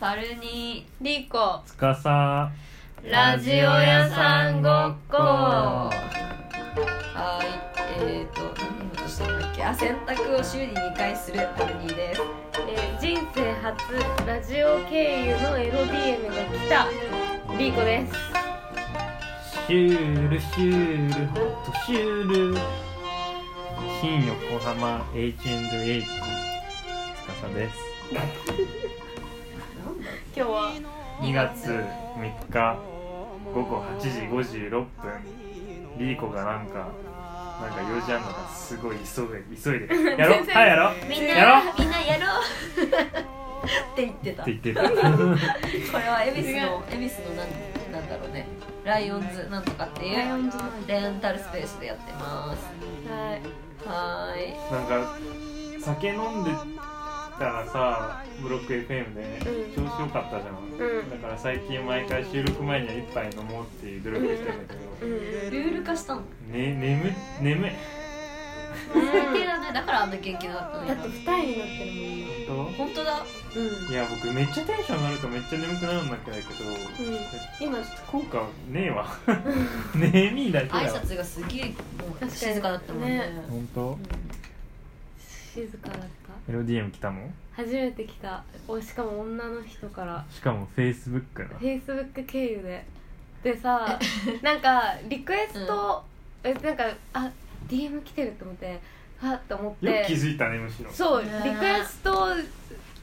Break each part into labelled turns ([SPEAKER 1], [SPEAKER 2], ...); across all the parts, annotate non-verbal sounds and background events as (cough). [SPEAKER 1] パルニ
[SPEAKER 2] リーコ
[SPEAKER 3] つかさ
[SPEAKER 1] ーラジオ屋さんごっこはいえっ、ー、と何のことしたんだっけあ洗濯を週に2回するパルニーです
[SPEAKER 2] えー人生初ラジオ経由のエロ DM が来たリーコです
[SPEAKER 3] シュールシュールホットシュール新横浜 H&H つかさです
[SPEAKER 2] 今日は
[SPEAKER 3] 2月3日午後8時56分リーコがなんかなんか用事あんのがすごい急いで急い
[SPEAKER 2] (laughs)
[SPEAKER 3] でやろ
[SPEAKER 2] 全然
[SPEAKER 3] はいやろ
[SPEAKER 1] みんな
[SPEAKER 3] やろ
[SPEAKER 1] みんなや (laughs) ろうって言ってた
[SPEAKER 3] って
[SPEAKER 1] こ
[SPEAKER 3] 言って (laughs) る
[SPEAKER 1] れは恵比寿の恵比寿のなんなんだろうねライオンズなんとかってい
[SPEAKER 2] ライオ
[SPEAKER 1] う
[SPEAKER 2] ンズなんで
[SPEAKER 1] レンタルスペースでやってます
[SPEAKER 2] は
[SPEAKER 1] は
[SPEAKER 2] い
[SPEAKER 1] ーい
[SPEAKER 3] なんか酒飲んでたらさブロック FM で
[SPEAKER 2] うん
[SPEAKER 3] 調子良かったじゃん、
[SPEAKER 2] ん
[SPEAKER 3] だから最近毎回収録前には一杯飲もうっていう努力してるんだけ
[SPEAKER 2] う
[SPEAKER 3] ど、
[SPEAKER 2] ん
[SPEAKER 1] ルール化したの
[SPEAKER 3] ね眠い眠い
[SPEAKER 1] 最低だねだからあんな元気なかった
[SPEAKER 2] だって
[SPEAKER 1] ね
[SPEAKER 2] 二重になってるもん今
[SPEAKER 3] 本
[SPEAKER 1] 本当だ
[SPEAKER 2] うん
[SPEAKER 3] 当いや僕めっちゃテンション上がるとめっちゃ眠くなるんだけど、
[SPEAKER 2] うん今
[SPEAKER 3] 効果ねえわ眠いだけだ
[SPEAKER 1] 挨
[SPEAKER 3] わ
[SPEAKER 1] 拶がすげえもう静かだったもんね
[SPEAKER 2] ね
[SPEAKER 3] 本当
[SPEAKER 2] 静かだった
[SPEAKER 3] LDM 来たもん
[SPEAKER 2] 初めて来たおしかも女の人から
[SPEAKER 3] しかも Facebook な
[SPEAKER 2] フェイスブック経由で
[SPEAKER 1] (laughs)
[SPEAKER 2] でさなんかリクエスト、えなんかあ DM 来てると思ってあっと思って
[SPEAKER 3] よく気づいたねむしろ
[SPEAKER 2] そうリ
[SPEAKER 1] ね
[SPEAKER 2] クエスト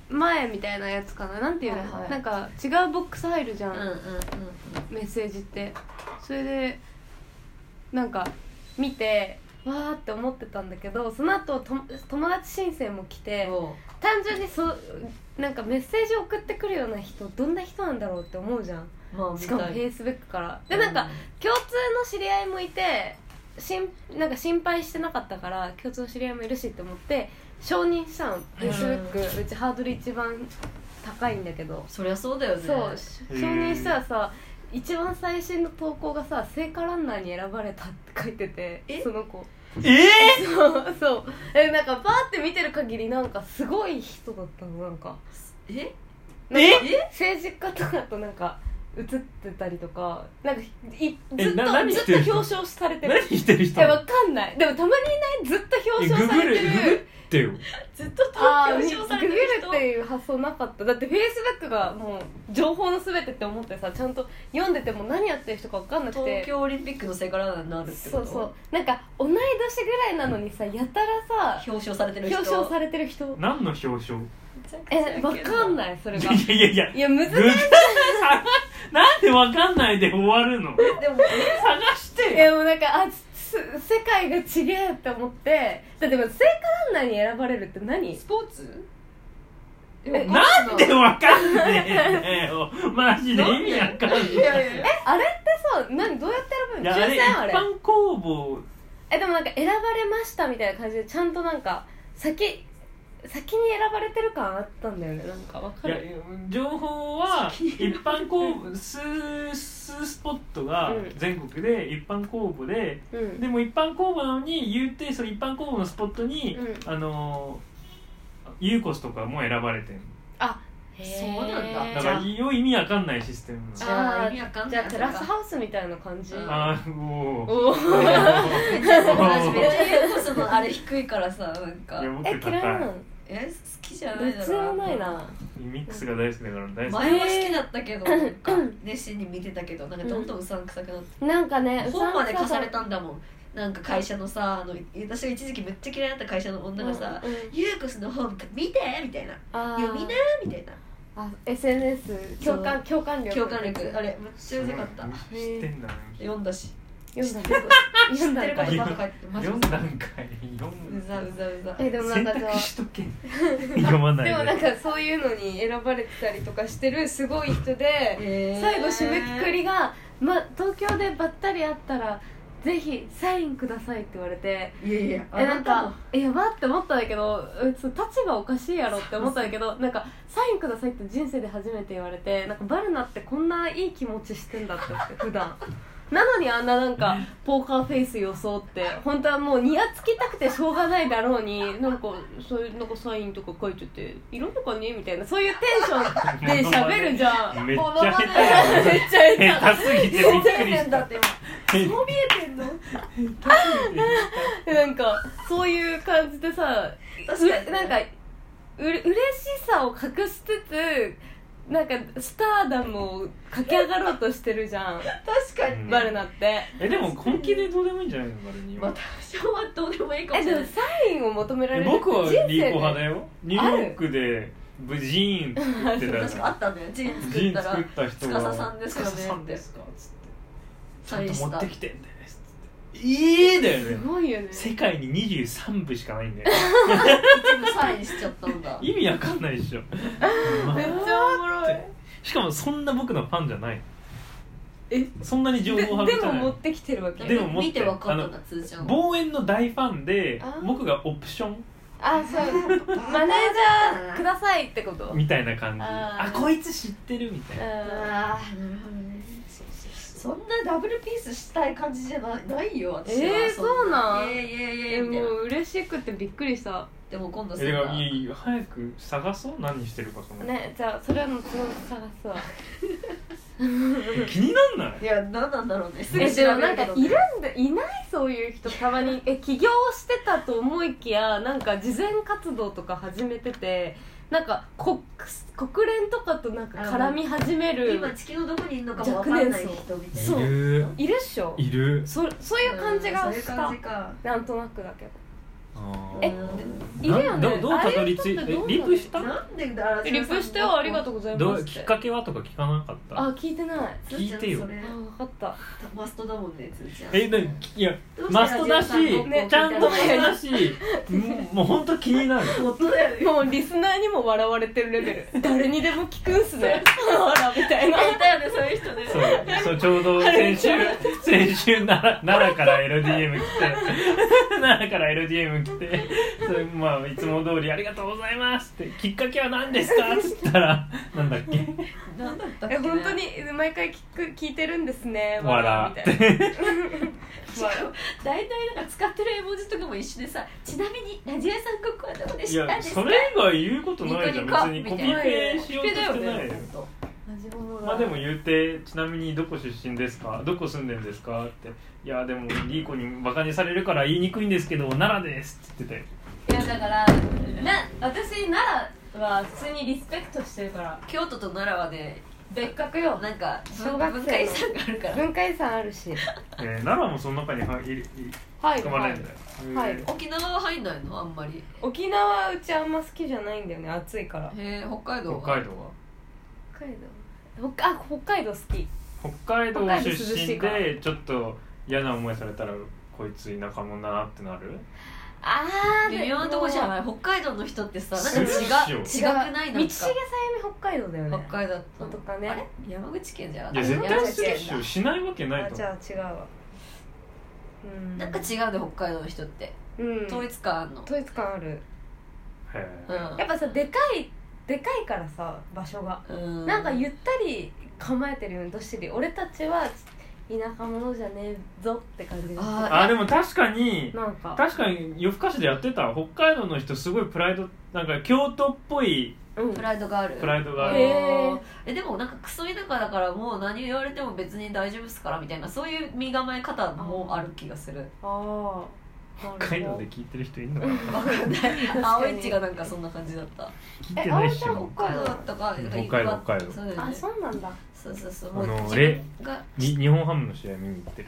[SPEAKER 2] 前みたいなやつかななんていうの、
[SPEAKER 1] はいはい
[SPEAKER 2] なんか違うボックス入るじゃ
[SPEAKER 1] うん
[SPEAKER 2] ん、
[SPEAKER 1] うんうん
[SPEAKER 2] メッセージってそれでなんか見てわーって思ってたんだけどその後と友達申請も来て
[SPEAKER 1] うんお
[SPEAKER 2] 単純にそうなんかメッセージ送ってくるような人どんな人なんだろうって思うじゃん
[SPEAKER 1] まあ見
[SPEAKER 2] しかも
[SPEAKER 1] た
[SPEAKER 2] フ
[SPEAKER 1] い
[SPEAKER 2] ェイスブックからでなんか共通の知り合いもいてしんなんか心配してなかったから共通の知り合いもいるしって思って承認したのフェイスブックうちハードル一番高いんだけど
[SPEAKER 1] そりゃそうだよね
[SPEAKER 2] そうし承
[SPEAKER 3] へー
[SPEAKER 2] 認したらさ一番最新の投稿がさ聖火ランナーに選ばれたって書いてて
[SPEAKER 1] え
[SPEAKER 2] その子
[SPEAKER 3] え
[SPEAKER 2] そうそうえなんかバーって見てる限りなんかすごい人だったのなんか
[SPEAKER 1] え
[SPEAKER 2] なんか
[SPEAKER 1] え
[SPEAKER 2] 政治家とかとなんか映ってたりとかなんかいずっと
[SPEAKER 3] えな何
[SPEAKER 2] ず
[SPEAKER 3] し
[SPEAKER 2] ってと
[SPEAKER 3] る
[SPEAKER 2] 表
[SPEAKER 3] 人
[SPEAKER 2] 彰されてる
[SPEAKER 3] 何してる
[SPEAKER 2] い
[SPEAKER 3] 人
[SPEAKER 2] やわかんないでもたまにいないずっと
[SPEAKER 3] え
[SPEAKER 2] 表
[SPEAKER 3] グ
[SPEAKER 2] 彰さ
[SPEAKER 3] グ
[SPEAKER 2] れ
[SPEAKER 3] る
[SPEAKER 2] て
[SPEAKER 3] ググっ
[SPEAKER 2] る
[SPEAKER 3] てよ
[SPEAKER 1] ずっと
[SPEAKER 2] ああ
[SPEAKER 1] 投
[SPEAKER 2] ググ
[SPEAKER 1] 票されて
[SPEAKER 2] る
[SPEAKER 1] る
[SPEAKER 2] っ
[SPEAKER 1] 人
[SPEAKER 2] ていう発想なかっただってフェイスブックがもう情報の全てって思ってさちゃんと読んでても何やってる人かわかんなくて
[SPEAKER 1] 東京オリンピックの聖火ランナーになるってこ
[SPEAKER 2] そ
[SPEAKER 1] と
[SPEAKER 2] うそうなんか同い年ぐらいなのにさやたらさ
[SPEAKER 1] 表彰されてる
[SPEAKER 2] 表
[SPEAKER 1] 人
[SPEAKER 2] 彰されてる人
[SPEAKER 3] 何の表彰
[SPEAKER 2] えわかん
[SPEAKER 1] い
[SPEAKER 2] ないそれ
[SPEAKER 3] い
[SPEAKER 2] が
[SPEAKER 3] やいやいや
[SPEAKER 2] いや難しい
[SPEAKER 3] ググって探 (laughs) なんでわかんないで終わるの
[SPEAKER 1] でも
[SPEAKER 3] 探して
[SPEAKER 2] でもうなんかあす世界が違えって思ってだってでも聖火ランナーに選ばれるって何
[SPEAKER 1] スポーツ
[SPEAKER 2] え
[SPEAKER 3] なんでわかんね
[SPEAKER 2] (laughs)
[SPEAKER 3] えよマジで意味わかんない
[SPEAKER 1] いやいや
[SPEAKER 2] えあれってさ何どうやって選
[SPEAKER 3] い
[SPEAKER 2] ぶの
[SPEAKER 3] やあ
[SPEAKER 2] 抽
[SPEAKER 3] れ一
[SPEAKER 2] 選あれ
[SPEAKER 3] 般公募
[SPEAKER 2] えでもなんか選ばれましたみたいな感じでちゃんとなんか先先に選ばれてる感あったんだよねなんかわか
[SPEAKER 3] いや
[SPEAKER 2] る
[SPEAKER 3] 情報
[SPEAKER 2] (laughs)
[SPEAKER 3] は一般公募数数スポットが
[SPEAKER 2] うん
[SPEAKER 3] 全国で一般公募で
[SPEAKER 2] うん
[SPEAKER 3] でも一般公募なのに言うてその一般公募のスポットに、
[SPEAKER 2] う
[SPEAKER 3] あのーユーコスとかも選ばれてる
[SPEAKER 2] あ
[SPEAKER 1] そうなんだ
[SPEAKER 3] だからよ意味わかんないシステム
[SPEAKER 1] じ
[SPEAKER 3] な
[SPEAKER 1] ゃ
[SPEAKER 2] あ
[SPEAKER 1] あ
[SPEAKER 2] ー
[SPEAKER 1] 意味わかん
[SPEAKER 2] じ
[SPEAKER 1] ない
[SPEAKER 2] ゃあテラスハウスみたいな感じ
[SPEAKER 1] うん
[SPEAKER 3] あーもう
[SPEAKER 2] お (laughs) お
[SPEAKER 3] い
[SPEAKER 1] めっちゃ私めっちゃ言うこそのあれ低いからさなんか
[SPEAKER 3] や僕
[SPEAKER 2] え嫌いな
[SPEAKER 3] 高
[SPEAKER 2] の
[SPEAKER 1] え好きじゃな
[SPEAKER 2] どっ
[SPEAKER 1] いだ
[SPEAKER 2] ち
[SPEAKER 1] ろ
[SPEAKER 2] もないな
[SPEAKER 3] ミックスが大好きだから大好き
[SPEAKER 1] 前は好きだったけどなんか熱心に見てたけどなんかどんどんうさんくさくなって
[SPEAKER 2] なんかね
[SPEAKER 1] 本まで貸され
[SPEAKER 2] ん
[SPEAKER 1] たんだもんなんか会社のさあの私が一時期めっちゃ嫌いだった会社の女がさ
[SPEAKER 2] うん
[SPEAKER 1] 「ユーコスの本見て!」みたいな「
[SPEAKER 2] あー
[SPEAKER 1] 読みな!」みたいな
[SPEAKER 2] あ SNS 共感共感力
[SPEAKER 1] 共感力あれめっちゃうざかった
[SPEAKER 3] 知ってんだね
[SPEAKER 1] 読んだし
[SPEAKER 2] 読んだけど
[SPEAKER 1] 知
[SPEAKER 2] 読
[SPEAKER 1] っ
[SPEAKER 2] ん
[SPEAKER 1] てる
[SPEAKER 2] だ
[SPEAKER 1] こと
[SPEAKER 2] か
[SPEAKER 3] 読
[SPEAKER 1] ばっか書
[SPEAKER 3] んだ
[SPEAKER 1] いててマジ
[SPEAKER 3] 4
[SPEAKER 1] う
[SPEAKER 3] 段階
[SPEAKER 1] ざう
[SPEAKER 3] 4
[SPEAKER 1] ざうざ
[SPEAKER 2] えでもなん
[SPEAKER 3] 選
[SPEAKER 2] かじゃあ
[SPEAKER 3] 択しとけ読まない
[SPEAKER 2] で
[SPEAKER 3] で
[SPEAKER 2] もなんかそういうのに選ばれてたりとかしてるすごい人で最後締めくく
[SPEAKER 1] り
[SPEAKER 2] りが、ま、東京でばったり会ったらぜひサインくださいって言われて
[SPEAKER 1] いやいや
[SPEAKER 2] えなん
[SPEAKER 1] あ
[SPEAKER 2] かえやばって思ったんだけどうんそう立場おかしいやろって思ったんだけどなんかサインくださいって人生で初めて言われてなんかバルナってこんないい気持ちしてんだってって普段なのにあんななんかポーカーフェイス装って本当はもうニヤつきたくてしょうがないだろうになんかそういうなんかサインとか書いてているのかねみたいなそういうテンシ
[SPEAKER 3] (laughs)
[SPEAKER 2] ョンで喋るじゃん
[SPEAKER 3] めっちゃ下
[SPEAKER 2] めっちゃ
[SPEAKER 3] 手
[SPEAKER 2] え
[SPEAKER 3] やん下手すぎてびっくりした
[SPEAKER 1] だ
[SPEAKER 2] (laughs)
[SPEAKER 1] って今そう見えてんの
[SPEAKER 2] なんかそういう感じでさ
[SPEAKER 1] 確かに
[SPEAKER 2] うれなんかうれ嬉しさを隠しつつなんかスターダムを駆け上がろうとしてるじゃん
[SPEAKER 1] 確かに、
[SPEAKER 3] うん
[SPEAKER 1] ね、
[SPEAKER 2] バルナって
[SPEAKER 3] えでも本気でどうでもいいんじゃないのバルニー
[SPEAKER 1] まあ
[SPEAKER 3] は
[SPEAKER 1] 多少はどうでもいいかも
[SPEAKER 2] え
[SPEAKER 1] しれ
[SPEAKER 2] で
[SPEAKER 1] ない
[SPEAKER 2] もサインを求められるって
[SPEAKER 3] 僕は
[SPEAKER 2] 人
[SPEAKER 3] リ
[SPEAKER 2] 生
[SPEAKER 3] ーコ派だ
[SPEAKER 2] よ
[SPEAKER 3] よニューヨークでブジーン作ってたや
[SPEAKER 1] 確
[SPEAKER 3] つ
[SPEAKER 1] かあったんだよジーン
[SPEAKER 3] ジ
[SPEAKER 1] 作っ
[SPEAKER 3] ー
[SPEAKER 1] た
[SPEAKER 3] ン作っ
[SPEAKER 1] ら
[SPEAKER 3] た人が
[SPEAKER 1] 司さんですよねって
[SPEAKER 3] 司さんですかつってちゃ
[SPEAKER 1] 大
[SPEAKER 3] ん
[SPEAKER 1] した
[SPEAKER 3] と持ってきてんだよねつってええだよ
[SPEAKER 2] す
[SPEAKER 3] ね
[SPEAKER 2] ごいよね
[SPEAKER 3] 世界に23部しかな
[SPEAKER 2] (laughs)
[SPEAKER 3] いんだよ
[SPEAKER 1] 一部サインしちゃったんだ
[SPEAKER 3] 意味わかんな
[SPEAKER 2] (laughs)
[SPEAKER 3] いでしょ
[SPEAKER 2] めっちゃおもろい
[SPEAKER 3] しかもそんな僕のファンじゃない
[SPEAKER 2] え
[SPEAKER 3] そんなに情報
[SPEAKER 2] で
[SPEAKER 3] 派
[SPEAKER 2] で
[SPEAKER 3] みた
[SPEAKER 2] も
[SPEAKER 3] い
[SPEAKER 2] 持
[SPEAKER 3] な
[SPEAKER 2] ってきてるわけ
[SPEAKER 3] でも持って
[SPEAKER 1] 見て分かったんだ通常
[SPEAKER 3] 望遠の大ファンで
[SPEAKER 2] あー
[SPEAKER 3] 僕がオプション
[SPEAKER 2] あそうマネージャーくださいってことうん
[SPEAKER 3] みたいな感じ
[SPEAKER 2] あー
[SPEAKER 3] あこいつ知ってるみたいな
[SPEAKER 1] ああなるほどねそうそうそうそんなダブルピースしたい感じじゃないないよ私は
[SPEAKER 2] えーそうなん
[SPEAKER 1] いやいやい
[SPEAKER 2] え
[SPEAKER 1] やみたい
[SPEAKER 2] も
[SPEAKER 1] な
[SPEAKER 2] う嬉しくてびっくりした
[SPEAKER 1] でも今度
[SPEAKER 3] えだから
[SPEAKER 1] さ
[SPEAKER 3] いい早く探そう何してるかその、
[SPEAKER 2] ねじゃあそれは後々探すわ
[SPEAKER 3] え気になんない
[SPEAKER 1] いや何なんだろうねすぐ
[SPEAKER 2] え
[SPEAKER 1] 調べ
[SPEAKER 2] でも
[SPEAKER 1] る
[SPEAKER 2] なんか
[SPEAKER 1] け
[SPEAKER 2] い
[SPEAKER 1] どね
[SPEAKER 2] るんだいないそういう人たまにえ起業してたと思いきやなんか慈善活動とか始めててなんか国国連とかとなんか絡み始める
[SPEAKER 1] 今地球のどこにいるのかも分かんない人みたい
[SPEAKER 2] そう
[SPEAKER 1] ない
[SPEAKER 3] る
[SPEAKER 2] いるっしょ
[SPEAKER 3] いる
[SPEAKER 2] そそういう感じが
[SPEAKER 1] そういう
[SPEAKER 2] し
[SPEAKER 1] 感
[SPEAKER 2] た
[SPEAKER 1] じか
[SPEAKER 2] なんとなくだけど
[SPEAKER 3] あ
[SPEAKER 1] え
[SPEAKER 3] ー
[SPEAKER 2] いるよね
[SPEAKER 3] などうどうたどり着い
[SPEAKER 2] あ
[SPEAKER 3] て
[SPEAKER 2] れどうなの
[SPEAKER 3] リプした
[SPEAKER 1] なんでだら
[SPEAKER 2] リプしてはありがとうござい
[SPEAKER 3] ど
[SPEAKER 2] ま
[SPEAKER 3] う
[SPEAKER 2] す
[SPEAKER 3] きっかけはとか聞かなかった
[SPEAKER 2] あ聞いてないあ
[SPEAKER 1] つーちゃん
[SPEAKER 3] 聞いてよ
[SPEAKER 1] それ
[SPEAKER 2] 分かった
[SPEAKER 1] マストだもんねつーちゃん
[SPEAKER 3] えなにいやマストだし
[SPEAKER 2] ね
[SPEAKER 3] ちゃんとマスト
[SPEAKER 1] だ
[SPEAKER 3] だし (laughs) うんもう本当気になる
[SPEAKER 1] 夫だよね
[SPEAKER 2] もうリスナーにも笑われてるレベル (laughs) 誰にでも聞くんすねほらみたい
[SPEAKER 1] (laughs)
[SPEAKER 2] な
[SPEAKER 1] えいたよねそういう人ね
[SPEAKER 3] そうそうちょうど先週先週奈良奈良から LDM 来て (laughs) 奈良から LDM 来てそれまあいつも通り「ありがとうございます」って「きっかけは何ですか?」っつったらなんだっけ
[SPEAKER 1] なんだったっけ
[SPEAKER 2] え
[SPEAKER 1] ね
[SPEAKER 2] 本当に毎回聞く聞いてるんですね
[SPEAKER 3] わら
[SPEAKER 2] みたいな (laughs)
[SPEAKER 1] 笑う大体なんか使ってる絵文字とかも一緒でさちなみにラジエさんここはどこで
[SPEAKER 3] い
[SPEAKER 1] したん
[SPEAKER 3] や
[SPEAKER 1] です
[SPEAKER 3] そ
[SPEAKER 1] か
[SPEAKER 3] れ以外言うことないじゃ
[SPEAKER 1] ニ
[SPEAKER 3] ん別
[SPEAKER 1] コニ
[SPEAKER 3] に
[SPEAKER 1] コ
[SPEAKER 3] コピペしようとしてないよまあでも言うて「ちなみにどこ出身ですかどこ住んでんですか?」って「いやでもリーコにバカにされるから言いにくいんですけど奈良です」って言って
[SPEAKER 2] いやだからな私奈良は普通にリスペクトしてるから
[SPEAKER 1] 京都と奈良はね
[SPEAKER 2] 別格よ
[SPEAKER 1] なんか
[SPEAKER 2] 小学生
[SPEAKER 1] 文
[SPEAKER 2] の
[SPEAKER 1] 化遺産があるから
[SPEAKER 2] 文化遺産あるし
[SPEAKER 3] たよ、えー奈良もその中に入り
[SPEAKER 2] はい
[SPEAKER 3] 含まれるんだよ、
[SPEAKER 2] はい
[SPEAKER 3] へー
[SPEAKER 1] 沖縄は入んないのあんまり
[SPEAKER 2] 沖縄うちあんま好きじゃないんだよね暑いから
[SPEAKER 1] へえ北海道は
[SPEAKER 3] 北海道は
[SPEAKER 2] 北海道北あ北海道好き
[SPEAKER 3] 北海道出身
[SPEAKER 2] 北海道涼
[SPEAKER 3] でちょっと嫌な思いされたらこいつ田舎もなってなる
[SPEAKER 2] ああ
[SPEAKER 1] 微妙なとこじゃない北海道の人ってさなんか違
[SPEAKER 3] するっ
[SPEAKER 1] 違くないなん
[SPEAKER 2] 道重
[SPEAKER 1] か
[SPEAKER 2] さゆみ北海道だよ
[SPEAKER 1] 北
[SPEAKER 2] ね
[SPEAKER 1] 海道
[SPEAKER 2] 道とかね
[SPEAKER 1] あれ山口県じゃ
[SPEAKER 3] いや
[SPEAKER 1] な
[SPEAKER 3] 絶
[SPEAKER 1] かった
[SPEAKER 3] 対
[SPEAKER 1] 山口
[SPEAKER 3] する
[SPEAKER 1] 県
[SPEAKER 3] っしょしないわけない
[SPEAKER 2] あ
[SPEAKER 3] と
[SPEAKER 2] じ
[SPEAKER 3] 思う
[SPEAKER 2] ゃあ違うわうん
[SPEAKER 1] なんか違うね北海道の人って
[SPEAKER 2] うん
[SPEAKER 1] 統一感あんの
[SPEAKER 2] 統一感ある
[SPEAKER 3] へ
[SPEAKER 1] う
[SPEAKER 3] ー
[SPEAKER 1] ん
[SPEAKER 2] やっぱさでかいでかいからさ場所が
[SPEAKER 1] うん
[SPEAKER 2] なんかゆったり構えてるよねどっしり俺たちは田舎者じゃねえぞって感じがす
[SPEAKER 1] あ
[SPEAKER 3] あでも確かに
[SPEAKER 2] るなんか
[SPEAKER 3] 確かに夜更かしでやってた北海道の人すごいプライドなんか京都っぽい
[SPEAKER 2] うん
[SPEAKER 1] プライドがある
[SPEAKER 3] プライドがあ
[SPEAKER 2] る
[SPEAKER 1] へ
[SPEAKER 2] へー
[SPEAKER 1] ーえでもなんかクソ田舎だからもう何言われても別に大丈夫っすからみたいなそういう身構え方もある気がする
[SPEAKER 2] ああ
[SPEAKER 3] 北海道で聞いてる人いるのかな
[SPEAKER 1] わかんない
[SPEAKER 2] に
[SPEAKER 1] (laughs) 青いちがなんかそんな感じだった
[SPEAKER 3] 聞いてないっし
[SPEAKER 2] え
[SPEAKER 3] ょ
[SPEAKER 2] 青
[SPEAKER 1] 北海道だったか
[SPEAKER 3] うん
[SPEAKER 1] なんかいっ
[SPEAKER 3] 北
[SPEAKER 1] ぱい
[SPEAKER 3] 海道北海道
[SPEAKER 1] そうだよ
[SPEAKER 2] あ
[SPEAKER 1] ね
[SPEAKER 2] そうなんだ
[SPEAKER 1] そうそうそう
[SPEAKER 3] あの
[SPEAKER 1] もう自
[SPEAKER 3] れ
[SPEAKER 1] 分が
[SPEAKER 3] に日本ハムの試合見に行って
[SPEAKER 2] (laughs)
[SPEAKER 3] る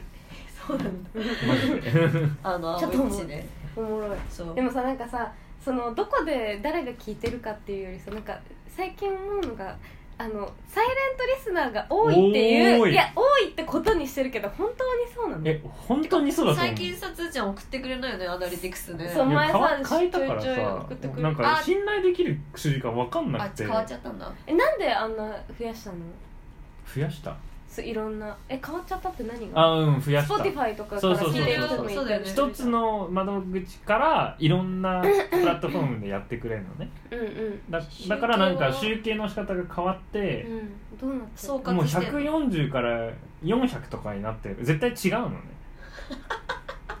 [SPEAKER 1] そうなんだ
[SPEAKER 3] マジで
[SPEAKER 1] あの
[SPEAKER 2] ちょっと
[SPEAKER 1] 青いちね
[SPEAKER 2] おもろい
[SPEAKER 1] そう
[SPEAKER 2] でもさなんかさそのどこで誰が聞いてるかっていうよりさなんか最近思うのがあのサイレントリスナーが多いってい
[SPEAKER 3] 多
[SPEAKER 2] う
[SPEAKER 3] い
[SPEAKER 2] いや多いってことにしてるけど本当にそうなの
[SPEAKER 3] え本当にそうだと思
[SPEAKER 1] 最
[SPEAKER 3] う
[SPEAKER 1] 近さつーちゃん送ってくれないよねアナリティクスね
[SPEAKER 2] そう
[SPEAKER 3] いや
[SPEAKER 2] 前さ
[SPEAKER 3] か変えたから
[SPEAKER 2] ちょいちょい送ってく
[SPEAKER 3] さ
[SPEAKER 2] る
[SPEAKER 3] なんか
[SPEAKER 1] あ
[SPEAKER 3] 信頼できる数字が分かんな
[SPEAKER 1] あ
[SPEAKER 3] くて
[SPEAKER 1] 変わっちゃったんだ
[SPEAKER 2] えなんであんな増やしたの
[SPEAKER 3] 増やした
[SPEAKER 2] すいろんなえ変わっちゃったって何が
[SPEAKER 3] あうん増やした
[SPEAKER 2] Spotify とかか
[SPEAKER 3] そう
[SPEAKER 2] ら
[SPEAKER 3] そうそう
[SPEAKER 2] 聞いてる人もい
[SPEAKER 1] そう
[SPEAKER 2] た
[SPEAKER 1] だよ
[SPEAKER 2] り
[SPEAKER 1] ね
[SPEAKER 3] 一つの窓口からいろ
[SPEAKER 2] (coughs)
[SPEAKER 3] んなプラットフォームでやってくれるのね
[SPEAKER 2] うんうん
[SPEAKER 3] だだからなんか集計の仕方が変わって、
[SPEAKER 2] うんどうなっちゃ
[SPEAKER 1] そううか
[SPEAKER 3] もう140から400とかになってる絶対違
[SPEAKER 2] (laughs)
[SPEAKER 3] うのね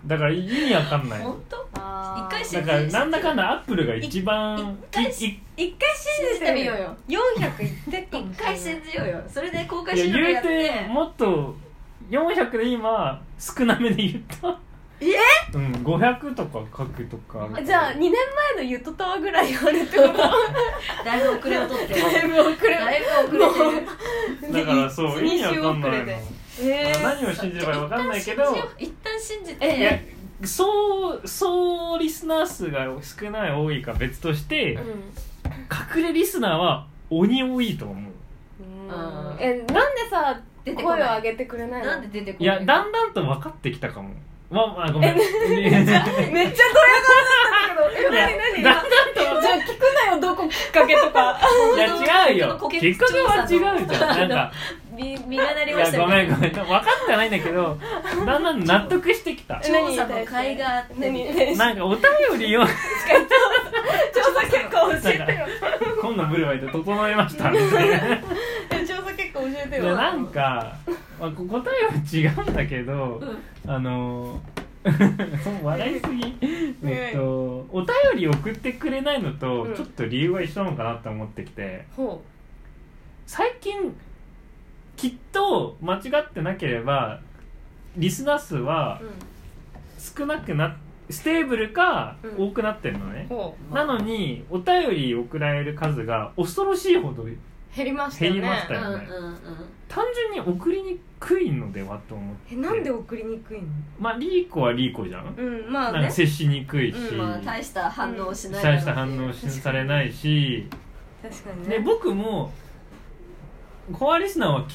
[SPEAKER 3] だから意味わかんない
[SPEAKER 1] 本当
[SPEAKER 2] あー
[SPEAKER 1] 一回し
[SPEAKER 3] だからなんだかんだアップルが一番
[SPEAKER 1] 一回
[SPEAKER 3] いい
[SPEAKER 1] 一回信じてみようよ
[SPEAKER 2] 400いってっか
[SPEAKER 1] 一
[SPEAKER 2] もしれない
[SPEAKER 1] 回信じようよそれで公開
[SPEAKER 3] い
[SPEAKER 1] 収
[SPEAKER 3] や
[SPEAKER 1] 録
[SPEAKER 3] 言
[SPEAKER 1] や
[SPEAKER 3] う
[SPEAKER 1] って
[SPEAKER 3] てもっと400で今少なめで言ったえうん500とか書くとか
[SPEAKER 2] じゃあ2年前のゆとたわぐらいあるってこと
[SPEAKER 1] だいぶ遅れをとって
[SPEAKER 2] だいぶ遅れ
[SPEAKER 1] だいぶ遅れてる
[SPEAKER 3] (laughs) だからそう意味わかんないの
[SPEAKER 2] でえー
[SPEAKER 3] 何を信じればわかんないけど
[SPEAKER 1] 一旦信じ
[SPEAKER 3] いや
[SPEAKER 1] て
[SPEAKER 3] そうそうリスナー数が少ない多いか別として、隠れリスナーは鬼多いと思う
[SPEAKER 2] うん
[SPEAKER 1] うん
[SPEAKER 2] えなんでさ
[SPEAKER 1] 出てこない
[SPEAKER 2] 声を上げてくれないの
[SPEAKER 1] なんで出てこ
[SPEAKER 3] い
[SPEAKER 1] な
[SPEAKER 3] や
[SPEAKER 1] い
[SPEAKER 3] だんだんと分かってきたかもまあ、まあ、ごめんいやだん
[SPEAKER 2] めっちゃドヤ顔だったんだけどえ何
[SPEAKER 3] だ
[SPEAKER 2] 何
[SPEAKER 3] ん
[SPEAKER 2] じゃあ聞くなよどこきっかけとか
[SPEAKER 3] いや違うよ
[SPEAKER 1] (laughs) 本当の
[SPEAKER 3] きっかけは違うじゃんなん
[SPEAKER 1] (laughs)
[SPEAKER 3] か
[SPEAKER 1] 身身がないりまし
[SPEAKER 3] や
[SPEAKER 1] た
[SPEAKER 3] ごめん
[SPEAKER 1] ね
[SPEAKER 3] ごめん分かってはないんだけどだんだん納得してきた
[SPEAKER 1] 調査の甲斐があって
[SPEAKER 2] 何に対して
[SPEAKER 3] なんかお便りをなんか
[SPEAKER 2] 調査結果教えてよ
[SPEAKER 3] 今度ブルワイト整え
[SPEAKER 1] (laughs)
[SPEAKER 3] ましたみたいな
[SPEAKER 2] え調査結果教えて
[SPEAKER 3] で
[SPEAKER 2] よ
[SPEAKER 3] なんか、まあ、こ答えは違うんだけど、あの (laughs) そう笑いすぎえっとお便り送ってくれないのと
[SPEAKER 2] うん
[SPEAKER 3] ちょっと理由は一緒なのかなって思ってきて
[SPEAKER 2] ほ
[SPEAKER 3] 最近きっと間違ってなければリスナー数は
[SPEAKER 2] ううん
[SPEAKER 3] 少なくなステーブルか
[SPEAKER 2] うん
[SPEAKER 3] 多くなってるのね、
[SPEAKER 2] ほ
[SPEAKER 3] なのにお便り送られる数が恐ろしいほど
[SPEAKER 2] う減りましたよね
[SPEAKER 3] 減りました
[SPEAKER 1] うん
[SPEAKER 3] よ
[SPEAKER 1] うん
[SPEAKER 3] 単純に送りにくいのではと思って
[SPEAKER 2] えなんで送りにくいの
[SPEAKER 3] まあリーコはリーコじゃん、
[SPEAKER 2] うんまあ
[SPEAKER 3] なんか
[SPEAKER 2] ね
[SPEAKER 3] 接しにくいし、
[SPEAKER 2] うん
[SPEAKER 1] うんまあ大した反応をしないだろう
[SPEAKER 3] 大した反応しされないし
[SPEAKER 2] 確かに
[SPEAKER 3] で
[SPEAKER 2] ね
[SPEAKER 3] 僕もコアリスナーは聞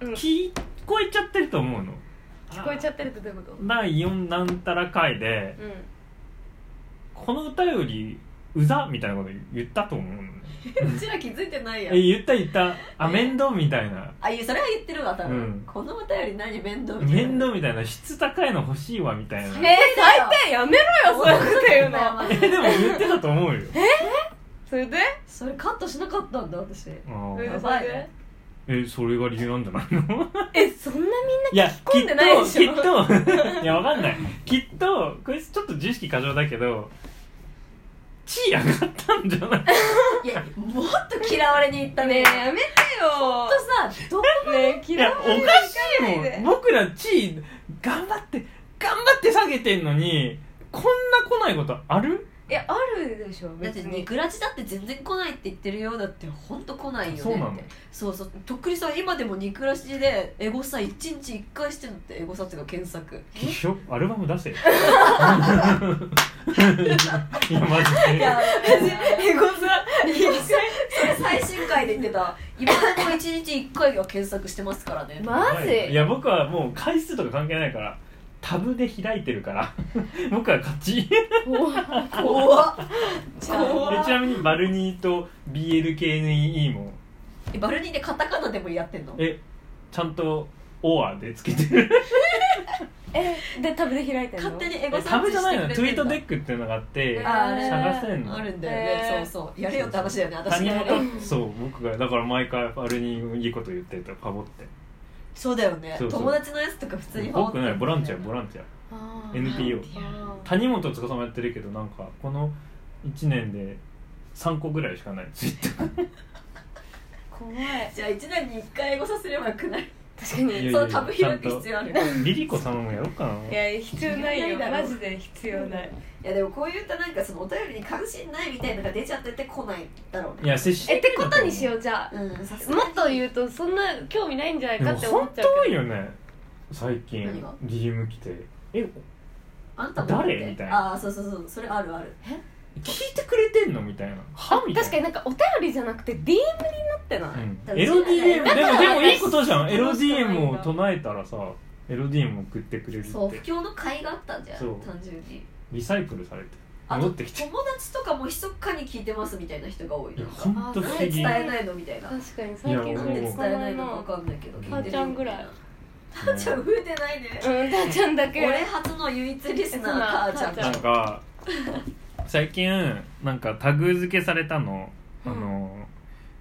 [SPEAKER 2] うん聞
[SPEAKER 3] き聞こえちゃってると思うの
[SPEAKER 2] こえちゃってるってどういうこと
[SPEAKER 3] 第4なんたら回で
[SPEAKER 2] うん
[SPEAKER 3] 「この歌よりうざ」みたいなこと言ったと思うのね
[SPEAKER 1] うちら気づいてないやん
[SPEAKER 3] え言った言ったあ面倒みたいな
[SPEAKER 1] あいやそれは言ってるわ多分、
[SPEAKER 3] うん
[SPEAKER 1] このお便り何面倒みたいな
[SPEAKER 3] 面倒みたいな質高いの欲しいわみたいな
[SPEAKER 2] え最低やめろよそういうこと言うの
[SPEAKER 3] えでも言ってたと思うよ
[SPEAKER 2] それで
[SPEAKER 1] それカットしなかったんだ私
[SPEAKER 3] あ
[SPEAKER 2] それ
[SPEAKER 3] ー
[SPEAKER 2] で
[SPEAKER 1] やばいね
[SPEAKER 3] えそれが理由なんじゃないの
[SPEAKER 2] えそんなみんない
[SPEAKER 3] や
[SPEAKER 2] き込んでないでしょ
[SPEAKER 3] きっときっといやわかんないきっとこいつちょっと自意識過剰だけど地位上がったんじゃない
[SPEAKER 1] いやもっと嫌われに行ったね
[SPEAKER 2] ねえやめて
[SPEAKER 1] ほ
[SPEAKER 2] よ
[SPEAKER 1] んとさど
[SPEAKER 2] ねえ
[SPEAKER 3] い
[SPEAKER 2] 嫌
[SPEAKER 3] やお
[SPEAKER 2] わ
[SPEAKER 3] か
[SPEAKER 2] れ
[SPEAKER 3] しい
[SPEAKER 2] 行かない
[SPEAKER 3] も
[SPEAKER 2] で
[SPEAKER 3] ん僕ら地位頑張って頑張って下げてんのにこんな来ないことある
[SPEAKER 2] いやあるでしょ
[SPEAKER 1] だって
[SPEAKER 2] 別に
[SPEAKER 1] ニクラジだって全然来ないって言ってるよだってほんと来ないよね
[SPEAKER 3] そうなの
[SPEAKER 1] ってそうそうとっくりさん今でもニクラジでエゴサ1日1回してるのってエゴサっていうか検索
[SPEAKER 3] 一緒アルバム出せ (laughs) いやマジで
[SPEAKER 2] エゴサ
[SPEAKER 1] それ最新回で言ってた今でも1日1回は検索してますからね
[SPEAKER 2] マ
[SPEAKER 3] い
[SPEAKER 2] ジ
[SPEAKER 3] や僕はもう回数とか関係ないからタブで開いてるから (laughs) 僕は勝ち
[SPEAKER 1] 怖っ
[SPEAKER 2] じゃあ
[SPEAKER 1] 怖っ
[SPEAKER 3] でちなみにバルニーと BLKNEE も
[SPEAKER 1] えバルニーでカタカナでもやってんの
[SPEAKER 3] えちゃんとオアでつけてる
[SPEAKER 2] えでタブで開いてんの
[SPEAKER 1] 勝手にエゴサ
[SPEAKER 3] タ
[SPEAKER 1] ー
[SPEAKER 3] ブ
[SPEAKER 1] チ
[SPEAKER 3] じゃない
[SPEAKER 1] してくれ
[SPEAKER 3] の
[SPEAKER 1] て
[SPEAKER 3] ツイート
[SPEAKER 1] んだ
[SPEAKER 3] デックっていうのがあって
[SPEAKER 1] ああれ
[SPEAKER 3] 探せんの
[SPEAKER 1] あるんだよね、
[SPEAKER 2] へー
[SPEAKER 1] そうそうやれよって話だよね私
[SPEAKER 3] 谷
[SPEAKER 1] がやれよ
[SPEAKER 3] 本そう僕がだから毎回バルニーいいこと言ってるとパボって
[SPEAKER 1] そうだよね
[SPEAKER 3] そうそう
[SPEAKER 1] 友達のやつとか普通に
[SPEAKER 3] 僕ねボランティアボ
[SPEAKER 1] ン
[SPEAKER 3] ランティア
[SPEAKER 2] あー
[SPEAKER 3] NPO
[SPEAKER 2] あ
[SPEAKER 3] 谷本司もやってるけどなんかこの1年で3個ぐらいしか
[SPEAKER 2] (laughs)
[SPEAKER 3] ないツイッター
[SPEAKER 2] ー怖い
[SPEAKER 1] じゃあ1年に1回エゴサすればよくない
[SPEAKER 2] 確かに
[SPEAKER 3] いや
[SPEAKER 2] い
[SPEAKER 3] い
[SPEAKER 1] そうタブ開く必要ある
[SPEAKER 3] リリコ様もやろうかな
[SPEAKER 2] や必要ないよ
[SPEAKER 1] いやいや
[SPEAKER 2] マジで必要ない
[SPEAKER 1] いやでもこういったなんかそのお便りに関心ないみたいなのが出ちゃってて来ないだろう
[SPEAKER 3] い
[SPEAKER 1] ね
[SPEAKER 3] や接し
[SPEAKER 2] えってことにしようじゃあ
[SPEAKER 1] うんさすがに
[SPEAKER 2] もっと言うとそんな興味ないんじゃない
[SPEAKER 3] で
[SPEAKER 2] か
[SPEAKER 3] も
[SPEAKER 2] って思
[SPEAKER 3] 本
[SPEAKER 2] っちゃ
[SPEAKER 3] 当
[SPEAKER 2] う
[SPEAKER 3] 多
[SPEAKER 2] け
[SPEAKER 3] いよね最近
[SPEAKER 1] 何が
[SPEAKER 3] DM 来てえ
[SPEAKER 1] あんたもだって
[SPEAKER 3] 誰みたいな
[SPEAKER 1] ああそうそうそうそれあるある
[SPEAKER 3] 聞いてくれてんのみたいなはみ
[SPEAKER 2] ど
[SPEAKER 3] たい
[SPEAKER 2] 確
[SPEAKER 3] な
[SPEAKER 2] かになんかお便りじゃなくて DM になってない、
[SPEAKER 3] うん、エロ DM
[SPEAKER 1] だ
[SPEAKER 3] で
[SPEAKER 1] から
[SPEAKER 3] もでもいいことじゃんエロ
[SPEAKER 2] (laughs) そうしたらいいんだ
[SPEAKER 3] DM を唱えたらさエロ DM を送ってくれるって
[SPEAKER 1] そう不況の甲斐があったんじゃん
[SPEAKER 3] そう
[SPEAKER 1] 単純に
[SPEAKER 3] リサイクルされて
[SPEAKER 1] あと
[SPEAKER 3] 戻っ
[SPEAKER 1] 友
[SPEAKER 3] てきて
[SPEAKER 1] 達とかも密かに聞いてますみたいな人が多い
[SPEAKER 3] い
[SPEAKER 1] な
[SPEAKER 3] や
[SPEAKER 1] んか
[SPEAKER 3] ほんと不
[SPEAKER 1] なん
[SPEAKER 3] 思
[SPEAKER 1] で伝
[SPEAKER 3] 議
[SPEAKER 1] えないのみたいななんで
[SPEAKER 2] 確かに
[SPEAKER 3] い
[SPEAKER 2] 最
[SPEAKER 3] や
[SPEAKER 2] 近
[SPEAKER 3] もう
[SPEAKER 2] なんで
[SPEAKER 1] 伝
[SPEAKER 2] 伝
[SPEAKER 1] え
[SPEAKER 2] え
[SPEAKER 1] な
[SPEAKER 2] ない
[SPEAKER 1] いのか
[SPEAKER 2] の
[SPEAKER 1] わかんないけど聞いてる
[SPEAKER 2] たーちゃんぐらい
[SPEAKER 1] たーちゃん増えてないね
[SPEAKER 2] うんたーちゃんだけ
[SPEAKER 1] 俺初の唯一リスナーたーちゃん
[SPEAKER 2] たーちゃ
[SPEAKER 3] なんか最近なんかタグ付けされたのあ
[SPEAKER 2] うん
[SPEAKER 3] の、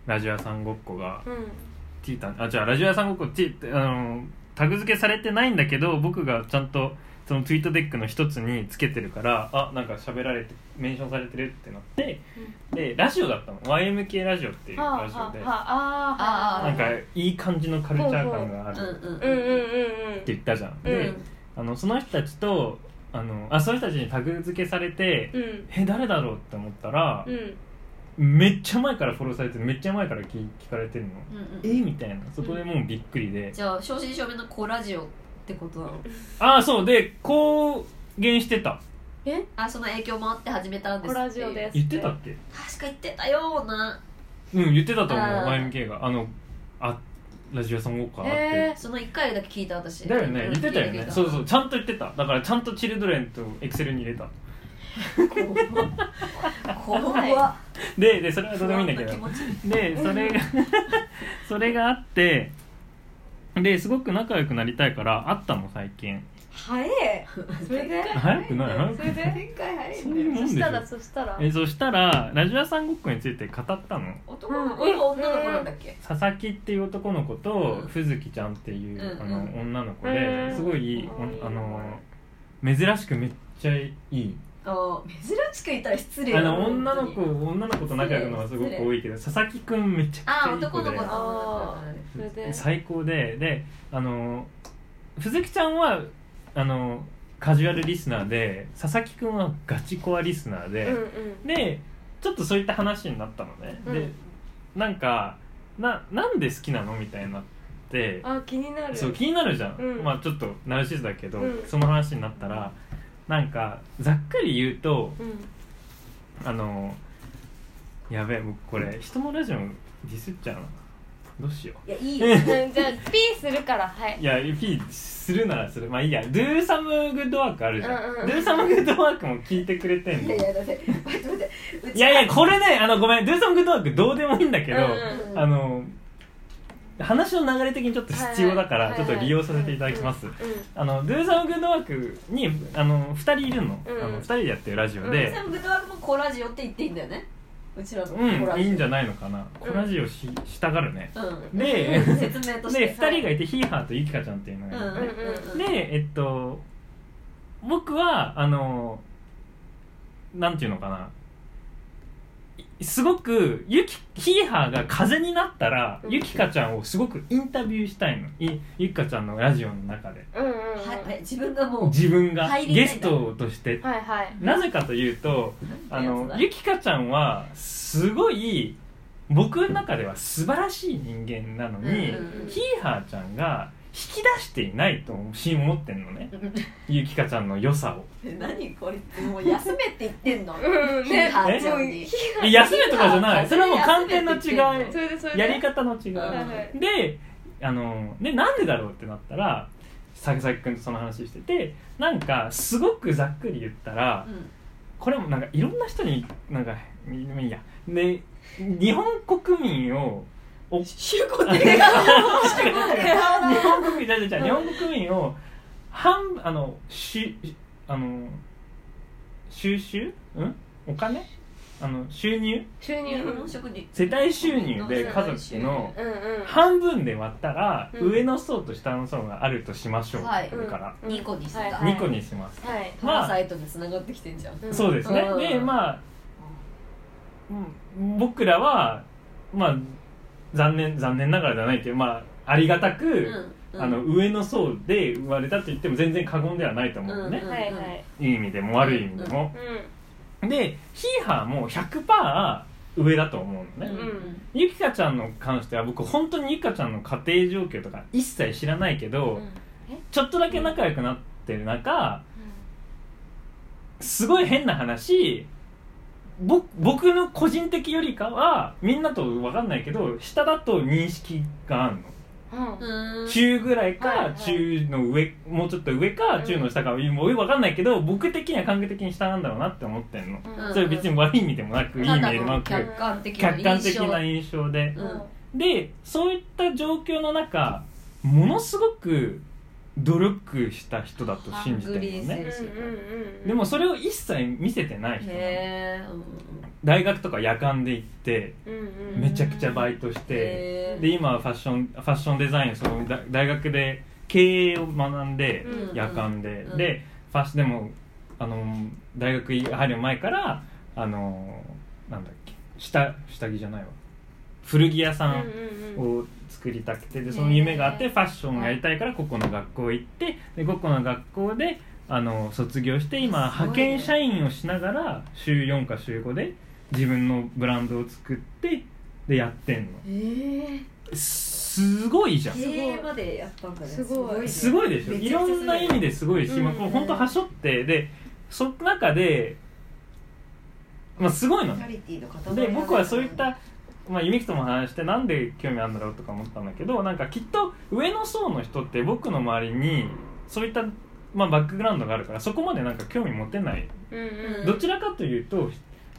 [SPEAKER 3] ラジオ屋さんごっこが
[SPEAKER 2] うん
[SPEAKER 3] ティータンあじゃあラジオ屋さんごっこティーあのタグ付けされてないんだけど僕がちゃんとそのツイートデックの一つにつけてるからあなんか喋られてメンションされてるってなってでラジオだったの YMK ラジオっていう
[SPEAKER 2] はあ
[SPEAKER 3] ラ
[SPEAKER 2] は
[SPEAKER 3] ジオで
[SPEAKER 2] あはああー
[SPEAKER 3] なんかいい感じのカルチャー感があ
[SPEAKER 1] うん
[SPEAKER 3] る
[SPEAKER 1] うん
[SPEAKER 2] うんうんうん
[SPEAKER 3] って言ったじゃん、
[SPEAKER 2] うん
[SPEAKER 3] であのその人たちとあのあその人たちにタグ付けされて、
[SPEAKER 2] うんうん
[SPEAKER 3] え誰だろうって思ったら
[SPEAKER 2] う、ん
[SPEAKER 3] めっちゃ前からフォローされてるめっちゃ前から聞聞かれてるの、
[SPEAKER 1] うんうん
[SPEAKER 3] えみたいなそこでもうびっくりで、
[SPEAKER 1] じゃあ正真正銘のコラジオってことなの
[SPEAKER 3] ああそうで公言してた
[SPEAKER 2] え
[SPEAKER 1] あその影響もあって始めたんです
[SPEAKER 2] コ
[SPEAKER 1] っていう
[SPEAKER 2] ラジオです
[SPEAKER 3] 言ってたっけ
[SPEAKER 1] 確か言ってたような
[SPEAKER 3] うん言ってたと思う
[SPEAKER 1] あー
[SPEAKER 3] YMK があのあラジオ屋さんごっこあって、
[SPEAKER 2] え
[SPEAKER 1] その1回だけ聞いた私
[SPEAKER 3] だよね言ってたよね
[SPEAKER 1] 聞い
[SPEAKER 3] そうそうちゃんと言ってただからちゃんとチルドレンとエクセルに入れた
[SPEAKER 1] 怖っ怖
[SPEAKER 2] は
[SPEAKER 1] っ
[SPEAKER 2] い
[SPEAKER 3] ででそれはどうでもいいんだけど
[SPEAKER 1] 不安な気持ち
[SPEAKER 3] でそれがそれがあってですごく仲良くなりたいから会ったの最近
[SPEAKER 2] 早えそれで
[SPEAKER 3] 早くない早く
[SPEAKER 2] それで
[SPEAKER 1] 展開早い
[SPEAKER 3] そ
[SPEAKER 1] ん
[SPEAKER 3] う
[SPEAKER 1] だ
[SPEAKER 3] い
[SPEAKER 1] よ
[SPEAKER 3] うもん
[SPEAKER 2] そし
[SPEAKER 3] でした
[SPEAKER 2] ら
[SPEAKER 3] ょ
[SPEAKER 2] そしたら
[SPEAKER 3] えそしたらラジオ屋さんごっこについて語ったの
[SPEAKER 1] 男の子今女の子なんだっけ
[SPEAKER 3] 佐々木っていう男の子と
[SPEAKER 1] うん
[SPEAKER 3] 藤木ちゃんっていう、
[SPEAKER 1] うん
[SPEAKER 3] あの
[SPEAKER 1] うん
[SPEAKER 3] 女の子
[SPEAKER 2] う
[SPEAKER 3] で
[SPEAKER 2] ん
[SPEAKER 3] すごいいい、
[SPEAKER 2] かわいい
[SPEAKER 3] おあの珍しくめっちゃいい
[SPEAKER 1] あ珍しくいたら失礼
[SPEAKER 3] あ
[SPEAKER 1] だな
[SPEAKER 3] の女の
[SPEAKER 1] 本
[SPEAKER 3] 子
[SPEAKER 1] 当に
[SPEAKER 3] 女の子と仲良くのはすごく多いけど佐々木くんめちゃくち
[SPEAKER 1] あ
[SPEAKER 3] ゃいい
[SPEAKER 1] 男
[SPEAKER 3] 子
[SPEAKER 1] の
[SPEAKER 3] で
[SPEAKER 1] 子だ
[SPEAKER 2] あそれで
[SPEAKER 3] 最高でであの鈴木ちゃんはあのカジュアルリスナーで佐々木くんはガチコアリスナー
[SPEAKER 2] うんう
[SPEAKER 3] で、
[SPEAKER 2] ん
[SPEAKER 3] でちょっとそういった話になったのね、
[SPEAKER 2] うん
[SPEAKER 3] でなんかななんで好きなのみたいになって
[SPEAKER 2] あ気になる
[SPEAKER 3] そう気になるじゃん、
[SPEAKER 2] うん
[SPEAKER 3] まあちょっとナルシストだけど、
[SPEAKER 2] うん
[SPEAKER 3] その話になったらなんかざっくり言うと
[SPEAKER 2] うん
[SPEAKER 3] あのやべえ僕これ人のラジオディスっちゃうなどうしよう
[SPEAKER 1] いやいい
[SPEAKER 2] うん
[SPEAKER 1] よ
[SPEAKER 2] じゃあピーするからはい
[SPEAKER 3] いや、P するならする。まあいいや、Do some good work あるじゃん。
[SPEAKER 2] うんうん
[SPEAKER 3] Do some good work も聞いてくれてん
[SPEAKER 1] いや
[SPEAKER 3] の。
[SPEAKER 1] い
[SPEAKER 3] い
[SPEAKER 1] やだって待って待ってうち
[SPEAKER 3] やいや、これね、あの、ごめん、Do some good work どうでもいいんだけど、
[SPEAKER 2] うん
[SPEAKER 1] うん
[SPEAKER 3] あの、話の流れ的にちょっと必要だか
[SPEAKER 2] は
[SPEAKER 3] ら、
[SPEAKER 2] い
[SPEAKER 3] ちょ
[SPEAKER 2] は
[SPEAKER 3] っ
[SPEAKER 2] い
[SPEAKER 3] と利用させていただきます
[SPEAKER 2] うん。
[SPEAKER 3] あの、Do some good work に、あの、二人いるの。
[SPEAKER 2] うん
[SPEAKER 3] あの、二人でやってるラジオ
[SPEAKER 1] で
[SPEAKER 3] で、
[SPEAKER 1] 全部ドラゴンコラジオって言っていいんだよねうちらの
[SPEAKER 3] うん
[SPEAKER 1] コ、ラジオ
[SPEAKER 3] いいんじゃないのかな。このラジオししたがるね。
[SPEAKER 1] うん
[SPEAKER 3] で
[SPEAKER 1] 説明として
[SPEAKER 3] で、二人がいて、ヒーハーとユキカちゃんっていうのがいるの
[SPEAKER 1] う
[SPEAKER 3] ね
[SPEAKER 1] んうんうん
[SPEAKER 3] でえっと僕はあのなんていうのかないすごくゆきヒーハーが風になったら、
[SPEAKER 2] うん
[SPEAKER 3] ゆきかちゃんをすごくインタビューしたいのいゆきかちゃんのラジオの中で
[SPEAKER 2] うんうんうん
[SPEAKER 1] はいえ自分がもう
[SPEAKER 3] 自分が
[SPEAKER 1] 入りたいん
[SPEAKER 3] ゲ
[SPEAKER 1] だ
[SPEAKER 3] ストとして
[SPEAKER 2] はいはい
[SPEAKER 3] なぜかというとあのゆきかちゃんはすごい僕の中では素晴らしい人間なのに、
[SPEAKER 1] うんうんうん
[SPEAKER 3] ヒーハーちゃんが引き出していないと思ってんのねゆきかちゃんの良さを
[SPEAKER 1] 何こいつもう休めって言ってんの
[SPEAKER 2] うん
[SPEAKER 1] ヒー
[SPEAKER 2] ね
[SPEAKER 1] ハーちゃんに
[SPEAKER 3] え休めとかじゃないそれはもう完全の
[SPEAKER 1] ヒーハー
[SPEAKER 3] 違
[SPEAKER 1] は
[SPEAKER 2] それでそれ
[SPEAKER 3] い
[SPEAKER 2] で
[SPEAKER 3] やり方の違い
[SPEAKER 2] はいはい
[SPEAKER 3] であのでなんでだろうってなったら佐々木くんとその話しててなんかすごくざっくり言ったら
[SPEAKER 1] うん
[SPEAKER 3] これもなんかいろんな人になんかいいいやで日本国民をお
[SPEAKER 1] 主語で
[SPEAKER 3] (laughs)
[SPEAKER 1] 顔主語で顔だ
[SPEAKER 3] 日本国民じゃあじゃあ日本国民を半あのしあの収集うんお金あの収入
[SPEAKER 2] 収入
[SPEAKER 1] 日
[SPEAKER 2] うん
[SPEAKER 1] 本食に
[SPEAKER 3] 世帯収入で家族の
[SPEAKER 2] うん
[SPEAKER 3] 半分で割ったら、
[SPEAKER 2] うん
[SPEAKER 3] 上の層と下の層があるとしましょう、
[SPEAKER 1] はい
[SPEAKER 3] これから、
[SPEAKER 2] うん
[SPEAKER 1] ニコにした
[SPEAKER 2] はい
[SPEAKER 3] 2個にします、
[SPEAKER 2] はい
[SPEAKER 1] パラサイトに繋がってきてんじゃん
[SPEAKER 2] うん
[SPEAKER 3] そうですね、
[SPEAKER 1] うん
[SPEAKER 3] でまあ、うん、僕らはまあ残念残念ながらじゃないけどまあありがたく、
[SPEAKER 1] うんうん
[SPEAKER 3] あの上の層で生まれたと言っても全然過言ではないと思うのね、
[SPEAKER 2] はいはい
[SPEAKER 3] いい意味でも悪い意味でも、でヒーハーも100%上だと思う
[SPEAKER 1] う
[SPEAKER 3] のね、
[SPEAKER 1] ん
[SPEAKER 3] ゆきかちゃんの関しては僕本当にゆきかちゃんの家庭状況とか一切知らないけど、
[SPEAKER 2] うん
[SPEAKER 3] ちょっとだけ仲良くなってる中すごい変な話ぼ僕の個人的よりかはみんなと分かんないけど下だと認識があるの
[SPEAKER 2] うん
[SPEAKER 1] うん
[SPEAKER 3] 中ぐらい
[SPEAKER 2] はいは
[SPEAKER 3] か
[SPEAKER 2] い
[SPEAKER 3] 中の上もうちょっと上か
[SPEAKER 2] うん
[SPEAKER 3] 中の下かもう分かんないけど僕的には感覚的に下なんだろうなって思ってんの
[SPEAKER 1] うん
[SPEAKER 3] それ別に悪い意味でもなくいい意
[SPEAKER 1] た
[SPEAKER 3] 味
[SPEAKER 1] だ
[SPEAKER 3] でもな
[SPEAKER 1] の
[SPEAKER 3] く
[SPEAKER 1] 客観的な
[SPEAKER 3] 客
[SPEAKER 1] 印
[SPEAKER 3] 観的
[SPEAKER 1] 象
[SPEAKER 3] な印象で
[SPEAKER 1] うん
[SPEAKER 3] でそういった状況の中ものすごく努力した人だと信じてるの
[SPEAKER 1] ハングリー
[SPEAKER 3] ね
[SPEAKER 1] 精
[SPEAKER 3] でもそれを一切見せてない人な
[SPEAKER 1] へ
[SPEAKER 3] の
[SPEAKER 1] えうん
[SPEAKER 3] 大学とか夜間で行ってめちゃくちゃバ
[SPEAKER 2] イ
[SPEAKER 3] イトして
[SPEAKER 1] へえ
[SPEAKER 3] で今はファッションファッションデザインその大大学で経営を学んで
[SPEAKER 2] うん
[SPEAKER 3] 夜間で、
[SPEAKER 1] うん
[SPEAKER 3] でファッシでもあの大学入る前からあのなんだっけ下下着じゃないわ古着屋さんを作りたくてでその夢があって
[SPEAKER 2] へー
[SPEAKER 3] ファッションやりたいからここの学校行ってでここの学校であの卒業して今
[SPEAKER 1] すごいね
[SPEAKER 3] 派遣社員をしながら週4か週5で自分のブランドを作ってでやってんの
[SPEAKER 2] え
[SPEAKER 3] すごいじゃん
[SPEAKER 1] 経営までやったんだね
[SPEAKER 2] すごい
[SPEAKER 1] ね
[SPEAKER 3] すごいでしょ
[SPEAKER 1] め
[SPEAKER 3] い
[SPEAKER 1] ちゃ
[SPEAKER 3] ろ
[SPEAKER 1] くちゃすご
[SPEAKER 3] んな意味ですごいし、
[SPEAKER 2] うん
[SPEAKER 3] まあ、こう本当はしょってでその中で、まあ、すごいの
[SPEAKER 1] チャ
[SPEAKER 3] ね
[SPEAKER 1] リティーの方
[SPEAKER 3] で僕はそういった、まあ、ユミキとも話してなんで興味あるんだろうとか思ったんだけどなんかきっと上の層の人って僕の周りにそういった、まあ、バックグラウンドがあるからそこまでなんか興味持てない
[SPEAKER 1] うん
[SPEAKER 3] どちらかというと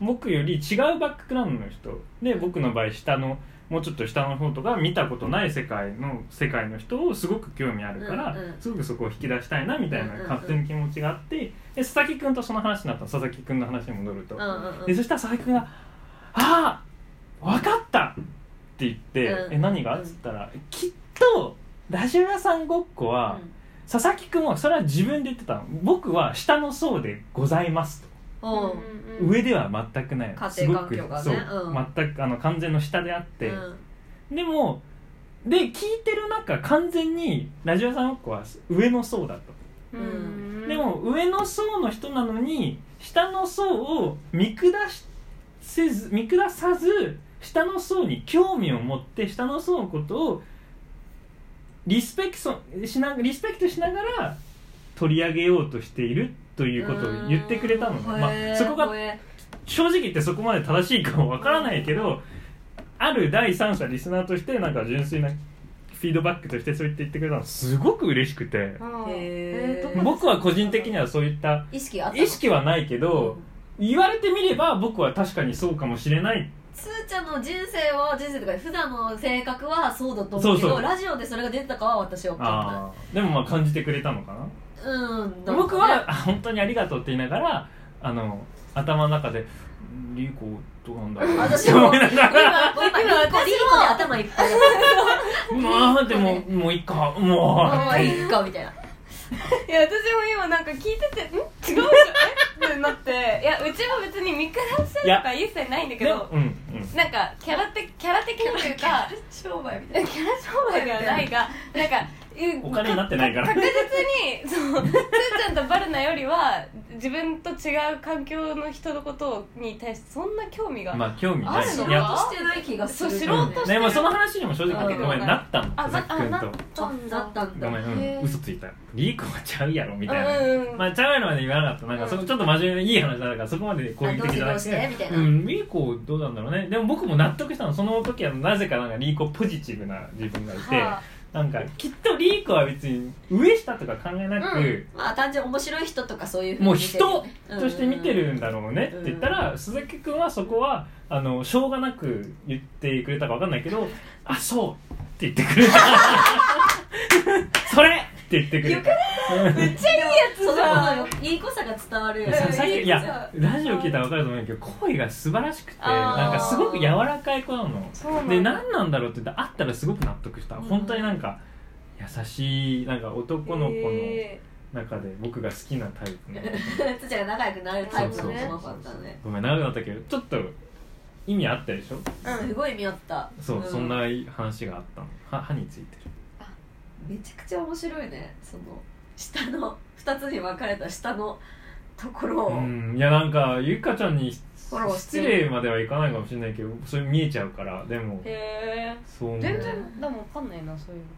[SPEAKER 3] 僕より違うバックグラウンドの人で僕の場合下のもうちょっと下の方とか見たことない世界の世界の人をすごく興味あるから、
[SPEAKER 1] うんうん
[SPEAKER 3] すごくそこを引き出したいなみたい
[SPEAKER 1] うん
[SPEAKER 3] な
[SPEAKER 1] うんうん
[SPEAKER 3] 勝手に気持ちがあってで佐々木君とその話になったの佐々木君の話に戻ると、
[SPEAKER 1] うんうんうん
[SPEAKER 3] でそしたら佐々木君が「ああ分かった!」って言って「
[SPEAKER 1] うん
[SPEAKER 3] え何が?」っつったら「きっとラジオ屋さんごっこは、
[SPEAKER 1] うん
[SPEAKER 3] 佐々木君はそれは自分で言ってたの僕は下の層でございます」と。
[SPEAKER 1] うん
[SPEAKER 3] 上では全くない
[SPEAKER 1] 家庭環境がね
[SPEAKER 3] すごくそう、
[SPEAKER 1] うん
[SPEAKER 3] 全くあの完全の下であっ
[SPEAKER 1] う
[SPEAKER 3] て、
[SPEAKER 1] ん
[SPEAKER 3] でもで聞いてる中完全にラジオ屋さんごっこは上の層だと、でも上の層の人なのに下の層を見下しせず見下さず下の層に興味を持って下の層のことをリスペクトしなリスペクトしながら取り上げようとしているということを言ってくれたのね、
[SPEAKER 1] うん
[SPEAKER 3] ま
[SPEAKER 1] へ
[SPEAKER 3] あ、
[SPEAKER 1] ー
[SPEAKER 3] そこが
[SPEAKER 1] ほえ
[SPEAKER 3] 正直言ってそこまで正しいかもわからないけどある第三者リスナーとしてなんか純粋なフィードバックとしてそう言って言ってくれたのすごく嬉しくて
[SPEAKER 1] へー
[SPEAKER 2] どこで
[SPEAKER 3] 僕は個人的にはそういった
[SPEAKER 1] 意識あったの
[SPEAKER 3] 意識はないけど言われてみれば僕は確かにそうかもしれない
[SPEAKER 1] すーちゃんの人生は人生とか普段の性格はそうだと思うけど
[SPEAKER 3] そうそう
[SPEAKER 1] ラジオでそれが出てたかは私は分か
[SPEAKER 3] あーでもまあ感じてくれたのかな
[SPEAKER 1] んないうんなんかね
[SPEAKER 3] 僕はあ本当にありがとうって言いながらあの頭の中で「リーコどうなんだろう?」
[SPEAKER 1] 私も
[SPEAKER 3] 思いなが
[SPEAKER 2] (laughs)
[SPEAKER 1] 今
[SPEAKER 3] ら
[SPEAKER 1] 今今リンコリンコで頭いっぱいだっ
[SPEAKER 3] 「まあでももういいかもう」
[SPEAKER 1] たもういいかみたいない
[SPEAKER 2] や私も今なんか聞いてて「ん違うじゃんえってなっていやうちも別に見下してるとか一切ないんだけ
[SPEAKER 3] ね
[SPEAKER 2] ど、
[SPEAKER 3] うんうん
[SPEAKER 2] なんかキャラ的キャラ的にというか
[SPEAKER 1] 商売みたい
[SPEAKER 2] キャラ商売ではないがなんかう
[SPEAKER 3] お金になってないか
[SPEAKER 2] (laughs)
[SPEAKER 3] ら
[SPEAKER 2] 確実にそうつーちゃんとバルナよりは自分と違う環境の人のことに対してそんな興味が、
[SPEAKER 3] まあ興味
[SPEAKER 2] あ
[SPEAKER 3] ない
[SPEAKER 2] る
[SPEAKER 1] な
[SPEAKER 2] の
[SPEAKER 3] い
[SPEAKER 1] 知
[SPEAKER 3] や
[SPEAKER 1] ろうとしてない気がする
[SPEAKER 2] そう知
[SPEAKER 3] う
[SPEAKER 2] ろ
[SPEAKER 3] ん
[SPEAKER 2] うとして
[SPEAKER 3] ね
[SPEAKER 2] る
[SPEAKER 3] まあその話にも正直
[SPEAKER 1] うん
[SPEAKER 3] ごめんなったの
[SPEAKER 2] あ
[SPEAKER 3] 佐
[SPEAKER 2] なあな
[SPEAKER 3] 々
[SPEAKER 2] っ
[SPEAKER 3] 木君
[SPEAKER 2] たんだ
[SPEAKER 1] なったん
[SPEAKER 3] とご
[SPEAKER 1] だ
[SPEAKER 3] めんう
[SPEAKER 2] へー
[SPEAKER 3] ん嘘ついたリーコはちゃうやろみ
[SPEAKER 2] う
[SPEAKER 3] たいな。
[SPEAKER 2] んうん、
[SPEAKER 3] まあ、ちゃうやろまで言わなかったなんか、
[SPEAKER 2] うん
[SPEAKER 3] そのちょっと真面目でいい話だからそこまで攻撃的じゃなく
[SPEAKER 1] あどうしてどうしてみたいな
[SPEAKER 3] うん、リーコどうなんだろうねでも僕も納得したのその時はなぜかなんかリーコポジティブな自分がいて、
[SPEAKER 2] は
[SPEAKER 3] なんかきっとリーコは別に上下とか考えなく、
[SPEAKER 2] うん
[SPEAKER 1] まあ単純に面白い人とかそういうふ
[SPEAKER 3] もう
[SPEAKER 1] に見てるよ
[SPEAKER 3] 人
[SPEAKER 1] ね
[SPEAKER 3] として見てるんだろうねって言ったら、鈴木君はそこはあのしょうがなく言ってくれたか分かんないけど「あそう」って言ってくれた
[SPEAKER 1] (laughs)
[SPEAKER 3] 「それ!」って言ってくれた
[SPEAKER 2] めっちゃいいやつ
[SPEAKER 1] そ
[SPEAKER 2] じゃ
[SPEAKER 1] の
[SPEAKER 2] ん
[SPEAKER 1] いい子さが伝わるよ
[SPEAKER 2] ん
[SPEAKER 1] ね
[SPEAKER 3] ささっき
[SPEAKER 2] いい
[SPEAKER 3] いやラジオ聞いたら分かると思うんだけど声が素晴らしくて
[SPEAKER 2] あー
[SPEAKER 3] なんかすごく柔らかい子なの。
[SPEAKER 2] そうなんだ
[SPEAKER 3] で何なんだろうって言ったら会ったらすごく納得した、
[SPEAKER 1] うん
[SPEAKER 3] 本当になんか優しいなんか男の子の
[SPEAKER 2] え
[SPEAKER 3] 中で僕が好きなタイ
[SPEAKER 1] (laughs)
[SPEAKER 3] プの (laughs)
[SPEAKER 1] つーちゃんが仲良くなるタイプの子だったね
[SPEAKER 3] ごめん長くなったけどちょっと意味あったでしょ
[SPEAKER 2] ー
[SPEAKER 1] すごい見合った
[SPEAKER 3] そう、
[SPEAKER 1] ん
[SPEAKER 3] そんな話があったの歯歯についてる
[SPEAKER 1] めちゃくちゃ面白いねその下の2つに分かれた下のところを
[SPEAKER 3] うんいやなんかゆかちゃんに
[SPEAKER 1] フォローして
[SPEAKER 3] 失礼まではいかないかもしれないけどそれ見えちゃうからでも
[SPEAKER 2] へえ
[SPEAKER 3] そう思う
[SPEAKER 2] 全然でもわかんないなそういうの
[SPEAKER 3] う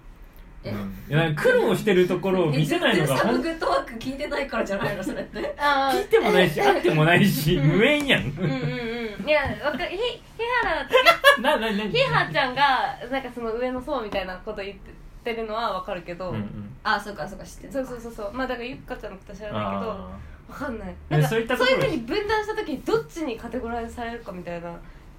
[SPEAKER 1] え
[SPEAKER 3] ん、いやなんか苦労してるところを見せないのが
[SPEAKER 1] サブ
[SPEAKER 3] 本
[SPEAKER 1] グッドワーク聞いてないからじゃないのそれって
[SPEAKER 2] あ
[SPEAKER 3] 当聞いてもないしあってもないし
[SPEAKER 2] うん
[SPEAKER 3] 無縁やん
[SPEAKER 2] うんうんうんいやわかひ日原
[SPEAKER 3] (laughs) なななに
[SPEAKER 2] ひはちゃんがなんかその上の層みたいなこと言ってるのはわかるけど、
[SPEAKER 3] うんうん
[SPEAKER 1] あそうかそうか知ってる
[SPEAKER 2] そうそうそうそうまあだからゆっかちゃんのことは知らないけどわ
[SPEAKER 3] あ
[SPEAKER 2] かんない
[SPEAKER 3] ー
[SPEAKER 2] なん
[SPEAKER 3] ね
[SPEAKER 2] か
[SPEAKER 3] そういったと
[SPEAKER 2] そうい
[SPEAKER 3] こ
[SPEAKER 2] う
[SPEAKER 3] ろ
[SPEAKER 2] ふうに分断した時にどっちにカテゴライズされるかみたいな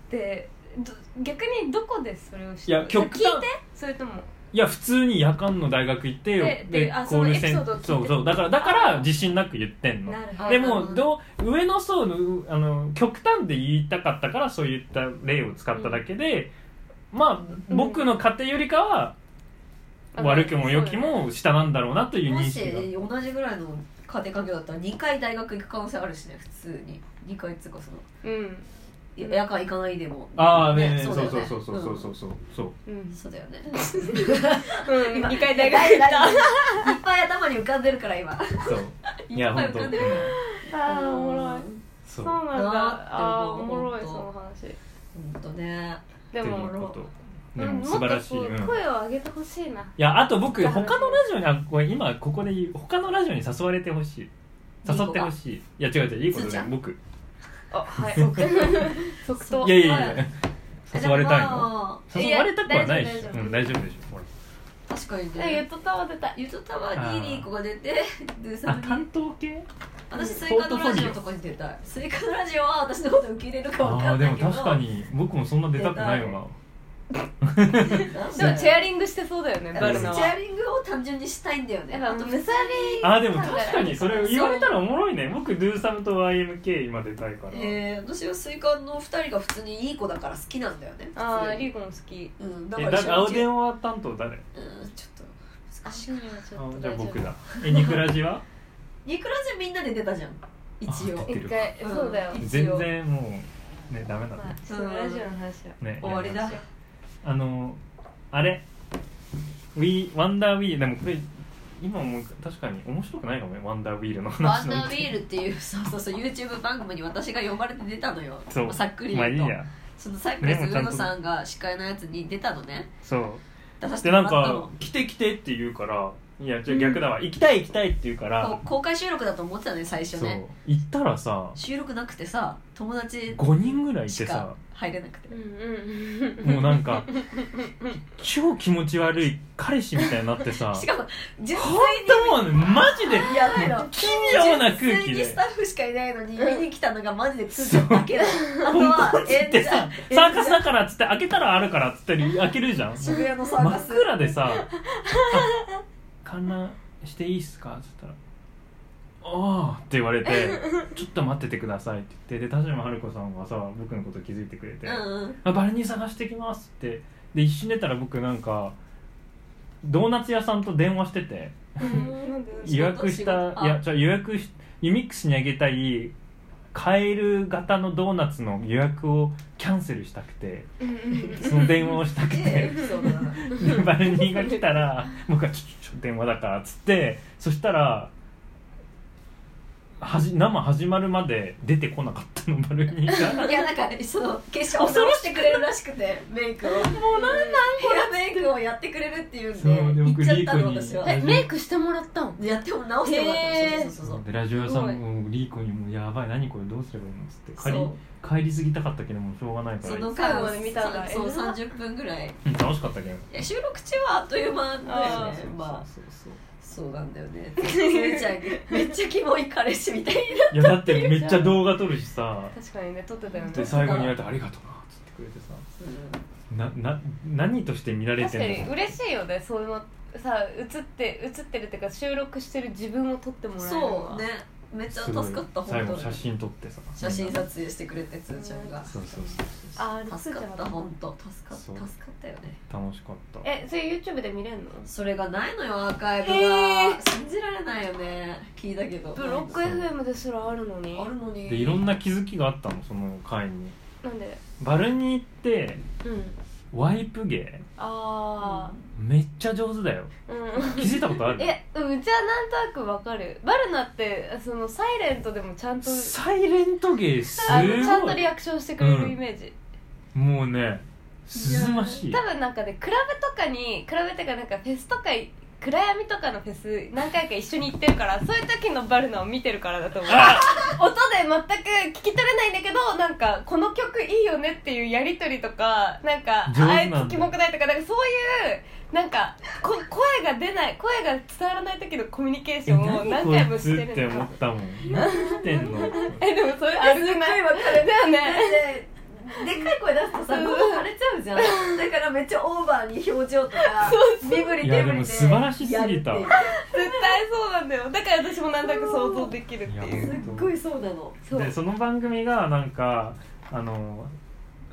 [SPEAKER 2] でど逆にどこでそれを知
[SPEAKER 3] いや極端
[SPEAKER 2] 聞いてそれとも
[SPEAKER 3] いや普通に夜間の大学行ってよ
[SPEAKER 2] でであそのエピソードを聞いて
[SPEAKER 3] そうそうだからだから自信なく言ってんの
[SPEAKER 2] なる
[SPEAKER 1] あ
[SPEAKER 3] で
[SPEAKER 1] う
[SPEAKER 3] も
[SPEAKER 1] ん
[SPEAKER 3] どう上の層のうあの極端で言いたかったからそういった例を使っただけで、まあ、
[SPEAKER 2] うん
[SPEAKER 3] 僕の家庭よりかは
[SPEAKER 2] あ
[SPEAKER 3] 悪くも良きも下なんだろうなという
[SPEAKER 1] も
[SPEAKER 3] 認
[SPEAKER 1] し
[SPEAKER 3] 識が
[SPEAKER 1] 同じぐらいの家庭環境だったら2回大学行く可能性あるしね普通に2回っつうかその
[SPEAKER 2] うん
[SPEAKER 1] い夜間行かないでも
[SPEAKER 3] ああねね
[SPEAKER 1] そう
[SPEAKER 3] そ
[SPEAKER 1] だ
[SPEAKER 3] う
[SPEAKER 1] よ
[SPEAKER 3] そう
[SPEAKER 1] ね
[SPEAKER 3] そうそうそうそううそうそう
[SPEAKER 2] うん
[SPEAKER 3] (laughs)
[SPEAKER 1] ん、そうだよね
[SPEAKER 2] うん、
[SPEAKER 1] 今
[SPEAKER 2] 2回大学行った
[SPEAKER 1] 大学 (laughs) いっぱい頭に浮かんでるから今
[SPEAKER 3] いや本当
[SPEAKER 1] いっぱい浮かんで
[SPEAKER 3] うん
[SPEAKER 2] あーおもろい
[SPEAKER 3] そ
[SPEAKER 2] そううなんだ
[SPEAKER 1] な
[SPEAKER 2] あー
[SPEAKER 1] って
[SPEAKER 2] お
[SPEAKER 1] 思う
[SPEAKER 2] もろい
[SPEAKER 1] ほんと
[SPEAKER 2] その話
[SPEAKER 1] 本当ね
[SPEAKER 2] で
[SPEAKER 3] という
[SPEAKER 2] も
[SPEAKER 3] こと
[SPEAKER 2] う
[SPEAKER 3] で
[SPEAKER 2] ん
[SPEAKER 3] も
[SPEAKER 2] も
[SPEAKER 3] 素
[SPEAKER 2] っと
[SPEAKER 3] 晴らしい、
[SPEAKER 2] こ
[SPEAKER 3] うん、いう
[SPEAKER 2] 声を上げてほしいな
[SPEAKER 3] やあと僕他のラジオにあこれ今ここで言う他のラジオに誘われてほしい誘ってほしいいや違う違ういいこ
[SPEAKER 1] つ
[SPEAKER 3] と
[SPEAKER 1] ーち
[SPEAKER 3] で
[SPEAKER 1] ゃん
[SPEAKER 3] 僕い
[SPEAKER 2] あ (laughs) はい
[SPEAKER 1] 即
[SPEAKER 2] 即答
[SPEAKER 3] やいやいやいや
[SPEAKER 1] え
[SPEAKER 3] 誘われたい
[SPEAKER 1] でも
[SPEAKER 3] の
[SPEAKER 1] まあ
[SPEAKER 3] 誘われたくはないで
[SPEAKER 2] い
[SPEAKER 3] し
[SPEAKER 2] や
[SPEAKER 3] ょ
[SPEAKER 2] 大丈夫大丈夫
[SPEAKER 3] うん大丈夫でしょほら
[SPEAKER 1] 確かに
[SPEAKER 2] えゆ
[SPEAKER 1] ね
[SPEAKER 2] とたわ出た
[SPEAKER 1] ゆとたわにリーコが出てドゥーさ
[SPEAKER 3] あ
[SPEAKER 1] んに
[SPEAKER 3] 担当系
[SPEAKER 1] 私スイカのラジオとかに出たいスイカのラジオは私のこと受け入れるか分
[SPEAKER 3] あ
[SPEAKER 1] か
[SPEAKER 3] あ
[SPEAKER 1] ん
[SPEAKER 3] で
[SPEAKER 1] ない
[SPEAKER 3] も
[SPEAKER 1] けど
[SPEAKER 3] 確かに僕もそんな出たくないよな
[SPEAKER 1] なん
[SPEAKER 2] で
[SPEAKER 1] だよ
[SPEAKER 2] もチェアリングしてそうだよねバルナ
[SPEAKER 1] 私チェア
[SPEAKER 2] は
[SPEAKER 1] リングを単純にしたいんだよね
[SPEAKER 2] やっぱ
[SPEAKER 1] あ
[SPEAKER 2] あ
[SPEAKER 1] と
[SPEAKER 2] の
[SPEAKER 1] む
[SPEAKER 2] む
[SPEAKER 1] さ
[SPEAKER 2] さ
[SPEAKER 1] び
[SPEAKER 3] あーでも確かにそれ言われたらおもろいね僕ドゥーサムと YMK 今出たいから
[SPEAKER 1] えー、私はスイカの2人が普通にいい子だから好きなんだよね
[SPEAKER 2] あー
[SPEAKER 1] 普通
[SPEAKER 2] リ
[SPEAKER 1] に
[SPEAKER 2] ーコも好き
[SPEAKER 1] うんだか
[SPEAKER 3] え
[SPEAKER 1] ら
[SPEAKER 3] だ
[SPEAKER 1] 一
[SPEAKER 3] 青
[SPEAKER 1] 緒に
[SPEAKER 3] 電話担当誰
[SPEAKER 1] うんちょっと
[SPEAKER 2] あ
[SPEAKER 1] 難しい
[SPEAKER 2] そうなのちょ
[SPEAKER 3] あ
[SPEAKER 2] っと
[SPEAKER 3] じゃあ
[SPEAKER 2] 大丈夫
[SPEAKER 3] 僕だえニクラジは
[SPEAKER 1] ニクラジみんなで出たじゃん一
[SPEAKER 3] あ
[SPEAKER 1] 応
[SPEAKER 3] 出て
[SPEAKER 2] 一
[SPEAKER 3] る
[SPEAKER 2] 回
[SPEAKER 1] うん
[SPEAKER 2] そうだよ
[SPEAKER 1] 一応
[SPEAKER 3] 全然もうねダメだ
[SPEAKER 2] ま
[SPEAKER 3] ね
[SPEAKER 2] あちょっとラジオの話は
[SPEAKER 3] ね
[SPEAKER 1] 終わり
[SPEAKER 3] や
[SPEAKER 1] だ
[SPEAKER 3] めましょうあのあれ「We ワンダーウィール」でもこれ今もう確かに面白くないかもねワンダーウィールの
[SPEAKER 1] ワ
[SPEAKER 3] 話
[SPEAKER 1] ン
[SPEAKER 3] の
[SPEAKER 1] ダービールっていうそうそうそう YouTube 番組に私が呼ばれて出たのよ
[SPEAKER 3] (laughs) そう
[SPEAKER 1] さっくり
[SPEAKER 3] まあい
[SPEAKER 1] 言
[SPEAKER 3] いう
[SPEAKER 1] と、
[SPEAKER 3] や
[SPEAKER 1] そのサイプレス
[SPEAKER 3] ねもうち
[SPEAKER 1] 上
[SPEAKER 3] ゃんと
[SPEAKER 1] 野さんが司会のやつに出たのね
[SPEAKER 3] そう
[SPEAKER 1] 出させて
[SPEAKER 3] で
[SPEAKER 1] も
[SPEAKER 3] な
[SPEAKER 1] ら
[SPEAKER 3] ん
[SPEAKER 1] った
[SPEAKER 3] か
[SPEAKER 1] の
[SPEAKER 3] 「来て来て」って言うからいやじゃあ逆だわ、行きたい行きたいって言うから
[SPEAKER 1] こう公開収録だと思ってたのよ最初
[SPEAKER 3] そう
[SPEAKER 1] ね
[SPEAKER 3] 行ったらさ
[SPEAKER 1] 収録なくてさ友達
[SPEAKER 3] 5人ぐらいい
[SPEAKER 1] してか
[SPEAKER 3] さ
[SPEAKER 1] 入れなくて
[SPEAKER 2] うんうん
[SPEAKER 3] もうなんか超気持ち悪い彼氏みたいになってさ
[SPEAKER 1] しかも純粋
[SPEAKER 3] 本当もうねマジで
[SPEAKER 1] にやばいの
[SPEAKER 3] 奇妙な空
[SPEAKER 1] 純
[SPEAKER 3] 気
[SPEAKER 1] 粋にス
[SPEAKER 3] で
[SPEAKER 1] タッフしかいないのに見に来たのがマジで通じゃだけだあと
[SPEAKER 3] コンコ
[SPEAKER 1] は
[SPEAKER 3] ンつっ
[SPEAKER 1] 演
[SPEAKER 3] て
[SPEAKER 1] 者
[SPEAKER 3] さ
[SPEAKER 1] 演
[SPEAKER 3] サーカ
[SPEAKER 1] 者
[SPEAKER 3] スだからっつって開けたらあるからっつって開けるじゃん
[SPEAKER 1] 渋谷のサー
[SPEAKER 3] 真
[SPEAKER 1] カ
[SPEAKER 3] っ
[SPEAKER 1] ス
[SPEAKER 3] 暗でさ「あ観覧していいっすか?」っつったら「ああ」って言われて「ちょっと待っててください」って言ってで田島春子さんがさ僕のこと気づいてくれて
[SPEAKER 1] うんうん
[SPEAKER 3] あバルニー探してきますってで一瞬出たら僕なんかドーナツ屋さんと電話してて
[SPEAKER 2] うん (laughs) なんでなんで
[SPEAKER 1] い
[SPEAKER 3] 予約し
[SPEAKER 1] 仕
[SPEAKER 3] た
[SPEAKER 1] 事あ
[SPEAKER 3] いやじゃ予約しユミックスにあげたいカエル型のドーナツの予約をキャンセルしたくて
[SPEAKER 2] うんうん
[SPEAKER 3] その電話をしたく
[SPEAKER 1] え
[SPEAKER 3] て
[SPEAKER 1] えそうだ
[SPEAKER 2] (laughs)
[SPEAKER 1] な
[SPEAKER 3] でバルニーが来たら僕が「ちょちょちょ電話だから」っつってそしたらはじ生始まるまで出てこなかったのバルニーが
[SPEAKER 1] いやなんかその化粧を直してくれるらしくてメイクをもうなんなんこれメイクをやってくれるっていうん
[SPEAKER 3] そうで
[SPEAKER 1] で行っちゃったの
[SPEAKER 3] 僕リーコに
[SPEAKER 1] 私は
[SPEAKER 2] えメイクしてもらったん
[SPEAKER 1] やっても直してもらったの
[SPEAKER 2] へー
[SPEAKER 1] そうそうそうそう
[SPEAKER 3] でラジオ屋さんもリーコにも「やばい何これどうすればいいの?」っつって帰り
[SPEAKER 1] そう
[SPEAKER 3] 帰りすぎたかったけどもしょうがないから
[SPEAKER 1] その回を
[SPEAKER 2] 最後に見たんだ
[SPEAKER 1] そう
[SPEAKER 2] えらっ
[SPEAKER 1] 30分ぐらいい
[SPEAKER 3] うん楽しかったけど
[SPEAKER 1] や収録中はあっという間だよ
[SPEAKER 2] あ
[SPEAKER 1] ね
[SPEAKER 2] ー
[SPEAKER 1] まあ
[SPEAKER 3] そうそうそう
[SPEAKER 1] そうなんだよねつーちゃんめっちゃキモい彼氏みたいない
[SPEAKER 3] や
[SPEAKER 1] (laughs)
[SPEAKER 3] だってめっちゃ動画撮るしさ
[SPEAKER 2] 確かにね撮ってたよね
[SPEAKER 3] で最後に言われて「ありがとうな」っつってくれてさなな何として見られ
[SPEAKER 2] 確か
[SPEAKER 3] て
[SPEAKER 2] に
[SPEAKER 3] んの
[SPEAKER 2] 嬉しいよねそのさ映って映ってるっていうか収録してる自分を撮ってもらえるの
[SPEAKER 1] そ
[SPEAKER 2] は
[SPEAKER 1] うねめっちゃ
[SPEAKER 3] す
[SPEAKER 1] 助
[SPEAKER 3] ご
[SPEAKER 1] か
[SPEAKER 3] い
[SPEAKER 1] った
[SPEAKER 3] 最
[SPEAKER 1] 本当
[SPEAKER 3] 後写
[SPEAKER 1] に
[SPEAKER 3] 真撮ってさ
[SPEAKER 1] 写真撮影してくれてつーちゃんが
[SPEAKER 3] そうそうそうそう
[SPEAKER 2] あー
[SPEAKER 1] 助かった本当助かっ
[SPEAKER 3] そう
[SPEAKER 1] 助かったよね
[SPEAKER 3] 楽しかった
[SPEAKER 2] えそれ YouTube で見れんの
[SPEAKER 1] それがないのよアーカイブが、
[SPEAKER 2] えー
[SPEAKER 1] 信じられないよね聞いたけど
[SPEAKER 2] ブロック FM ですらあるのに
[SPEAKER 1] あるのに
[SPEAKER 3] でいろんな気づきがあったのその回に
[SPEAKER 2] なんで
[SPEAKER 3] バルニーって
[SPEAKER 2] うん
[SPEAKER 3] ワイプ芸
[SPEAKER 2] あ
[SPEAKER 3] めっちゃ上手だよ
[SPEAKER 2] あうん
[SPEAKER 3] 気づいたことある
[SPEAKER 1] (laughs)
[SPEAKER 2] えうんうちはなんとなくわかるバルナってそのサイレントでもちゃんと
[SPEAKER 3] サイレント芸す
[SPEAKER 2] あのちゃん
[SPEAKER 3] ご
[SPEAKER 2] と
[SPEAKER 3] い
[SPEAKER 2] リアクションしてくれるイメージ、
[SPEAKER 3] もうねすずましい
[SPEAKER 2] 多分なんかねクラブとかにクラブっていうかなんかフェスとか行暗闇とかのフェス何回か一緒に行ってるからそういう時のバルナを見てるからだ
[SPEAKER 3] (laughs)
[SPEAKER 2] と思う
[SPEAKER 3] あ
[SPEAKER 2] 音で全く聞き取れないんだけどなんかこの曲いいよねっていうやり取りとかなんか
[SPEAKER 3] 上手
[SPEAKER 2] あ
[SPEAKER 3] ないんだ
[SPEAKER 2] つキモくないとかなんかそういうなんかこ声が出ない声が伝わらない時のコミュニケーションを何回もして
[SPEAKER 3] 何こいつって
[SPEAKER 2] る
[SPEAKER 3] 思
[SPEAKER 2] の
[SPEAKER 3] ったもん何してんの
[SPEAKER 2] (laughs) えでもそれあるくないわかるだよね
[SPEAKER 1] でっかい声出すとさ
[SPEAKER 2] うん
[SPEAKER 1] 喉腫れちゃうじゃんだからめっちゃオーバーに表情とか身振り
[SPEAKER 3] い
[SPEAKER 1] 手
[SPEAKER 3] や
[SPEAKER 1] 振
[SPEAKER 3] で
[SPEAKER 1] り
[SPEAKER 3] も
[SPEAKER 1] で
[SPEAKER 3] 素晴らしすぎた
[SPEAKER 1] やる
[SPEAKER 2] 絶対そうなんだよだから私もなんとなく想像できるって
[SPEAKER 3] い
[SPEAKER 1] って
[SPEAKER 2] い
[SPEAKER 1] いううすっごいそうなの
[SPEAKER 2] そう
[SPEAKER 3] でその番組がなんかあの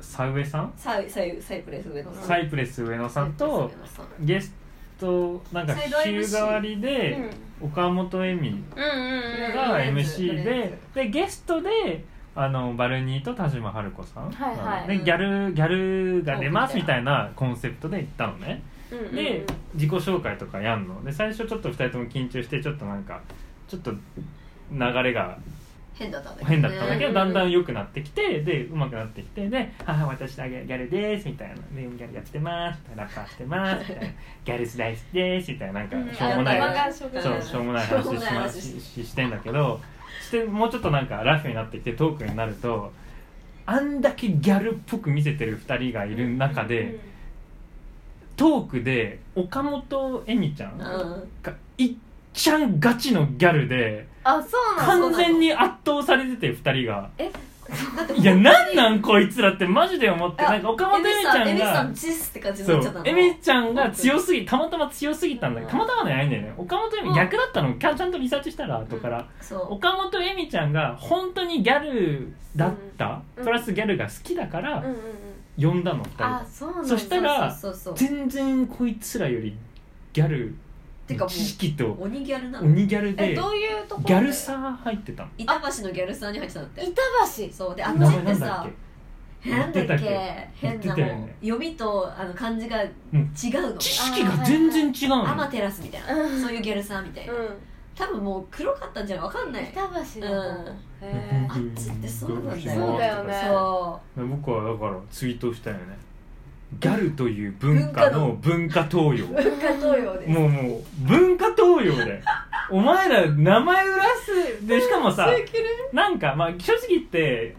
[SPEAKER 3] サウエさん
[SPEAKER 1] サイサイサイプレス上野さん
[SPEAKER 3] サイプレス上野さん
[SPEAKER 1] サイ
[SPEAKER 3] と
[SPEAKER 1] プレス上野さん
[SPEAKER 3] ゲストなんか
[SPEAKER 1] サイド MC
[SPEAKER 3] 週替わりで岡本恵美
[SPEAKER 2] うんうんうん
[SPEAKER 3] が
[SPEAKER 1] うん
[SPEAKER 3] MC
[SPEAKER 1] うん
[SPEAKER 3] ででゲストであのバルニーと田島春子さん、
[SPEAKER 2] はいはい
[SPEAKER 3] で
[SPEAKER 1] うん
[SPEAKER 3] ギャルギャルが出ますみたいなコンセプトで行ったのね
[SPEAKER 2] うんうん
[SPEAKER 3] で自己紹介とかやんので最初ちょっと2人とも緊張してちょっとなんかちょっと流れが
[SPEAKER 1] 変だったんだけどね
[SPEAKER 3] 変だったんだけ
[SPEAKER 2] うん
[SPEAKER 3] どだんだん良くなってきてで上手くなってきてで「あ私はギャルです」みたいな「でギャルやってます」みたいな「ラッパーしてます」みたいな「ギャルスライスです」みたいななんか
[SPEAKER 2] うん
[SPEAKER 3] しょうもない
[SPEAKER 1] あ
[SPEAKER 2] なんかしょうも
[SPEAKER 3] そ
[SPEAKER 2] な
[SPEAKER 3] う
[SPEAKER 2] い
[SPEAKER 3] しょうもない話
[SPEAKER 1] しょうも
[SPEAKER 3] し
[SPEAKER 1] ない
[SPEAKER 3] ま
[SPEAKER 1] 話
[SPEAKER 3] しししてんだけどしてもうちょっとなんかラフになってきてトークになるとあんだけギャルっぽく見せてる2人がいる中でトークで岡本恵美ちゃんが
[SPEAKER 1] うん
[SPEAKER 3] いっちゃんガチのギャルで
[SPEAKER 2] あそうなの
[SPEAKER 3] 完全に圧倒されてて2人が。
[SPEAKER 1] だって
[SPEAKER 3] いや、なんなんこいつらってマジで思って、
[SPEAKER 1] あ
[SPEAKER 3] なんか岡本恵美ちゃ
[SPEAKER 1] エ
[SPEAKER 3] ん
[SPEAKER 1] ミさん
[SPEAKER 3] が、
[SPEAKER 1] チッスって感じに
[SPEAKER 3] そ
[SPEAKER 1] なっちゃった
[SPEAKER 3] う
[SPEAKER 1] の、
[SPEAKER 3] 恵美ちゃんが強すぎ、たまたま強すぎたんだけど、たまたまではないんだよね。岡本恵
[SPEAKER 1] うん
[SPEAKER 3] 美、逆だったの、ちゃんちゃんとリサーチしたら、後から。
[SPEAKER 1] そう
[SPEAKER 3] 岡本恵美ちゃんが本当にギャルだった、
[SPEAKER 2] うん
[SPEAKER 3] プラスギャルが好きだか
[SPEAKER 2] うん
[SPEAKER 3] ら、
[SPEAKER 2] うんうん
[SPEAKER 3] 呼んだの、二人
[SPEAKER 2] あ
[SPEAKER 3] が。
[SPEAKER 2] そうなんだ
[SPEAKER 3] そしたら
[SPEAKER 1] そうそうそう
[SPEAKER 3] 全然こいつらよりギャル
[SPEAKER 1] てか
[SPEAKER 3] の
[SPEAKER 1] も
[SPEAKER 3] 知識と
[SPEAKER 1] う鬼ギャルなの
[SPEAKER 3] 鬼ギャル
[SPEAKER 2] え
[SPEAKER 3] で、
[SPEAKER 2] どういうところで
[SPEAKER 3] ギャルさ入ってたの。
[SPEAKER 1] 板橋のギャルさんに入ってたんだって
[SPEAKER 2] 板橋
[SPEAKER 1] そうであっ
[SPEAKER 3] 名
[SPEAKER 1] ち
[SPEAKER 3] 前
[SPEAKER 1] って
[SPEAKER 3] なんだっ
[SPEAKER 1] さ
[SPEAKER 3] け
[SPEAKER 1] 変だっけ
[SPEAKER 3] 言
[SPEAKER 1] 変
[SPEAKER 3] って
[SPEAKER 1] な
[SPEAKER 3] たよね言ってた
[SPEAKER 1] も
[SPEAKER 3] よ
[SPEAKER 1] ん読み
[SPEAKER 3] ね
[SPEAKER 1] とあの漢字が違うの
[SPEAKER 3] 知識が全然違うの。
[SPEAKER 1] アマテラスみたいな
[SPEAKER 2] うん
[SPEAKER 1] そういうギャルさんみたいな
[SPEAKER 2] う
[SPEAKER 1] 多分もう黒かったんじゃないわかんなんい
[SPEAKER 2] 板橋なん
[SPEAKER 1] う
[SPEAKER 2] だ
[SPEAKER 1] ん
[SPEAKER 2] へ
[SPEAKER 1] あっちってそうなんだよ
[SPEAKER 2] そうだよね
[SPEAKER 1] そ
[SPEAKER 3] 僕はだからツイートしたよねギャルという文化の文化東洋
[SPEAKER 1] う文化東洋です
[SPEAKER 3] もうもう文化東洋でお前ら名前売らすでしかも
[SPEAKER 2] え
[SPEAKER 3] さなんかまあ正直言って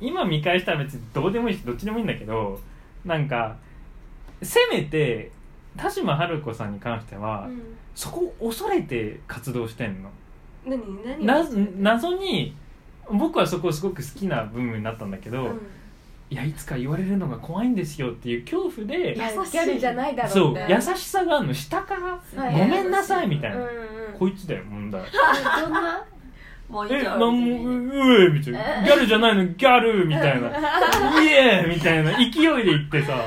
[SPEAKER 3] 今見返したら別にどうでもいいしどっちでもいいんだけどなんかせめて田島春子さんに関しては、
[SPEAKER 2] うん
[SPEAKER 3] そこを恐れて活動してんの
[SPEAKER 2] 何何
[SPEAKER 3] な
[SPEAKER 2] な
[SPEAKER 3] 謎に僕はそこすごく好きな部分になったんだけど、いやいつか言われるのが怖いんですよっていう恐
[SPEAKER 2] い
[SPEAKER 3] 怖で
[SPEAKER 2] やギ
[SPEAKER 1] 優しい
[SPEAKER 2] ャルじゃないだろ
[SPEAKER 3] そうう
[SPEAKER 2] みたい
[SPEAKER 3] 優
[SPEAKER 2] な
[SPEAKER 3] しさがあるの下から「
[SPEAKER 2] はい
[SPEAKER 3] ごめんなさい」みたい
[SPEAKER 2] うん
[SPEAKER 3] な、
[SPEAKER 2] うん
[SPEAKER 3] こいつだよ問題
[SPEAKER 2] どんな
[SPEAKER 1] もういい
[SPEAKER 3] え
[SPEAKER 1] じゃ
[SPEAKER 3] なんんもううえみたいなギャルじゃないのギャルみたいな「イエーみたいな勢いで言ってさ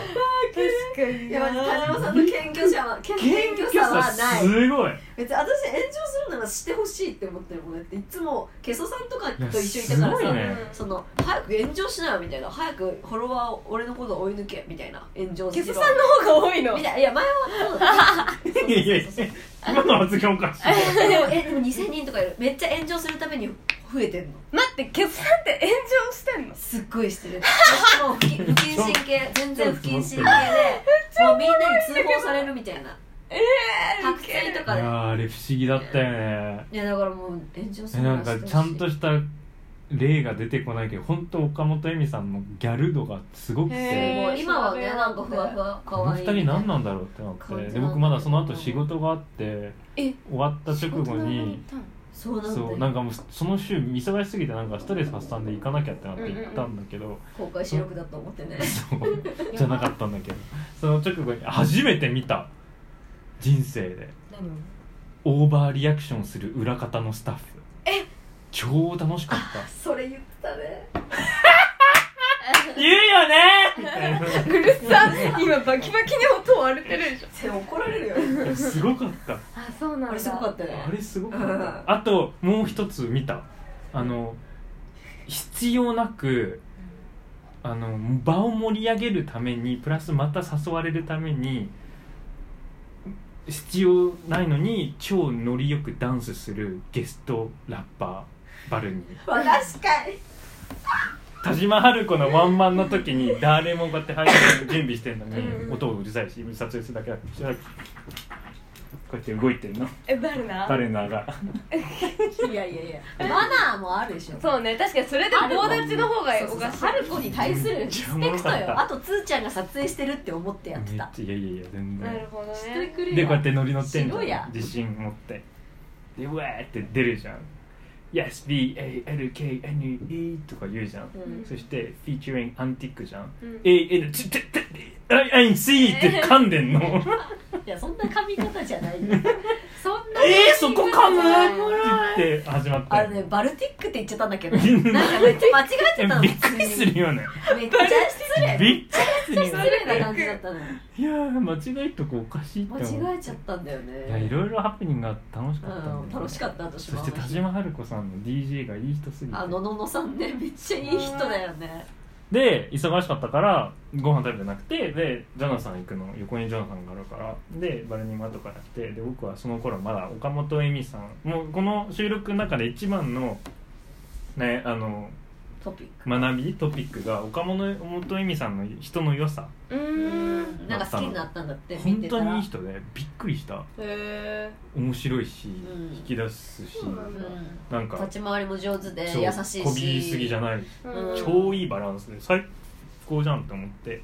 [SPEAKER 2] 確かに
[SPEAKER 1] いやまず田島さんの謙虚さは謙
[SPEAKER 3] 謙
[SPEAKER 1] 謙
[SPEAKER 3] 虚
[SPEAKER 1] 虚さ
[SPEAKER 3] さ
[SPEAKER 1] はない
[SPEAKER 3] すごい
[SPEAKER 1] 別に私炎上するならしてほしいって思ってるもんだっていつもケソさんとか
[SPEAKER 3] いや
[SPEAKER 1] と一緒にいたから
[SPEAKER 3] すご
[SPEAKER 1] さ、
[SPEAKER 3] いね
[SPEAKER 1] その早く炎上しなよみたいな早くフォロワーを俺のことを追い抜けみたいな炎上しろ
[SPEAKER 2] ゲスさんの方が多いの
[SPEAKER 1] みたいないや前はそうだった
[SPEAKER 3] いやいやいや今の発言おかしい
[SPEAKER 1] でもえでも2000人とかいるめっちゃ炎上するために増えてんの
[SPEAKER 2] 待ってゲスさんって炎上してんの
[SPEAKER 1] すっごいしてる私もう不謹不謹慎系全然不謹慎系でもうみんなに通報されるみたいな
[SPEAKER 2] え
[SPEAKER 1] 白菜と
[SPEAKER 3] いや
[SPEAKER 1] かで
[SPEAKER 3] ーあれ不思議だったよね
[SPEAKER 1] いやだからもう炎上す
[SPEAKER 3] え
[SPEAKER 1] る
[SPEAKER 3] な
[SPEAKER 1] ら
[SPEAKER 3] んか
[SPEAKER 1] してほしい
[SPEAKER 3] ちゃんとした例が出てこないけど本当岡本恵美さんのギャル度がすごくて
[SPEAKER 2] へー
[SPEAKER 1] もう今はねなんかふわふわか
[SPEAKER 3] この
[SPEAKER 1] わいい
[SPEAKER 3] 2人何なんだろうってな
[SPEAKER 1] 可愛い
[SPEAKER 3] ってで僕まだその後仕事があって
[SPEAKER 2] え
[SPEAKER 3] 終わった直後に
[SPEAKER 1] そうなんだ
[SPEAKER 3] そう
[SPEAKER 1] よ
[SPEAKER 3] なんかもうその週忙しすぎてなんかストレス発散で行かなきゃってなって行ったんだけど、 (laughs)
[SPEAKER 1] 公開収録だと思ってね
[SPEAKER 3] そうじゃなかったんだけどその直後に初めて見た人生で
[SPEAKER 2] 何を
[SPEAKER 3] オーバーリアクションする裏方のスタッフ
[SPEAKER 2] え
[SPEAKER 3] 超楽しかっ
[SPEAKER 1] (laughs) それ言ってた (laughs) ね
[SPEAKER 3] た (laughs) 言うよねみたいな
[SPEAKER 2] うるさ今バキバキに音割れてるでしょ
[SPEAKER 1] でも怒られるよ
[SPEAKER 3] (laughs) いやすごかった
[SPEAKER 2] あそうなん
[SPEAKER 1] あれすごかったよ
[SPEAKER 3] あ
[SPEAKER 1] ね
[SPEAKER 3] れすごかっ
[SPEAKER 1] うん
[SPEAKER 3] たあともう一つ見たあの必要なくあの場を盛り上げるためにプラスまた誘われるために必要ないのに超ノリよくダンスするゲストラッパーバルニー
[SPEAKER 1] まあ確かに
[SPEAKER 3] 田島春子のワンマンの時に誰もこうやって配信準備してんのに
[SPEAKER 2] うん
[SPEAKER 3] 音うるさいし撮影するだけだしこうやって動いてんの
[SPEAKER 2] えバルナ
[SPEAKER 3] バレナが
[SPEAKER 1] (laughs) いやいやいやマナーもあるでしょ
[SPEAKER 2] そうね確かにそれでも棒立ちの方がおかしい
[SPEAKER 1] 春子に対するリスペ
[SPEAKER 3] めっ
[SPEAKER 1] ク
[SPEAKER 3] ち
[SPEAKER 1] ト
[SPEAKER 3] ゃおもろかっ
[SPEAKER 1] よ
[SPEAKER 3] た
[SPEAKER 1] あとつーちゃんが撮影してるって思ってやって
[SPEAKER 3] めったちゃいやいやいや全
[SPEAKER 2] な
[SPEAKER 3] 然
[SPEAKER 2] るほど
[SPEAKER 1] して
[SPEAKER 2] ね
[SPEAKER 1] くれよ
[SPEAKER 3] でこうやって乗り乗ってん
[SPEAKER 1] 白い
[SPEAKER 3] じゃ
[SPEAKER 1] や
[SPEAKER 3] ん自信持ってでうわーって出るじゃん Yes, B-A-L-K-N-E とか言うじゃん、
[SPEAKER 1] うん
[SPEAKER 3] そしてフィーチュリングアンティックじゃん
[SPEAKER 2] うん
[SPEAKER 3] A-L ちてて I-N-C って噛んでんのえ
[SPEAKER 1] いやそんな髪型じゃ (laughs) ないよそんな
[SPEAKER 3] ー、そこ噛むって言って始まった
[SPEAKER 1] あ
[SPEAKER 3] よ
[SPEAKER 1] れねバルティックって言っちゃったんだ
[SPEAKER 3] (laughs)
[SPEAKER 1] けどなんかめっちゃ間違えてたの
[SPEAKER 3] びっくりするよね
[SPEAKER 1] 普通にめっちゃ失礼
[SPEAKER 3] びっくりするよ
[SPEAKER 1] 失
[SPEAKER 3] ね
[SPEAKER 1] 礼な感じだったの
[SPEAKER 3] いやー間違えとこおかしいって思う
[SPEAKER 1] 間違えちゃったんだよね
[SPEAKER 3] いやいろいろハプニングがあって楽しかったんだよね
[SPEAKER 1] うん楽しかった私
[SPEAKER 3] そ
[SPEAKER 1] も
[SPEAKER 3] して田島春子さんの DJ がいい人すぎて
[SPEAKER 1] あのののさんねめっちゃいい人だよね
[SPEAKER 3] で忙しかったからご飯食べてなくてでジョナサン行くの横にジョナサンがあるからでバルニマとかやってで僕はその頃まだ岡本恵美さんもうこの収録の中で一番のねあの
[SPEAKER 1] トピック
[SPEAKER 3] 学びトピックが岡本恵美さんの人の良さ
[SPEAKER 2] うーん
[SPEAKER 1] なんか好きになったんだって見
[SPEAKER 3] 本
[SPEAKER 1] てた
[SPEAKER 3] 当
[SPEAKER 1] ら
[SPEAKER 3] にいい人でびっくりした
[SPEAKER 2] へ
[SPEAKER 3] 面白いし、
[SPEAKER 1] ん
[SPEAKER 3] 引き出すし、
[SPEAKER 2] そうな
[SPEAKER 1] うん
[SPEAKER 2] だ
[SPEAKER 3] なんか
[SPEAKER 1] ん立ち回りも上手で
[SPEAKER 3] そう
[SPEAKER 1] 優しいし
[SPEAKER 3] こびすぎじゃない
[SPEAKER 2] え
[SPEAKER 1] うん
[SPEAKER 3] 超いいバランスで最高じゃんって思って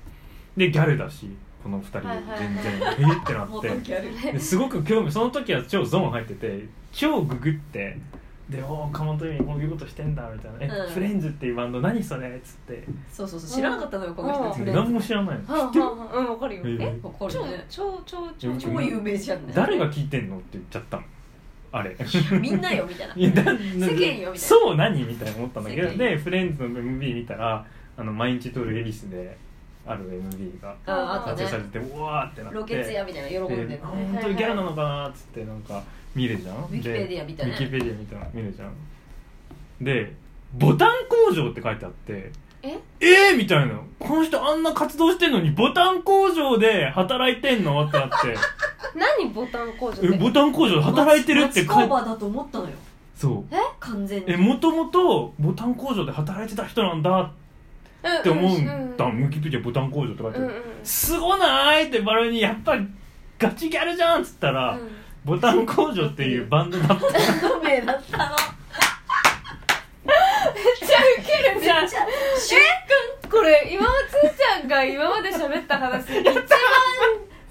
[SPEAKER 3] でギャルだしこの2人
[SPEAKER 2] はいはい
[SPEAKER 3] 全
[SPEAKER 1] (laughs)
[SPEAKER 3] 然、えーってな
[SPEAKER 1] も
[SPEAKER 3] っ
[SPEAKER 1] う時
[SPEAKER 3] て
[SPEAKER 1] ある
[SPEAKER 3] ですごく興味その時は超ゾーン入ってて超ググってで「おお岡本由美こういうことしてんだ」みたいな「え、
[SPEAKER 1] うん
[SPEAKER 3] フレンズっていうバンド何それ?」っつって
[SPEAKER 1] そうそうそう知らなかったのよこの人
[SPEAKER 2] う
[SPEAKER 1] フレンズ
[SPEAKER 3] 何も知らないの
[SPEAKER 2] はあはあはあうんわかるよ
[SPEAKER 3] え
[SPEAKER 2] え
[SPEAKER 1] わかる
[SPEAKER 2] 超
[SPEAKER 1] ね
[SPEAKER 2] 超超
[SPEAKER 3] う
[SPEAKER 2] 超
[SPEAKER 3] ん
[SPEAKER 1] 超有名じゃんね
[SPEAKER 3] 誰が聞いてんのって言っちゃったの
[SPEAKER 1] (laughs)
[SPEAKER 3] あれ
[SPEAKER 1] みんなよみ
[SPEAKER 3] (laughs)
[SPEAKER 1] たいない
[SPEAKER 3] やだ世
[SPEAKER 1] 間よみたいな
[SPEAKER 3] そう何みたいな思ったんだけど
[SPEAKER 1] 世間よ
[SPEAKER 3] でフレンズの MV 見たらあの毎日撮る恵比寿である MV が
[SPEAKER 1] ああ
[SPEAKER 3] 撮
[SPEAKER 1] と
[SPEAKER 3] 影され
[SPEAKER 1] ね
[SPEAKER 3] ててうわーってなって
[SPEAKER 1] ロケツヤみたいな喜んで
[SPEAKER 3] で
[SPEAKER 1] るのね
[SPEAKER 3] 本当にギャルなのかなっつってなんか見るじゃん
[SPEAKER 1] ウィキペディアみたいな
[SPEAKER 3] でウィキペディアみたいな見るじゃんで「ボタン工場」って書いてあって
[SPEAKER 2] え
[SPEAKER 3] えー、みたいなこの人あんな活動してんのにボタン工場で働いてんのっ
[SPEAKER 1] (laughs)
[SPEAKER 3] てなって
[SPEAKER 2] 何ボタン工場
[SPEAKER 3] え
[SPEAKER 2] で
[SPEAKER 3] ボタン工場で働いてるって
[SPEAKER 1] 町
[SPEAKER 3] 書い
[SPEAKER 1] 工
[SPEAKER 3] て
[SPEAKER 1] 場だと思ったのよ
[SPEAKER 3] そう
[SPEAKER 1] 完全に
[SPEAKER 3] えもともとボタン工場で働いてた人なんだって思うんだ、
[SPEAKER 2] うん
[SPEAKER 3] ウィキペディアボタン工場って書いてあ
[SPEAKER 2] う
[SPEAKER 3] る、
[SPEAKER 2] んうん
[SPEAKER 3] すごないってバルにやっぱりガチギャルじゃんっつったら、
[SPEAKER 2] うん
[SPEAKER 3] ボタン工場っていうバンドだ
[SPEAKER 1] (laughs)
[SPEAKER 3] った
[SPEAKER 1] 運命だったの
[SPEAKER 2] めっちゃウケるじゃん
[SPEAKER 1] じゃあシュ
[SPEAKER 2] これ今まつーちゃんが今まで喋った話一番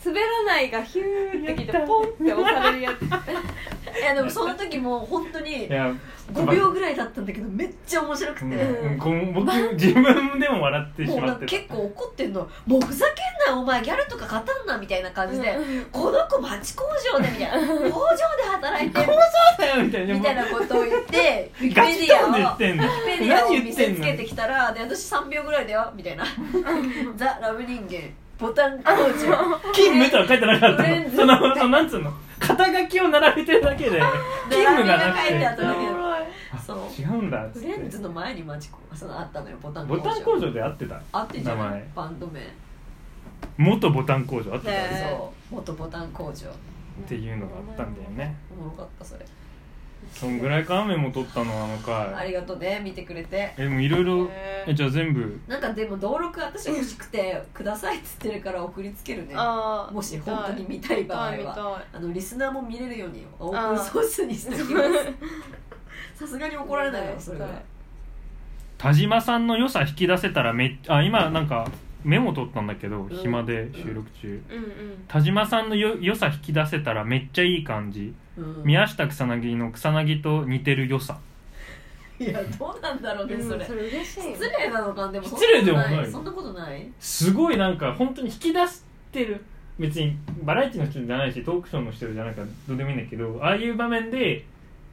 [SPEAKER 2] 滑らないがヒューってきてポンって押されるやつ
[SPEAKER 1] いやでもその時もう本当に
[SPEAKER 3] いや
[SPEAKER 1] 5秒ぐらいだったんだけどめっちゃ面白くて、
[SPEAKER 3] うんこう僕自分でも笑って
[SPEAKER 1] も
[SPEAKER 3] し
[SPEAKER 1] うな
[SPEAKER 3] まっ
[SPEAKER 1] ん
[SPEAKER 3] て
[SPEAKER 1] か
[SPEAKER 3] た
[SPEAKER 1] 結構怒ってんのもうふざけんなお前ギャルとか勝たんなみたいな感じで、この子町工場でみたいな工場で働いてる
[SPEAKER 3] そうだよみたいな
[SPEAKER 1] みたいなことを言ってウィキ
[SPEAKER 3] ガ
[SPEAKER 1] ペ
[SPEAKER 3] チ
[SPEAKER 1] ディ
[SPEAKER 3] トーンで言
[SPEAKER 1] アを
[SPEAKER 3] っ
[SPEAKER 1] ウィ
[SPEAKER 3] てんの
[SPEAKER 1] キペディアを見せつけてきたらで私3秒ぐらいだよみたいな「ザ・ラブ人間ボタン工場
[SPEAKER 3] 勤務とは書いてなかった
[SPEAKER 1] フレン
[SPEAKER 3] の
[SPEAKER 1] ズ
[SPEAKER 3] そのそのなんつうの肩書きを並べてるだけで勤務がなく
[SPEAKER 1] (laughs) 並びが書いてあっただ
[SPEAKER 3] て
[SPEAKER 1] け
[SPEAKER 2] おもろい
[SPEAKER 1] そう
[SPEAKER 3] 違うんだっ」つ
[SPEAKER 1] フ
[SPEAKER 3] っ
[SPEAKER 1] レン
[SPEAKER 3] て
[SPEAKER 1] ズの前に町工そのあったのよボタン工
[SPEAKER 3] ボ
[SPEAKER 1] 場
[SPEAKER 3] タン工場で合ってた
[SPEAKER 1] あってんじゃ
[SPEAKER 3] 名
[SPEAKER 1] ない
[SPEAKER 3] 前
[SPEAKER 1] バンド名
[SPEAKER 3] 元ボタン工場合ってた、
[SPEAKER 2] ねえ
[SPEAKER 1] そう元ボタン工場
[SPEAKER 3] っていうのがあったんだよね
[SPEAKER 1] おもろかったそれ
[SPEAKER 3] そんぐらいか雨も取ったのあの
[SPEAKER 1] あ
[SPEAKER 3] 回
[SPEAKER 1] りがとうね見てくれて
[SPEAKER 3] えもういろいろえじゃあ全部
[SPEAKER 1] なんかでも登録私欲しくて「ください」っつってるから送りつけるね
[SPEAKER 2] あー
[SPEAKER 1] もし本当に見たい場合
[SPEAKER 2] 見たい
[SPEAKER 1] はあのリスナーも見れるようにオープンソースにしておき (laughs) ますさすがに怒られない
[SPEAKER 2] (laughs)
[SPEAKER 1] よそれぐらい
[SPEAKER 3] 田島さんの良さ引き出せたらめっあ今なんかメモ取ったんだけど
[SPEAKER 1] ん
[SPEAKER 3] 暇で収録中、
[SPEAKER 2] 見たいうんうん
[SPEAKER 3] 田島さんのよ良さ引き出せたらめっちゃいい感じ、
[SPEAKER 1] うん
[SPEAKER 3] 宮下草薙の草薙と似てる良さ
[SPEAKER 1] いやどうなんだろうね
[SPEAKER 2] うん
[SPEAKER 1] そ
[SPEAKER 2] そ
[SPEAKER 1] れ
[SPEAKER 2] れ嬉しい
[SPEAKER 1] 失礼なのかなでも
[SPEAKER 3] 失礼でもない
[SPEAKER 1] そんなことない
[SPEAKER 3] すごいなんか本当に引き出してる別にバラエティの人じゃないしトークショーの人じゃないからどうでもいいんだけどああいう場面で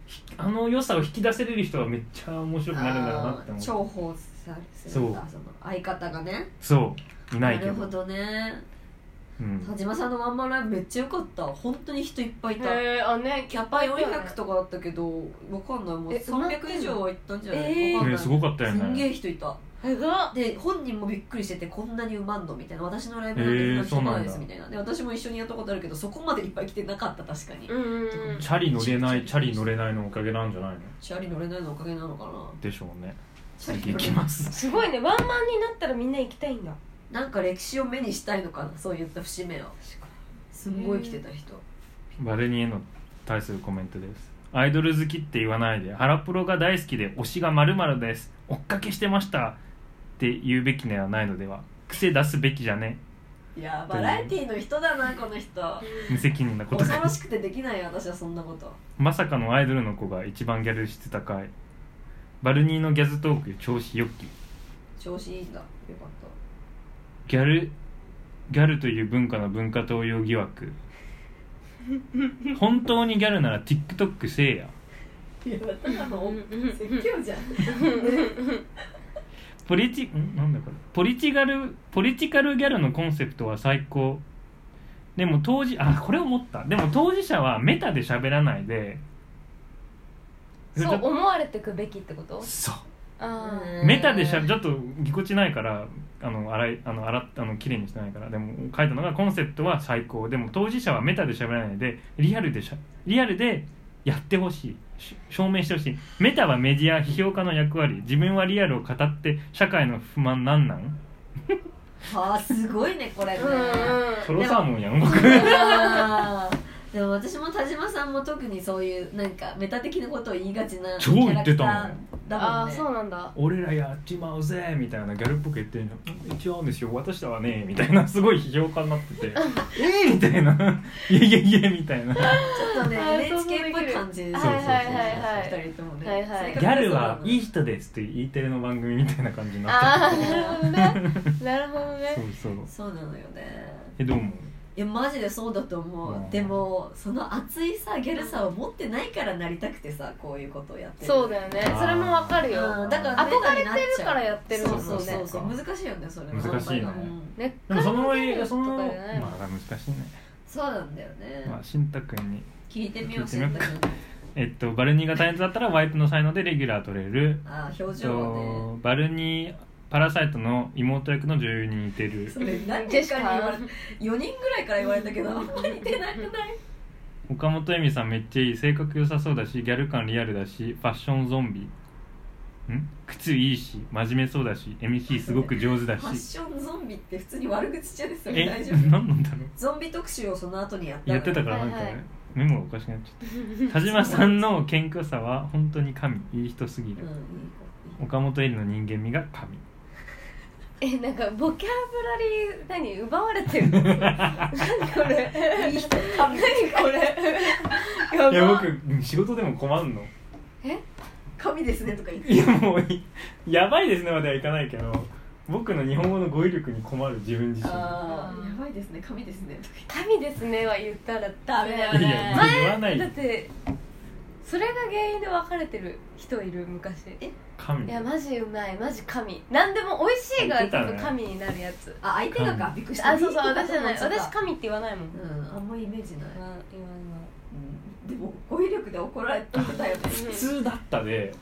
[SPEAKER 3] ひあの良さを引き出せれる人はめっちゃ面白くなるんだろうなって
[SPEAKER 1] あー
[SPEAKER 3] 思う
[SPEAKER 1] 重宝さするんだその相方がね
[SPEAKER 3] そういな
[SPEAKER 1] ない
[SPEAKER 3] け
[SPEAKER 1] る
[SPEAKER 3] ど
[SPEAKER 1] ほどね
[SPEAKER 3] うん
[SPEAKER 1] 田、島さんのワンマンライブめっちゃ良かった本当に人いっぱいいた
[SPEAKER 2] へえあね
[SPEAKER 1] キャパ400とかだったけどわかんないもう
[SPEAKER 2] えそんな
[SPEAKER 1] 300以上は行ったんじゃない
[SPEAKER 2] えー
[SPEAKER 1] わかんな
[SPEAKER 3] ね
[SPEAKER 1] い
[SPEAKER 3] すごかったよ
[SPEAKER 1] すんげ
[SPEAKER 3] ね
[SPEAKER 1] え人いた
[SPEAKER 2] えが
[SPEAKER 1] で本人もびっくりしててこんなにうまんのみたいな私のライブなん
[SPEAKER 3] えー
[SPEAKER 1] てそんな人来ないで
[SPEAKER 3] そ
[SPEAKER 1] す
[SPEAKER 3] うな
[SPEAKER 1] み
[SPEAKER 3] ん
[SPEAKER 1] たいなで私も一緒にやったことあるけどそこまでいっぱい来てなかった確かに
[SPEAKER 2] うんうんうん
[SPEAKER 3] チャリ乗れないチャリ乗れないのおかげなんじゃないの
[SPEAKER 1] チャリ乗れないのおかげなのかな
[SPEAKER 3] でしょうね
[SPEAKER 1] チャリ乗れ
[SPEAKER 3] 行
[SPEAKER 1] ない
[SPEAKER 3] きます
[SPEAKER 2] すごいねワンマンになったらみんな行きたいんだ
[SPEAKER 1] なんか歴史を目にしたいのかなそういった節目をすんごい来てた人びっ
[SPEAKER 3] バルニエの対するコメントですアイドル好きって言わないでハラプロが大好きで推しがまるです追っかけしてましたって言うべきではないのでは癖出すべきじゃね
[SPEAKER 1] いやバラエティーの人だなこの人
[SPEAKER 3] 無責任なこと
[SPEAKER 1] 恐ろしくてできないよ私はそんなこと
[SPEAKER 3] まさかのアイドルの子が一番ギャル質高いバルニーのギャズトーク調子よき
[SPEAKER 1] 調子いいんだよかった
[SPEAKER 3] ギャルギャルという文化の文化盗用疑惑本当にギャルなら TikTok せいや
[SPEAKER 1] いや、ただの説教じゃん。
[SPEAKER 3] ポリチんなんだこれポリチガルポリチカルギャルのコンセプトは最高でも当時あこれ思ったでも当事者はメタで喋らないで
[SPEAKER 2] そう思われてくべきってこと
[SPEAKER 3] そう
[SPEAKER 2] あー
[SPEAKER 3] メタでしゃちょっとぎこちないからあの洗いあの洗っあの綺麗にしてないからでも書いたのがコンセプトは最高でも当事者はメタで喋らないでリアルでしゃリアルでやってほしいし証明してほしいメタはメディア批評家の役割自分はリアルを語って社会の不満なんなん
[SPEAKER 1] はあ、すごいね、これね
[SPEAKER 2] うん。うん
[SPEAKER 3] トロサーモンやん僕
[SPEAKER 1] あー (laughs) でも私も田島さんも特にそういうなんかメタ的なことを言いがちなキ
[SPEAKER 3] 超言
[SPEAKER 1] ャ
[SPEAKER 3] っ
[SPEAKER 1] ラ
[SPEAKER 3] て
[SPEAKER 1] ク
[SPEAKER 3] た
[SPEAKER 1] タ
[SPEAKER 3] もん
[SPEAKER 1] ーだも
[SPEAKER 2] あ
[SPEAKER 1] ん
[SPEAKER 2] あ
[SPEAKER 1] ね
[SPEAKER 2] そうなんだ
[SPEAKER 3] 俺らやっちまうぜみたいなギャルっぽく言ってるの違うんですよ私らはねみたいなすごい批評家になっててえーみたいないやいやいやみたいな
[SPEAKER 1] ちょっとね
[SPEAKER 2] あー
[SPEAKER 1] NHK っぽい感じで
[SPEAKER 2] 想
[SPEAKER 3] 像できる
[SPEAKER 1] すね
[SPEAKER 2] はいはいはいはい
[SPEAKER 1] 二人ともね、
[SPEAKER 2] はいはい
[SPEAKER 1] 性
[SPEAKER 3] ギ
[SPEAKER 1] 格が
[SPEAKER 3] ャ
[SPEAKER 1] そう
[SPEAKER 3] ル
[SPEAKER 1] なの
[SPEAKER 3] はいい人ですっていう E テレの番組みたいな感じにな
[SPEAKER 2] ああ
[SPEAKER 3] っ
[SPEAKER 2] なるほどね (laughs) なるほど
[SPEAKER 3] てる
[SPEAKER 2] ね
[SPEAKER 3] そうそう
[SPEAKER 1] そうなのよね
[SPEAKER 3] えどうも
[SPEAKER 1] いやマジでそうだと思う、
[SPEAKER 3] うん
[SPEAKER 1] でもその熱いさギャルさを持ってないからなりたくてさこういうことをやってる
[SPEAKER 2] そうだよねそれもわかるよ
[SPEAKER 1] うんだから
[SPEAKER 2] 憧れてるからやってるもんね
[SPEAKER 1] そうそうそうそう難しいよねそれも
[SPEAKER 3] 難しいね
[SPEAKER 1] 販売がうん
[SPEAKER 2] 根っか
[SPEAKER 3] でも
[SPEAKER 2] ら
[SPEAKER 3] その
[SPEAKER 2] 出て
[SPEAKER 3] 上
[SPEAKER 2] る
[SPEAKER 3] その
[SPEAKER 2] と
[SPEAKER 3] ま
[SPEAKER 2] かじゃないもん (laughs)
[SPEAKER 3] あ難しいね
[SPEAKER 1] そうなんだよね、
[SPEAKER 3] まあしんたくんに
[SPEAKER 1] 聞いてみよう
[SPEAKER 3] 聞いてみよう
[SPEAKER 1] 選択肢
[SPEAKER 3] えっとバルニーがタイプだったらワイプの才能でレギュラー取れる
[SPEAKER 1] ああ
[SPEAKER 3] え
[SPEAKER 1] 表
[SPEAKER 3] っ
[SPEAKER 1] 情をね
[SPEAKER 3] とバルニーパラサイトの妹役の女優に似てる
[SPEAKER 1] それ何人かに言われた4人ぐらいから言われたけどあんまり似てなくない
[SPEAKER 3] 岡本恵美さんめっちゃいい性格良さそうだしギャル感リアルだしファッションゾンビん靴いいし真面目そうだし MC すごく上手だ
[SPEAKER 1] ファッ
[SPEAKER 3] し
[SPEAKER 1] ションゾンビって普通に悪口じゃですよね
[SPEAKER 3] え
[SPEAKER 1] 大丈
[SPEAKER 3] 何
[SPEAKER 1] 夫
[SPEAKER 3] なんだろう
[SPEAKER 1] ゾンビ特集をその後にやったの
[SPEAKER 3] やってたからなんかね、
[SPEAKER 2] はいはい
[SPEAKER 3] メモがおかしくなっちゃった田島さんの謙虚さは本当に神いい人すぎ
[SPEAKER 1] うん
[SPEAKER 3] る、
[SPEAKER 1] いい子
[SPEAKER 3] 岡本絵里の人間味が神
[SPEAKER 2] えなんかボキャブラリー何奪われてる
[SPEAKER 3] (laughs)
[SPEAKER 2] 何これ
[SPEAKER 1] いい人
[SPEAKER 2] 何これやば
[SPEAKER 3] いや僕仕事でも困んの
[SPEAKER 2] え
[SPEAKER 1] 神ですねとか言って
[SPEAKER 3] いやもういやばいですねまではいかないけど僕の日本語の語彙力に困る自分自身
[SPEAKER 1] ああやばいですね神ですねとか言って
[SPEAKER 2] 神ですねは言ったらダメだよ
[SPEAKER 1] ダ
[SPEAKER 3] い
[SPEAKER 1] メ
[SPEAKER 2] ね
[SPEAKER 3] やいや言わない
[SPEAKER 2] だ
[SPEAKER 3] よ
[SPEAKER 2] ってそれが原因で別れてる人いる昔
[SPEAKER 1] え
[SPEAKER 3] 神
[SPEAKER 2] いやマジうまいマジ神何でも美味しいが
[SPEAKER 3] 言ってた
[SPEAKER 2] 多
[SPEAKER 3] ね
[SPEAKER 2] 分神になるやつ
[SPEAKER 1] あ相手がかびっくりした
[SPEAKER 2] あそうそう私じゃない
[SPEAKER 1] いい人かと思っ
[SPEAKER 2] 私
[SPEAKER 1] ちゃっ
[SPEAKER 2] 神って言わないもん、
[SPEAKER 1] たうんあんまイメージない
[SPEAKER 2] 言わない
[SPEAKER 1] でも語彙力で怒られてたよね (laughs)
[SPEAKER 3] 普通だったで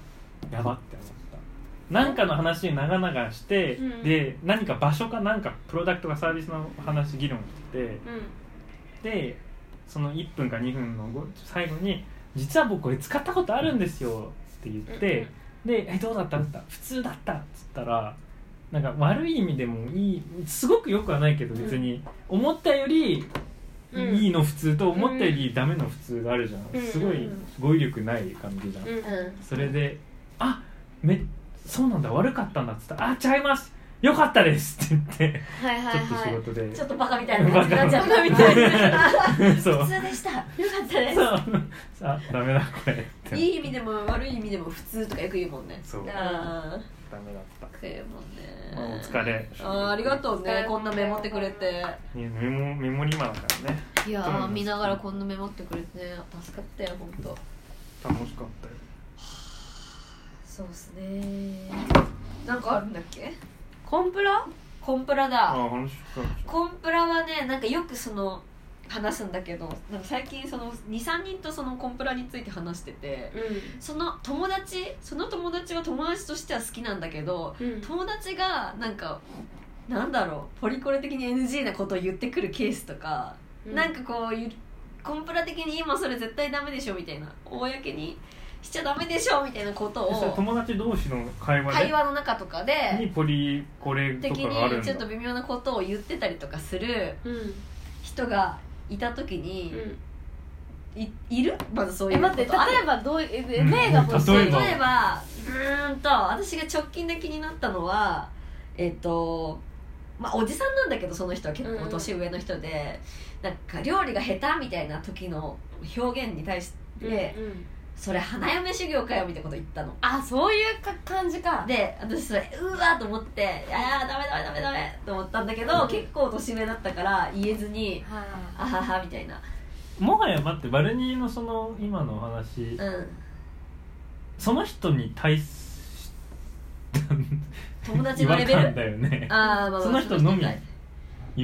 [SPEAKER 3] やばって思ったなんかの話に長々して、
[SPEAKER 2] うん
[SPEAKER 3] で何か場所かなんかプロダクトかサービスの話議論しててでその1分か2分のご最後に「実は僕これ使ったことあるんですよ」って言
[SPEAKER 2] うん
[SPEAKER 3] って、で「えどうだった?」った普通だった」っつったらなんか悪い意味でもいいすごくよくはないけど別に、思ったより
[SPEAKER 2] うん
[SPEAKER 3] いいの普通と思ったよりダメの普通があるじゃん、
[SPEAKER 2] うん
[SPEAKER 3] すごい語彙力ない感じじゃん、
[SPEAKER 2] うんうん
[SPEAKER 3] それで「あめそうなんだ悪かったんだ」っつったら「あちゃいますよかったです」って言って
[SPEAKER 2] はいはい
[SPEAKER 3] ちょっと
[SPEAKER 2] は
[SPEAKER 3] 仕
[SPEAKER 2] い
[SPEAKER 3] 事で、
[SPEAKER 1] ちょっとバカみたいな感じになっちゃう
[SPEAKER 2] バカみたい
[SPEAKER 3] (laughs) そう
[SPEAKER 1] 普通でしたよかったで
[SPEAKER 3] そうあ (laughs) ダメだこれって
[SPEAKER 1] すいい意味でも悪い意味でも普通とかよく言うもんね
[SPEAKER 3] そう
[SPEAKER 1] あ
[SPEAKER 3] ダメだった
[SPEAKER 1] あ食うもんね
[SPEAKER 3] まあお疲れ
[SPEAKER 1] ああありがとう
[SPEAKER 2] お疲
[SPEAKER 1] ね
[SPEAKER 2] れ
[SPEAKER 1] こんなメモってくれて
[SPEAKER 3] いやメモメモリマンだからね
[SPEAKER 1] いや
[SPEAKER 3] ー
[SPEAKER 1] ー見ながらこんなメモってくれてね助かったよ本当
[SPEAKER 3] 楽しかったよ
[SPEAKER 1] そうっすねなんかあるんだっけ
[SPEAKER 2] コンプラ
[SPEAKER 1] コンプラだ
[SPEAKER 3] あ楽しかった
[SPEAKER 1] コンプラはねなんかよくその話すんだけどなんか最近その23人とそのコンプラについて話してて
[SPEAKER 2] う
[SPEAKER 1] その友達その友達は友達としては好きなんだけど
[SPEAKER 2] んうん
[SPEAKER 1] 友達がなんかなんだろうポリコレ的に NG なことを言ってくるケースとか、なんかこうゆコンプラ的に今それ絶対ダメでしょみたいな公にしちゃダメでしょみたいなこと
[SPEAKER 3] えそれ
[SPEAKER 1] を
[SPEAKER 3] 友達同士の会話で
[SPEAKER 1] 会話の中とかで
[SPEAKER 3] にポリコレと
[SPEAKER 1] 的
[SPEAKER 3] かがあるん
[SPEAKER 1] にち
[SPEAKER 3] だ
[SPEAKER 1] ょっと微妙なことを言ってたりとかする
[SPEAKER 2] うん
[SPEAKER 1] 人がいた時に、
[SPEAKER 2] うん
[SPEAKER 1] いいるまずそうい
[SPEAKER 2] え
[SPEAKER 1] う
[SPEAKER 2] 待って
[SPEAKER 1] ことある
[SPEAKER 2] 例えばどういうえ
[SPEAKER 3] うん
[SPEAKER 2] 例が欲しい
[SPEAKER 3] 例えば
[SPEAKER 1] 例えばうーんと私が直近で気になったのはえっ、とまあおじさんなんだけどその人は結構年上の人で、なんか料理が下手みたいな時の表現に対して、
[SPEAKER 2] うんうん
[SPEAKER 1] それ花嫁修行かよみたいなこと言ったの
[SPEAKER 2] あそういうか感じか
[SPEAKER 1] で私それうわーと思って「いやーダメダメダメダメ」と思ったんだけど、
[SPEAKER 2] うん
[SPEAKER 1] 結構年上だったから言えずに
[SPEAKER 2] は
[SPEAKER 1] 「あはは」みたいな
[SPEAKER 3] もはや待ってバルニーのその今のお話
[SPEAKER 1] うん
[SPEAKER 3] その人に対す
[SPEAKER 1] 友達
[SPEAKER 3] 違
[SPEAKER 1] の
[SPEAKER 3] 和
[SPEAKER 1] レベル
[SPEAKER 3] 感だよね
[SPEAKER 1] あーまあまあ
[SPEAKER 3] その人のみ
[SPEAKER 1] (laughs)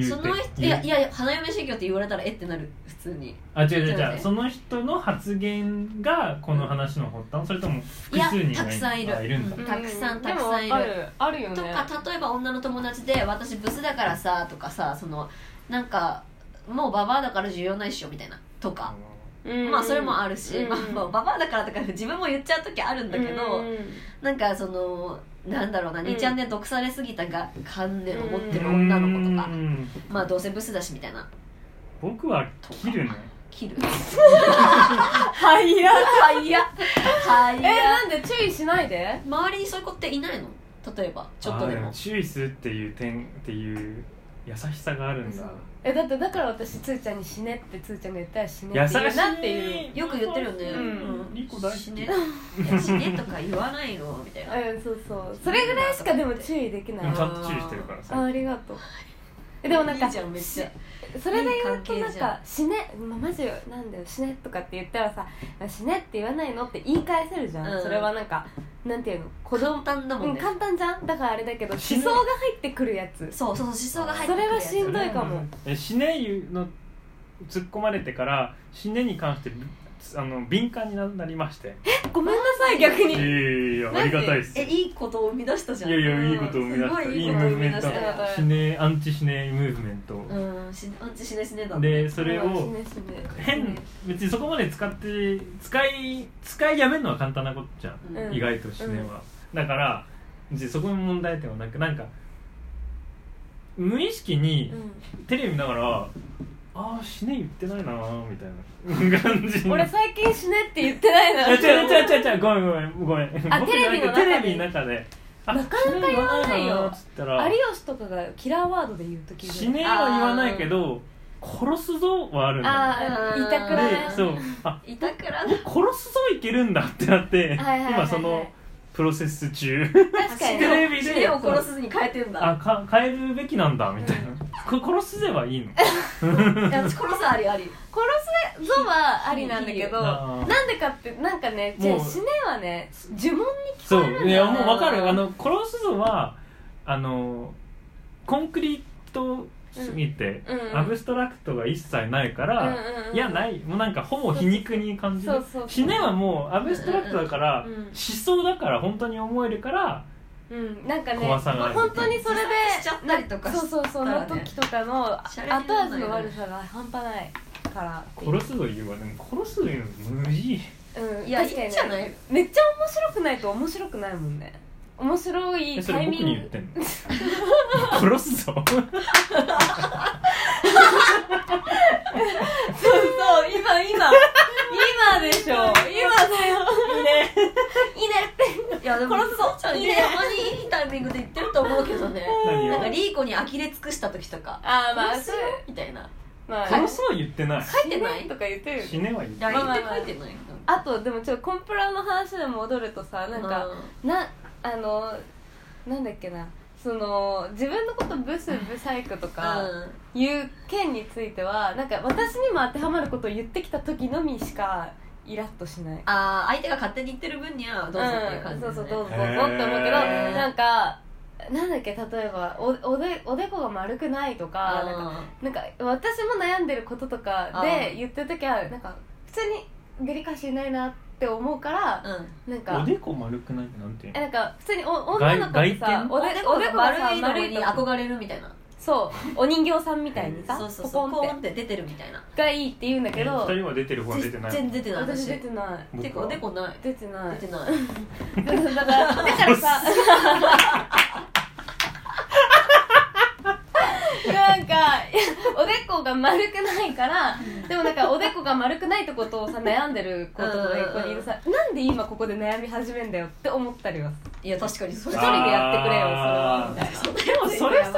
[SPEAKER 1] その
[SPEAKER 3] 言
[SPEAKER 1] その
[SPEAKER 3] うて
[SPEAKER 1] 人い
[SPEAKER 3] 言う
[SPEAKER 1] やいやいや花嫁修行って言われたらえってなる普通に
[SPEAKER 3] あ違う違う
[SPEAKER 1] ちょっと
[SPEAKER 3] 違
[SPEAKER 1] ね
[SPEAKER 3] うその人の発言がこの話の発端それとも
[SPEAKER 1] い
[SPEAKER 3] 複
[SPEAKER 1] や
[SPEAKER 3] 数人が
[SPEAKER 1] たくさんいる
[SPEAKER 3] あいるんだ、
[SPEAKER 1] うんたくさん
[SPEAKER 2] う
[SPEAKER 1] たくさんいる
[SPEAKER 2] でもあるあるよね
[SPEAKER 1] とか例えば女の友達で「私ブスだからさ」とかさそのなんか「もうババアだから需要ないっしょ」みたいなとか、
[SPEAKER 2] うん
[SPEAKER 1] まあそれもあるし、
[SPEAKER 2] うん
[SPEAKER 1] まあまあ、ババアだからとか自分も言っちゃう時あるんだけど、
[SPEAKER 2] うん
[SPEAKER 1] なんかそのなんだろうな
[SPEAKER 2] うん
[SPEAKER 1] 2ちゃんで毒されすぎたが観念を持っ
[SPEAKER 3] う
[SPEAKER 1] て
[SPEAKER 3] ん
[SPEAKER 1] る女の子とか、
[SPEAKER 3] うん
[SPEAKER 1] まあどうせブスだしみたいな
[SPEAKER 3] 僕は切るね
[SPEAKER 1] 切
[SPEAKER 2] (laughs)
[SPEAKER 1] る
[SPEAKER 2] はいや
[SPEAKER 1] はいやは
[SPEAKER 2] え
[SPEAKER 1] いや
[SPEAKER 2] なんで注意しないで
[SPEAKER 1] 周りにそういう子っていないの例えばちょっとで
[SPEAKER 3] あー
[SPEAKER 1] も
[SPEAKER 3] も注意するっていう点っていう優しさがあるんだ
[SPEAKER 2] えだってだから私つーちゃんに死ねってつーちゃんが言ったら死ね
[SPEAKER 3] 優
[SPEAKER 2] っ
[SPEAKER 3] して
[SPEAKER 2] 言う
[SPEAKER 3] い
[SPEAKER 2] なっていう
[SPEAKER 1] よく言ってるよね、
[SPEAKER 3] うん
[SPEAKER 1] うん
[SPEAKER 3] いい子大好き
[SPEAKER 1] 死ねいや死ねとか言わないのみたいな
[SPEAKER 2] うんそうそうそれぐらいしかでも注意できない
[SPEAKER 3] うんち
[SPEAKER 2] あ
[SPEAKER 3] ゃんと注意してるから
[SPEAKER 2] あ
[SPEAKER 3] さ
[SPEAKER 2] りがとう (laughs) えでもなんか
[SPEAKER 1] いいじゃんめっちゃ
[SPEAKER 2] それで言うと
[SPEAKER 1] いい
[SPEAKER 2] な
[SPEAKER 1] 関
[SPEAKER 2] ん
[SPEAKER 1] 係じゃ
[SPEAKER 2] か「死ね」まあマジなんだよ「死ね」とかって言ったらさ「死ね」って言わないのって言い返せるじゃん、
[SPEAKER 1] うん
[SPEAKER 2] それはなんかなんていうの子
[SPEAKER 1] 簡
[SPEAKER 2] 供
[SPEAKER 1] 単だもん
[SPEAKER 2] うん
[SPEAKER 1] ね、
[SPEAKER 2] 簡単じゃんだからあれだけど思
[SPEAKER 3] 死ね
[SPEAKER 2] 想が入ってくるやつ
[SPEAKER 1] そうそうそう思想が入って
[SPEAKER 2] そ
[SPEAKER 1] くる
[SPEAKER 2] れは
[SPEAKER 1] やつ
[SPEAKER 2] しんどいかも
[SPEAKER 3] え死ねいうの突っ込まれてから死ねに関してあの敏感になりまして
[SPEAKER 2] ごめんなさい逆
[SPEAKER 3] いやい
[SPEAKER 2] に
[SPEAKER 3] やいやありがたいっす
[SPEAKER 1] えいいことを生み出したじゃん
[SPEAKER 3] いやいやいいことを生み出した
[SPEAKER 1] すごいい
[SPEAKER 3] い
[SPEAKER 1] い
[SPEAKER 3] い
[SPEAKER 1] こ
[SPEAKER 3] ム
[SPEAKER 1] とを
[SPEAKER 3] ー
[SPEAKER 1] 生
[SPEAKER 3] ブ
[SPEAKER 1] み
[SPEAKER 3] メン
[SPEAKER 1] 出
[SPEAKER 3] ト
[SPEAKER 1] したよ
[SPEAKER 2] い
[SPEAKER 3] 死ねアンチ死ねムーブメント、
[SPEAKER 1] うんしアンチしねしねだもん
[SPEAKER 3] でそれを
[SPEAKER 2] 死ね死ね
[SPEAKER 3] 変別にそこまで使って使い使いやめるのは簡単なことじゃん、
[SPEAKER 1] うん
[SPEAKER 2] うん
[SPEAKER 3] 意外と死ねは、だから別にそこに問題点はなくなんか無意識に
[SPEAKER 2] う
[SPEAKER 3] テレビ見ながら、ああ死ね言ってないなーみたいな感じ
[SPEAKER 2] ん (laughs) 俺最近死ねって言ってない
[SPEAKER 3] いや
[SPEAKER 2] の
[SPEAKER 3] 違う違う違う違うごめんごめんごめん
[SPEAKER 2] あ
[SPEAKER 3] 僕
[SPEAKER 2] テレビの中で
[SPEAKER 3] テレビの中であ
[SPEAKER 2] なかなか言わないよ
[SPEAKER 3] 死ねーっつったら
[SPEAKER 2] 有吉とかがキラーワードで言う時
[SPEAKER 3] 死ねは言わないけど殺すぞはあるんだ
[SPEAKER 1] う
[SPEAKER 2] ああ
[SPEAKER 1] ん
[SPEAKER 2] 言いたく
[SPEAKER 3] よ
[SPEAKER 2] な
[SPEAKER 1] ー
[SPEAKER 2] い
[SPEAKER 3] でそうあ
[SPEAKER 1] 板倉だ
[SPEAKER 3] 殺すぞいけるんだってなっ
[SPEAKER 2] は
[SPEAKER 3] て
[SPEAKER 2] いはいはいはい
[SPEAKER 3] 今そのプロセス
[SPEAKER 2] (laughs)
[SPEAKER 3] 中
[SPEAKER 2] 確かに
[SPEAKER 3] テ
[SPEAKER 2] ね
[SPEAKER 3] レビで
[SPEAKER 1] 死ねを殺すに変えてん
[SPEAKER 3] あ
[SPEAKER 1] だ
[SPEAKER 3] か変えるべきなんだみたいな、こ殺すぜはいいの
[SPEAKER 1] いや殺すありあり
[SPEAKER 2] 殺すぞはありなんだけど
[SPEAKER 3] あー
[SPEAKER 2] なんでかってなんかねじゃあ死ねはね呪文
[SPEAKER 3] そういやもう分かるあの殺すぞはあのコンクリートすぎて、
[SPEAKER 2] うんうん
[SPEAKER 3] アブストラクトが一切ないか
[SPEAKER 2] うん
[SPEAKER 3] ら、
[SPEAKER 2] うんうん
[SPEAKER 3] いやないもうなんかほぼ皮肉に感じる
[SPEAKER 2] そうそう
[SPEAKER 3] 死ねはもうアブストラクトだから、
[SPEAKER 2] うんうんうん
[SPEAKER 3] 思想だから本当に思えるから
[SPEAKER 2] うんなんかね
[SPEAKER 3] 怖さがある
[SPEAKER 2] 本当にそれで
[SPEAKER 1] 自殺しちゃったりとか
[SPEAKER 2] そうそうそ
[SPEAKER 1] した
[SPEAKER 2] うの
[SPEAKER 1] らね
[SPEAKER 2] 時とかの後
[SPEAKER 1] シャレになら
[SPEAKER 2] 味
[SPEAKER 1] ないよ
[SPEAKER 2] の
[SPEAKER 1] ね
[SPEAKER 2] 悪さが半端ないからっていう
[SPEAKER 3] 殺すぞ言うわでも殺すぞ言うの無理
[SPEAKER 2] うん
[SPEAKER 1] いや
[SPEAKER 2] 確かにね
[SPEAKER 1] いいんじゃない
[SPEAKER 2] めっちゃ面白くないと面白くないもんね面白
[SPEAKER 3] え
[SPEAKER 2] い
[SPEAKER 3] そ
[SPEAKER 2] タ
[SPEAKER 3] れ
[SPEAKER 2] イ
[SPEAKER 3] 僕
[SPEAKER 2] ミン
[SPEAKER 3] に言っ
[SPEAKER 2] グ
[SPEAKER 3] てんの (laughs) 殺すぞ
[SPEAKER 2] そうそう今今今でしょ今だよ
[SPEAKER 1] いいねいやでも
[SPEAKER 2] 殺すぞ
[SPEAKER 1] そういい
[SPEAKER 2] いい
[SPEAKER 1] ね
[SPEAKER 2] ね
[SPEAKER 1] たまにいいタイミングで言ってると思うけどね
[SPEAKER 3] 何
[SPEAKER 1] なんか
[SPEAKER 3] を
[SPEAKER 1] リーコに呆れ尽くした時とか
[SPEAKER 2] あーまあ
[SPEAKER 1] 殺すよみたいな
[SPEAKER 2] まあ
[SPEAKER 3] 殺すぞは言ってない
[SPEAKER 1] 書いてない
[SPEAKER 2] 死ねとか言ってるよね
[SPEAKER 3] 死ねは言ってない
[SPEAKER 1] LINE
[SPEAKER 2] まあ
[SPEAKER 1] で
[SPEAKER 2] まあまあ
[SPEAKER 1] 書いてない
[SPEAKER 2] あとでもちょっとコンプラの話で戻るとさなんか、なあのなんだっけなその自分のことブスブサイクとか
[SPEAKER 1] う
[SPEAKER 2] いう件についてはなんか私にも当てはまることを言ってきた時のみしかイラッとしない
[SPEAKER 1] ん、あー相手が勝手に言ってる分にはどうぞっていう感じだね
[SPEAKER 2] うん、そうそうどうぞ
[SPEAKER 3] へ
[SPEAKER 2] どうぞ
[SPEAKER 3] ー
[SPEAKER 2] って思うけどなんかなんだっけ例えばおおでおでこが丸くないとかなんかなんか私も悩んでることとか
[SPEAKER 1] う
[SPEAKER 2] で
[SPEAKER 1] ん
[SPEAKER 2] 言ってる時はなんか普通にデリカシーないなって思うから
[SPEAKER 1] うん
[SPEAKER 2] なん
[SPEAKER 3] お
[SPEAKER 2] か
[SPEAKER 3] でこ丸くないってなんていう
[SPEAKER 2] え
[SPEAKER 3] の
[SPEAKER 2] なんか普通にお女の子ってさ
[SPEAKER 3] 外
[SPEAKER 2] おでおでこがさ
[SPEAKER 1] 丸いの
[SPEAKER 2] 丸い
[SPEAKER 1] に
[SPEAKER 2] と
[SPEAKER 1] 憧れるみたいな
[SPEAKER 2] そうお人形さんみたいにさ
[SPEAKER 1] そうそう
[SPEAKER 2] ポ
[SPEAKER 1] そ
[SPEAKER 2] コ
[SPEAKER 1] う
[SPEAKER 2] ン
[SPEAKER 1] ポ
[SPEAKER 2] っ
[SPEAKER 1] コンって出てるみたいな
[SPEAKER 2] てがいいって言うんだけど
[SPEAKER 3] 2人は出てる方は出てない
[SPEAKER 1] 全然出てない
[SPEAKER 2] 私
[SPEAKER 1] 私
[SPEAKER 2] 出てない
[SPEAKER 3] 僕は
[SPEAKER 1] てかおでこない
[SPEAKER 2] 出てない
[SPEAKER 1] 出てない
[SPEAKER 2] だからだからさなんかいやおでこが丸くないからでもなんかおでここが丸くないとことをさ悩んでる子とかが横にいるさなんで今ここで悩み始めんだよって思ったりはする
[SPEAKER 1] いや確かにそ
[SPEAKER 2] 一
[SPEAKER 1] れ
[SPEAKER 2] 人でやってくれよそれはみたいな
[SPEAKER 1] でも
[SPEAKER 3] それさ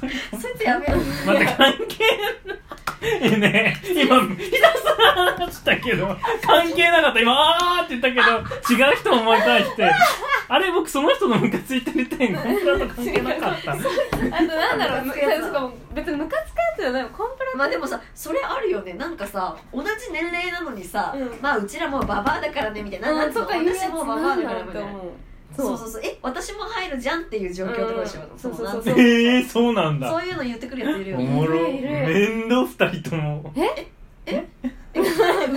[SPEAKER 3] それ
[SPEAKER 1] そいつやべえ
[SPEAKER 3] また関係ないね今ひたすら話したけど関係なかった今あーって言ったけど違う人も思い返してあれ僕その人のムカついてみた
[SPEAKER 2] (laughs)
[SPEAKER 3] いな本当だと関係なかった
[SPEAKER 2] あとなんだろう
[SPEAKER 1] ムカつくやつ
[SPEAKER 2] そうか別にムカつくやつじゃないコンプラ
[SPEAKER 1] まあでもさそれあるよねなんかさ同じ年齢なのにさ、
[SPEAKER 2] うん
[SPEAKER 1] まあうちらもうババアだからねみたいななんつうの
[SPEAKER 2] とか言うやつ
[SPEAKER 1] 私もうババアだからみたいな
[SPEAKER 2] そ
[SPEAKER 1] そうう
[SPEAKER 2] そ
[SPEAKER 1] そううそうえ私も入るじゃんっていう状況ってことでしょ、
[SPEAKER 2] うん
[SPEAKER 1] そのなんつ
[SPEAKER 2] そうそう
[SPEAKER 3] えー、そうなんだ
[SPEAKER 1] そういうの言ってくるやついるよ
[SPEAKER 3] お
[SPEAKER 1] ね
[SPEAKER 3] もろ
[SPEAKER 2] いるいる
[SPEAKER 3] 面倒二人と
[SPEAKER 1] う
[SPEAKER 3] も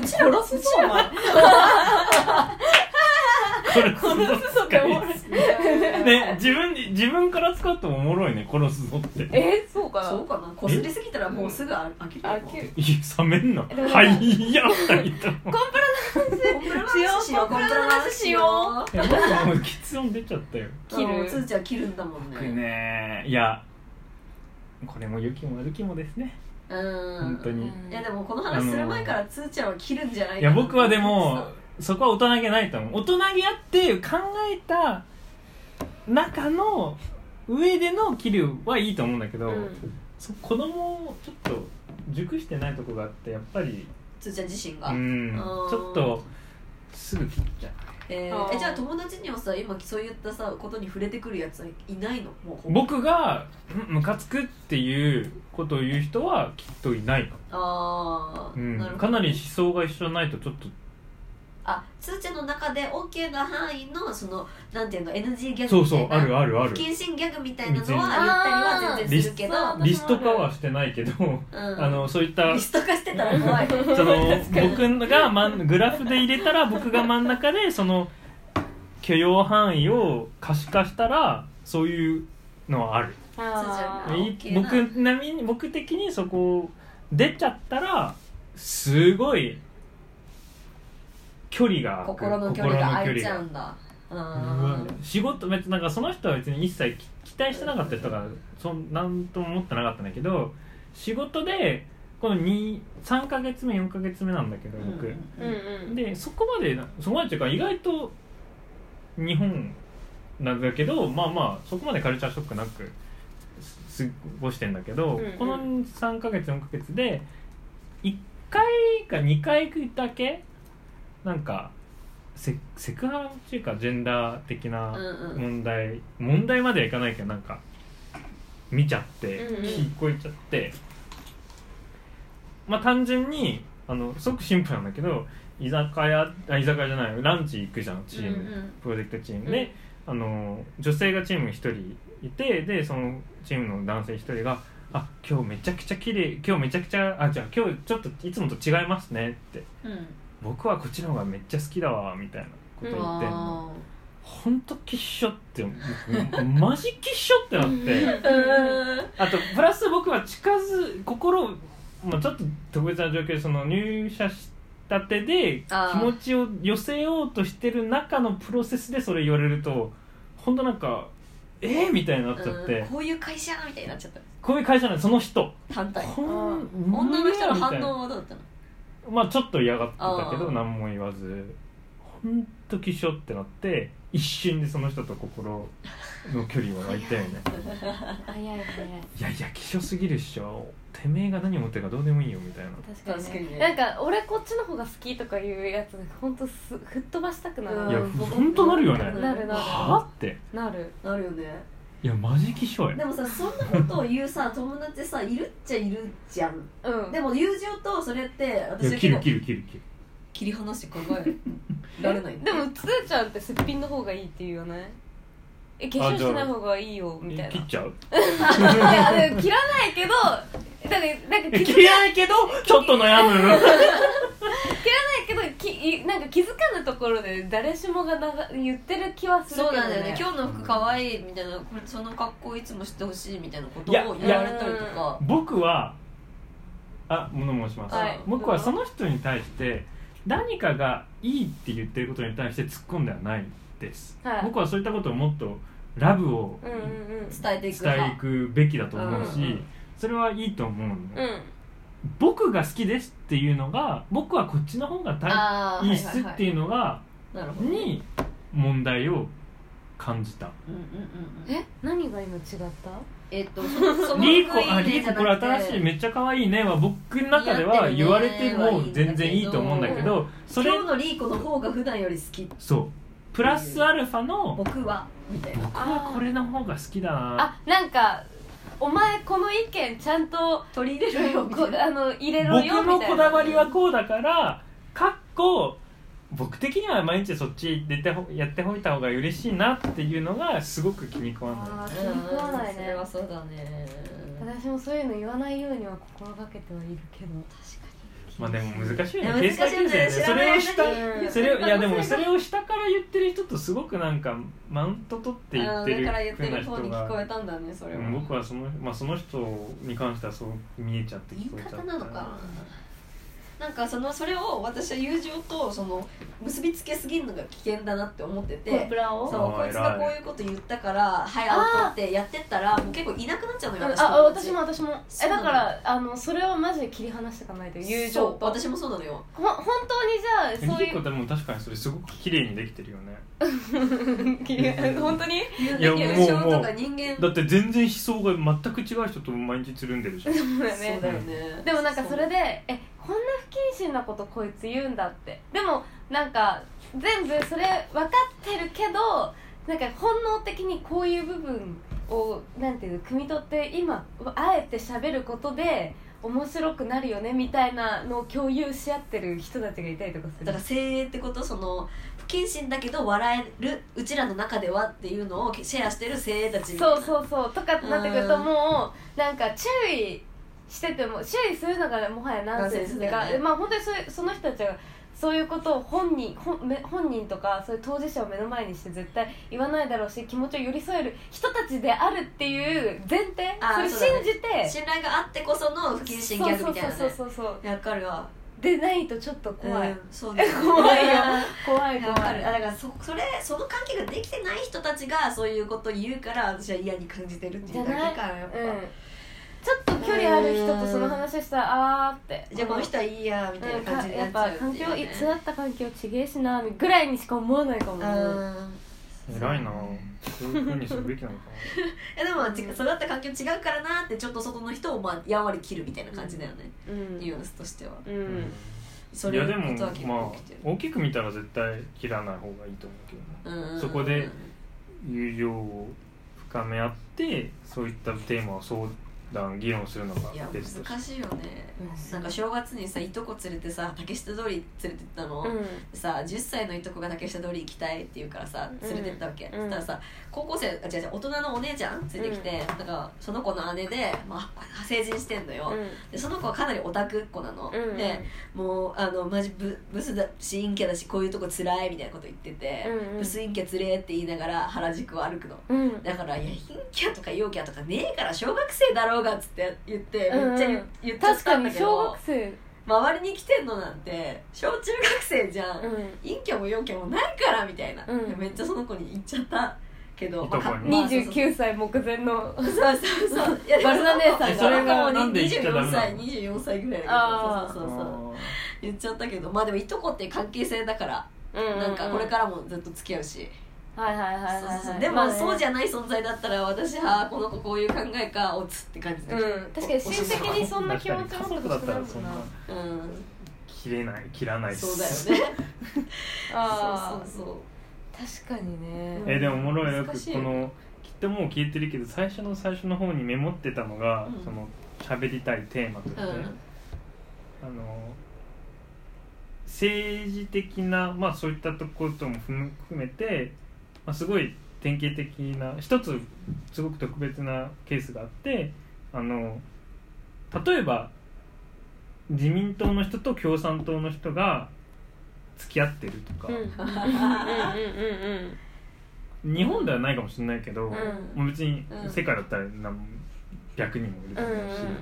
[SPEAKER 1] ちらロスそうな
[SPEAKER 3] 殺すぞ
[SPEAKER 2] 殺すぞっておもろい
[SPEAKER 3] ね自分で自分から使ってもおもろいね殺すぞって
[SPEAKER 2] (laughs) えそうかな
[SPEAKER 1] そうかなこすりすぎたらもうすぐ飽きるよ
[SPEAKER 2] あきゅう
[SPEAKER 3] いや冷めんな
[SPEAKER 2] でも
[SPEAKER 3] はいいや二人とも
[SPEAKER 1] コンプラの話しよう
[SPEAKER 2] コンプラの話しよう
[SPEAKER 3] いや僕もう結論出ちゃったよ
[SPEAKER 1] 切
[SPEAKER 2] 切
[SPEAKER 1] る
[SPEAKER 2] る
[SPEAKER 1] つーちゃん切るんだもん
[SPEAKER 3] 僕
[SPEAKER 1] ね
[SPEAKER 3] ねいやこれも良きも悪きもですね
[SPEAKER 1] うん
[SPEAKER 3] 本当に
[SPEAKER 1] いやでもこの話する前からつーちゃんは切るんじゃない
[SPEAKER 3] い
[SPEAKER 1] かな
[SPEAKER 3] や僕はでもそこは大人げないと思う大人げやって考えた中の上での桐生はいいと思うんだけど、
[SPEAKER 2] うん
[SPEAKER 3] そ子供をちょっと熟してないとこがあってやっぱり
[SPEAKER 1] つーちゃん自身が、
[SPEAKER 3] うん
[SPEAKER 1] あー
[SPEAKER 3] ちょっとすぐ切っちゃう
[SPEAKER 1] え
[SPEAKER 2] あ
[SPEAKER 1] ー、
[SPEAKER 2] ー
[SPEAKER 1] えじゃあ友達にはさ今そういったさことに触れてくるやつはいないのもうほぼ
[SPEAKER 3] 僕がんムカつくっていうことを言う人はきっといないかも
[SPEAKER 1] ああ、
[SPEAKER 3] うん
[SPEAKER 1] なるほど
[SPEAKER 3] かなり思想が一緒じゃないとちょっと
[SPEAKER 1] あつーちゃんの中で OK な範囲のそのなんていうの NG ギャグみたいな
[SPEAKER 3] そうそうあるあるある
[SPEAKER 1] 不謹慎ギャグみたいなのは
[SPEAKER 3] 別に
[SPEAKER 1] 言ったりは全然するけど
[SPEAKER 2] あー
[SPEAKER 3] リスト化はしてないけど、
[SPEAKER 1] うん
[SPEAKER 3] あのそういった
[SPEAKER 1] リスト化してたら怖い
[SPEAKER 3] (laughs) そ
[SPEAKER 1] (laughs)
[SPEAKER 3] の
[SPEAKER 2] 確かに
[SPEAKER 3] 僕が真んグラフで入れたら僕が真ん中でその許容範囲を可視化したらそういうのはある
[SPEAKER 2] あ
[SPEAKER 1] あ
[SPEAKER 2] ー
[SPEAKER 3] い
[SPEAKER 1] OK な
[SPEAKER 3] 僕なみに僕的にそこ出ちゃったらすごい距離が
[SPEAKER 1] 心の距離が空いちゃうん
[SPEAKER 3] 心の距離が
[SPEAKER 1] だ
[SPEAKER 3] うわ
[SPEAKER 1] う
[SPEAKER 3] 仕事別になんかその人は別に一切き期待してなかった人がそんなんとも思ってなかったんだけど仕事でこの2 3ヶ月目4ヶ月目なんだけど
[SPEAKER 1] ん
[SPEAKER 3] 僕、
[SPEAKER 2] うんうん
[SPEAKER 3] でそこまでなそこまでっていうか意外と日本なんだけどまあまあそこまでカルチャーショックなくす過ごしてんだけど、
[SPEAKER 2] うんうん
[SPEAKER 3] この3ヶ月4ヶ月で1回か2回だけなんかセセクハラっていうかジェンダー的な
[SPEAKER 1] うんうん
[SPEAKER 3] 問題、問題まではいかないけどなんか見ちゃって、
[SPEAKER 2] うんうん
[SPEAKER 3] 聞こえちゃってまあ単純にあのすごくシンプルなんだけど居酒屋あ居酒屋じゃないランチ行くじゃんチーム、
[SPEAKER 1] うんうん
[SPEAKER 3] プロジェクトチーム
[SPEAKER 2] うん
[SPEAKER 3] で、あの女性がチームに1人いてでそのチームの男性1人が「あ今日めちゃくちゃ綺麗今日めちゃくちゃあじゃあ今日ちょっといつもと違いますね」って
[SPEAKER 1] うん
[SPEAKER 3] 「僕はこっちの方がめっちゃ好きだわ」みたいなこと言ってんの。
[SPEAKER 1] あ
[SPEAKER 3] ほんときっしょって僕マジきっしょってなって
[SPEAKER 1] ーうん
[SPEAKER 3] あとプラス僕は近づ心を、まあ、ちょっと特別な状況でその入社したてで
[SPEAKER 1] あ
[SPEAKER 3] 気
[SPEAKER 1] ー
[SPEAKER 3] 持ちを寄せようとしてる中のプロセスでそれ言われるとほんとなんかえー、みたいになっちゃって、
[SPEAKER 1] うんこういう会社みたいになっちゃった
[SPEAKER 3] こういう会社なんでその人
[SPEAKER 1] 単体
[SPEAKER 3] こん
[SPEAKER 1] 女の人の
[SPEAKER 3] みたい
[SPEAKER 1] 反
[SPEAKER 3] な
[SPEAKER 1] 応はどうだったの
[SPEAKER 3] まあちょっと嫌がってたけ
[SPEAKER 1] あ
[SPEAKER 3] ど
[SPEAKER 1] ー
[SPEAKER 3] 何も言わずほんときっしょってなって一瞬でその人と心の距離は湧いたよね
[SPEAKER 2] 早い早い
[SPEAKER 3] いやいや希少すぎるっしょてめえが何持ってるかどうでもいいよみたいな
[SPEAKER 2] 確
[SPEAKER 1] 確
[SPEAKER 2] か
[SPEAKER 1] か
[SPEAKER 2] に
[SPEAKER 1] に
[SPEAKER 2] ね
[SPEAKER 1] ね
[SPEAKER 2] なんか俺こっちの方が好きとかいうやつ本当す吹っ飛ばしたくなる
[SPEAKER 1] うん
[SPEAKER 3] いや
[SPEAKER 1] 僕
[SPEAKER 3] ほんとなるよね
[SPEAKER 2] なるなる
[SPEAKER 3] はあって
[SPEAKER 2] なる
[SPEAKER 1] なるよね
[SPEAKER 3] いやマジ希少や
[SPEAKER 1] でもさそんなことを言うさ友達さいるっちゃいるじゃん
[SPEAKER 2] うん
[SPEAKER 1] でも友情とそれって
[SPEAKER 3] い
[SPEAKER 1] 私
[SPEAKER 3] や
[SPEAKER 1] は
[SPEAKER 3] 切
[SPEAKER 1] 結
[SPEAKER 3] る
[SPEAKER 1] 構
[SPEAKER 3] 切る切る切る
[SPEAKER 1] 切り離して考えられないんだ
[SPEAKER 2] でもつーちゃんってすっぴんの方がいいって言うよねえ化粧してない方がいいよみたい
[SPEAKER 3] 切
[SPEAKER 2] な
[SPEAKER 3] っちゃう
[SPEAKER 2] いや切らないけどだからなんか気づ
[SPEAKER 3] 切
[SPEAKER 2] から
[SPEAKER 3] ないけどちょっと悩む
[SPEAKER 2] ないけどきいなんか気づかぬところで誰しもがなが言ってる気はするけど、
[SPEAKER 1] そうなん
[SPEAKER 2] ね、
[SPEAKER 1] だよね今日の服可愛いみたいなこれその格好いつもしてほしいみたいなことを
[SPEAKER 3] いや
[SPEAKER 1] 言われたりとか
[SPEAKER 3] 僕はあ物申します、
[SPEAKER 2] はい
[SPEAKER 3] 僕はその人に対して何かがいいって言ってることに対して突っ込んではないです、
[SPEAKER 2] はい
[SPEAKER 3] 僕はそういったことをもっとラブを
[SPEAKER 2] うんうんうん
[SPEAKER 1] 伝えていく
[SPEAKER 3] 伝えてい
[SPEAKER 1] 派
[SPEAKER 3] くべきだと思うし、
[SPEAKER 1] うんうんうん
[SPEAKER 3] それはいいと思うの、
[SPEAKER 2] うん
[SPEAKER 3] 僕が好きですっていうのが僕はこっちの方が大
[SPEAKER 1] ああ
[SPEAKER 3] いいっすっていうのが
[SPEAKER 1] なるほど
[SPEAKER 3] に問題を感じた
[SPEAKER 1] うんうんうんうん
[SPEAKER 2] え何が今違った
[SPEAKER 1] えっとそその
[SPEAKER 3] リーコあ
[SPEAKER 1] 部位
[SPEAKER 3] リ
[SPEAKER 1] で
[SPEAKER 3] ー
[SPEAKER 1] じゃ
[SPEAKER 3] コ
[SPEAKER 1] なくて
[SPEAKER 3] これ新しいめっちゃ可愛いねは僕の中では言われても全然いいと思うんだけどそれ
[SPEAKER 1] 今日のリーコの方が普段より好き
[SPEAKER 3] そうプラスアルファの
[SPEAKER 1] 僕はみたいな
[SPEAKER 3] 僕はこれの方が好きだな
[SPEAKER 2] あなんかお前この意見ちゃんと
[SPEAKER 1] (laughs) 取り入れるよみた
[SPEAKER 2] こ
[SPEAKER 1] いな
[SPEAKER 2] あの入れろ
[SPEAKER 3] 僕
[SPEAKER 2] よみたいな
[SPEAKER 3] のこだわりはこうだからかっこ僕的には毎日そっち出てほやっておいた方が嬉しいなっていうのがすごく気に食わない
[SPEAKER 2] あー気に食わない
[SPEAKER 1] うんそ
[SPEAKER 2] ね
[SPEAKER 1] れはそうだね
[SPEAKER 2] 私もそういうの言わないようには心がけてはいるけど
[SPEAKER 3] まあでも難しいよね
[SPEAKER 1] いや
[SPEAKER 3] ケースバイケースだよね
[SPEAKER 1] 難しいよね知らないよね
[SPEAKER 3] それをしたそれをいやでも
[SPEAKER 1] そ
[SPEAKER 3] そ
[SPEAKER 1] れ
[SPEAKER 3] れを下から言ってる人とすごくなんかマウント取って言
[SPEAKER 1] あ
[SPEAKER 3] って
[SPEAKER 1] ー
[SPEAKER 3] る
[SPEAKER 1] だから言ってる方
[SPEAKER 3] 風
[SPEAKER 1] に
[SPEAKER 3] な
[SPEAKER 1] 聞
[SPEAKER 3] 人
[SPEAKER 1] こ
[SPEAKER 3] が
[SPEAKER 1] えたんだねそれ
[SPEAKER 3] う
[SPEAKER 1] は
[SPEAKER 3] ん僕はその,、まあ、その人に関してはそう見えちゃって
[SPEAKER 1] 言い
[SPEAKER 3] 聞こえちゃっ
[SPEAKER 1] 方
[SPEAKER 3] た
[SPEAKER 1] なのかななんかそのそれを私は友情とその結びつけすぎるのが危険だなって思ってて
[SPEAKER 2] プラを
[SPEAKER 1] そう
[SPEAKER 3] あー
[SPEAKER 1] こいつが
[SPEAKER 3] 偉
[SPEAKER 1] こ
[SPEAKER 3] いう
[SPEAKER 1] いうこと言っ言ったからはいアウトってやってったらもう結構いなくなっちゃうのよ
[SPEAKER 2] あ
[SPEAKER 1] 友達
[SPEAKER 2] 私も私も
[SPEAKER 1] そ
[SPEAKER 2] え
[SPEAKER 1] うな
[SPEAKER 2] だ
[SPEAKER 1] の
[SPEAKER 2] からあのそれはマジで切り離していかないと友情
[SPEAKER 1] そう
[SPEAKER 2] と
[SPEAKER 1] 私もそうなのよ
[SPEAKER 2] ほ本当にじゃあそう
[SPEAKER 3] リ
[SPEAKER 2] い
[SPEAKER 3] ーコでも確かにそれすごく綺麗にできてるよね
[SPEAKER 2] う切り (laughs) 本当に
[SPEAKER 1] い
[SPEAKER 3] や
[SPEAKER 1] 友
[SPEAKER 3] もう
[SPEAKER 1] 情と
[SPEAKER 3] も
[SPEAKER 1] か
[SPEAKER 3] う
[SPEAKER 1] 人間
[SPEAKER 3] だって全然思想が全く違う人と毎日つるんでるじゃん
[SPEAKER 2] そうだよ
[SPEAKER 1] そう
[SPEAKER 2] ね
[SPEAKER 1] だよね
[SPEAKER 2] でもなんかそれ
[SPEAKER 1] で
[SPEAKER 2] でえこんな不謹慎なことこいつ言うんだってでもなんか全部それ分かってるけどなんか本能的にこういう部分をなんていうの汲み取って今あえて喋ることで面白くなるよねみたいなのを共有し合ってる人たちがいたりとかす
[SPEAKER 1] だか
[SPEAKER 2] る
[SPEAKER 1] ら精鋭ってことその不謹慎だけど笑えるうちらの中ではっていうのをシェアしてる精鋭たちみたいな
[SPEAKER 2] そうそうそうとかってなってくる
[SPEAKER 1] う
[SPEAKER 2] と
[SPEAKER 1] ん
[SPEAKER 2] もうなんか注意してても注意するのがもはやナンセンスっていう
[SPEAKER 1] ナンセ
[SPEAKER 2] か
[SPEAKER 1] ンスだよね
[SPEAKER 2] まあ本当にそういうその人たちがそういうことを本人本め本人とかそういう当事者を目の前にして絶対言わないだろうし気持ちを寄り添える人たちであるっていう前提
[SPEAKER 1] あー
[SPEAKER 2] そ
[SPEAKER 1] そう
[SPEAKER 2] れ
[SPEAKER 1] だね
[SPEAKER 2] 信じて
[SPEAKER 1] 信頼があってこその不謹慎ギャグみたいな
[SPEAKER 2] そう
[SPEAKER 1] ね
[SPEAKER 2] そうそうそうそう
[SPEAKER 1] わかるわ
[SPEAKER 2] でないとちょっと怖い、
[SPEAKER 1] うんそうだよね
[SPEAKER 2] 怖いよ怖い
[SPEAKER 1] わ
[SPEAKER 2] 怖
[SPEAKER 1] かる
[SPEAKER 2] い
[SPEAKER 1] あだからそそれその関係ができてない人たちがそういうことを言うから私は嫌に感じてるっていうだけかなやっぱ、
[SPEAKER 2] うんちょっと距離ある人とその話をしたらあーって
[SPEAKER 1] じゃあこの人はいいやみたいな感じにな
[SPEAKER 2] や
[SPEAKER 1] っ
[SPEAKER 2] っ
[SPEAKER 1] ちゃ
[SPEAKER 2] ぱ
[SPEAKER 1] う
[SPEAKER 2] 環
[SPEAKER 1] ってい
[SPEAKER 2] 境
[SPEAKER 1] うね
[SPEAKER 2] 育った環境ちげえしなぐらいにしか思わないかもね
[SPEAKER 1] あ
[SPEAKER 3] 偉いなそういうふうにするべきなのかな
[SPEAKER 1] ーえでもまあち育った環境違うからなってちょっと外の人をまあやんわり切るみたいな感じだよね、
[SPEAKER 2] うん
[SPEAKER 1] ニュアンスとしては
[SPEAKER 2] う
[SPEAKER 3] うん
[SPEAKER 2] ん
[SPEAKER 1] そ
[SPEAKER 3] い
[SPEAKER 1] れ
[SPEAKER 3] や
[SPEAKER 1] こ
[SPEAKER 3] でも
[SPEAKER 1] とは結
[SPEAKER 3] まあ
[SPEAKER 1] 構起きてる、
[SPEAKER 3] 大きく見たら絶対切らない方がいいと思うけどね
[SPEAKER 1] うん
[SPEAKER 3] そこで友情を深め合ってそういったテーマを相談議論するのが
[SPEAKER 1] いや
[SPEAKER 3] ベスト
[SPEAKER 1] 難しいよねなんか
[SPEAKER 2] し
[SPEAKER 1] 正月にさいとこ連れてさ竹下通り連れてったの、さ10歳のいとこが竹下通り行きたいって言うからさ連れてったわけ、
[SPEAKER 2] ん
[SPEAKER 1] そしたらさ高校生あ違う違う大人のお姉ちゃんついてきて、なんかその子の姉で、まあ、成人してんのよ、でその子はかなりオタクっ子なの、
[SPEAKER 2] うん
[SPEAKER 1] でもうあのマジブブスだし陰キャだしこういうとこつらいみたいなこと言ってて、
[SPEAKER 2] うんうん
[SPEAKER 1] ブス陰キャつれえって言いながら原宿を歩くの
[SPEAKER 2] うん
[SPEAKER 1] だから「いや陰キャとか陽キャとかねえから小学生だろうが」っつって言ってめっちゃ言,、
[SPEAKER 2] うん
[SPEAKER 1] 言っちゃっ
[SPEAKER 2] 確
[SPEAKER 1] た
[SPEAKER 2] か
[SPEAKER 1] んだけ
[SPEAKER 2] に小
[SPEAKER 1] ど
[SPEAKER 2] 学生
[SPEAKER 1] 周りに来てんのなんて小中学生じゃん、
[SPEAKER 2] う
[SPEAKER 1] 陰キャも陽キャもないからみたいな、
[SPEAKER 2] うん
[SPEAKER 1] めっちゃその子に言っちゃったけど
[SPEAKER 3] いとこ
[SPEAKER 2] ん
[SPEAKER 1] ま
[SPEAKER 3] に
[SPEAKER 1] あそうそう
[SPEAKER 2] 29歳目前の
[SPEAKER 1] そうそうそういやでも
[SPEAKER 2] (laughs) バルナ姉さん
[SPEAKER 1] その子も
[SPEAKER 2] が
[SPEAKER 3] それがなんで言っちゃ
[SPEAKER 1] 24
[SPEAKER 3] ダメなの
[SPEAKER 1] 歳24歳ぐらいだ
[SPEAKER 2] あ
[SPEAKER 1] けど
[SPEAKER 2] ー
[SPEAKER 1] そうそうそう言っちゃったけどまあでもいとこって関係性だから、なんかこれからもずっと付き合うし、
[SPEAKER 2] らはいはいはい
[SPEAKER 1] そうそう
[SPEAKER 2] は
[SPEAKER 1] そう
[SPEAKER 2] い
[SPEAKER 1] でも、そうじ
[SPEAKER 2] ゃ
[SPEAKER 1] ゃない存在だったら私はこの子こういう考えかおつって感じで、
[SPEAKER 2] うん確かに親戚にそんな気持ち持
[SPEAKER 3] 確
[SPEAKER 2] って
[SPEAKER 3] かに
[SPEAKER 2] ほ
[SPEAKER 3] 家族
[SPEAKER 2] し
[SPEAKER 3] だ
[SPEAKER 2] く
[SPEAKER 3] った
[SPEAKER 2] な
[SPEAKER 3] ら
[SPEAKER 2] る
[SPEAKER 3] そんな
[SPEAKER 2] な
[SPEAKER 1] うん
[SPEAKER 3] 切れない切らないっす
[SPEAKER 1] そうだよ
[SPEAKER 2] (laughs)
[SPEAKER 1] ね
[SPEAKER 2] あ
[SPEAKER 1] そうそうそう
[SPEAKER 2] ー確かにね
[SPEAKER 3] えーでもおもろいよ
[SPEAKER 1] 難
[SPEAKER 3] く
[SPEAKER 1] しい
[SPEAKER 3] このきっともう聞いてるけど最初の最初の方にメモってたのが、
[SPEAKER 1] うん
[SPEAKER 3] その喋りたいテーマとして、
[SPEAKER 1] うん
[SPEAKER 3] あの政治的な、まあ、そういったところとも含めて、まあ、すごい典型的な一つすごく特別なケースがあってあの例えば自民党の人と共産党の人が付き合ってるとか、
[SPEAKER 2] うんうん
[SPEAKER 3] 日本ではないかもしれないけど、
[SPEAKER 1] うん
[SPEAKER 3] もう別に
[SPEAKER 1] うん
[SPEAKER 3] 世界だったら何も100人もいると思うし、
[SPEAKER 2] うんうん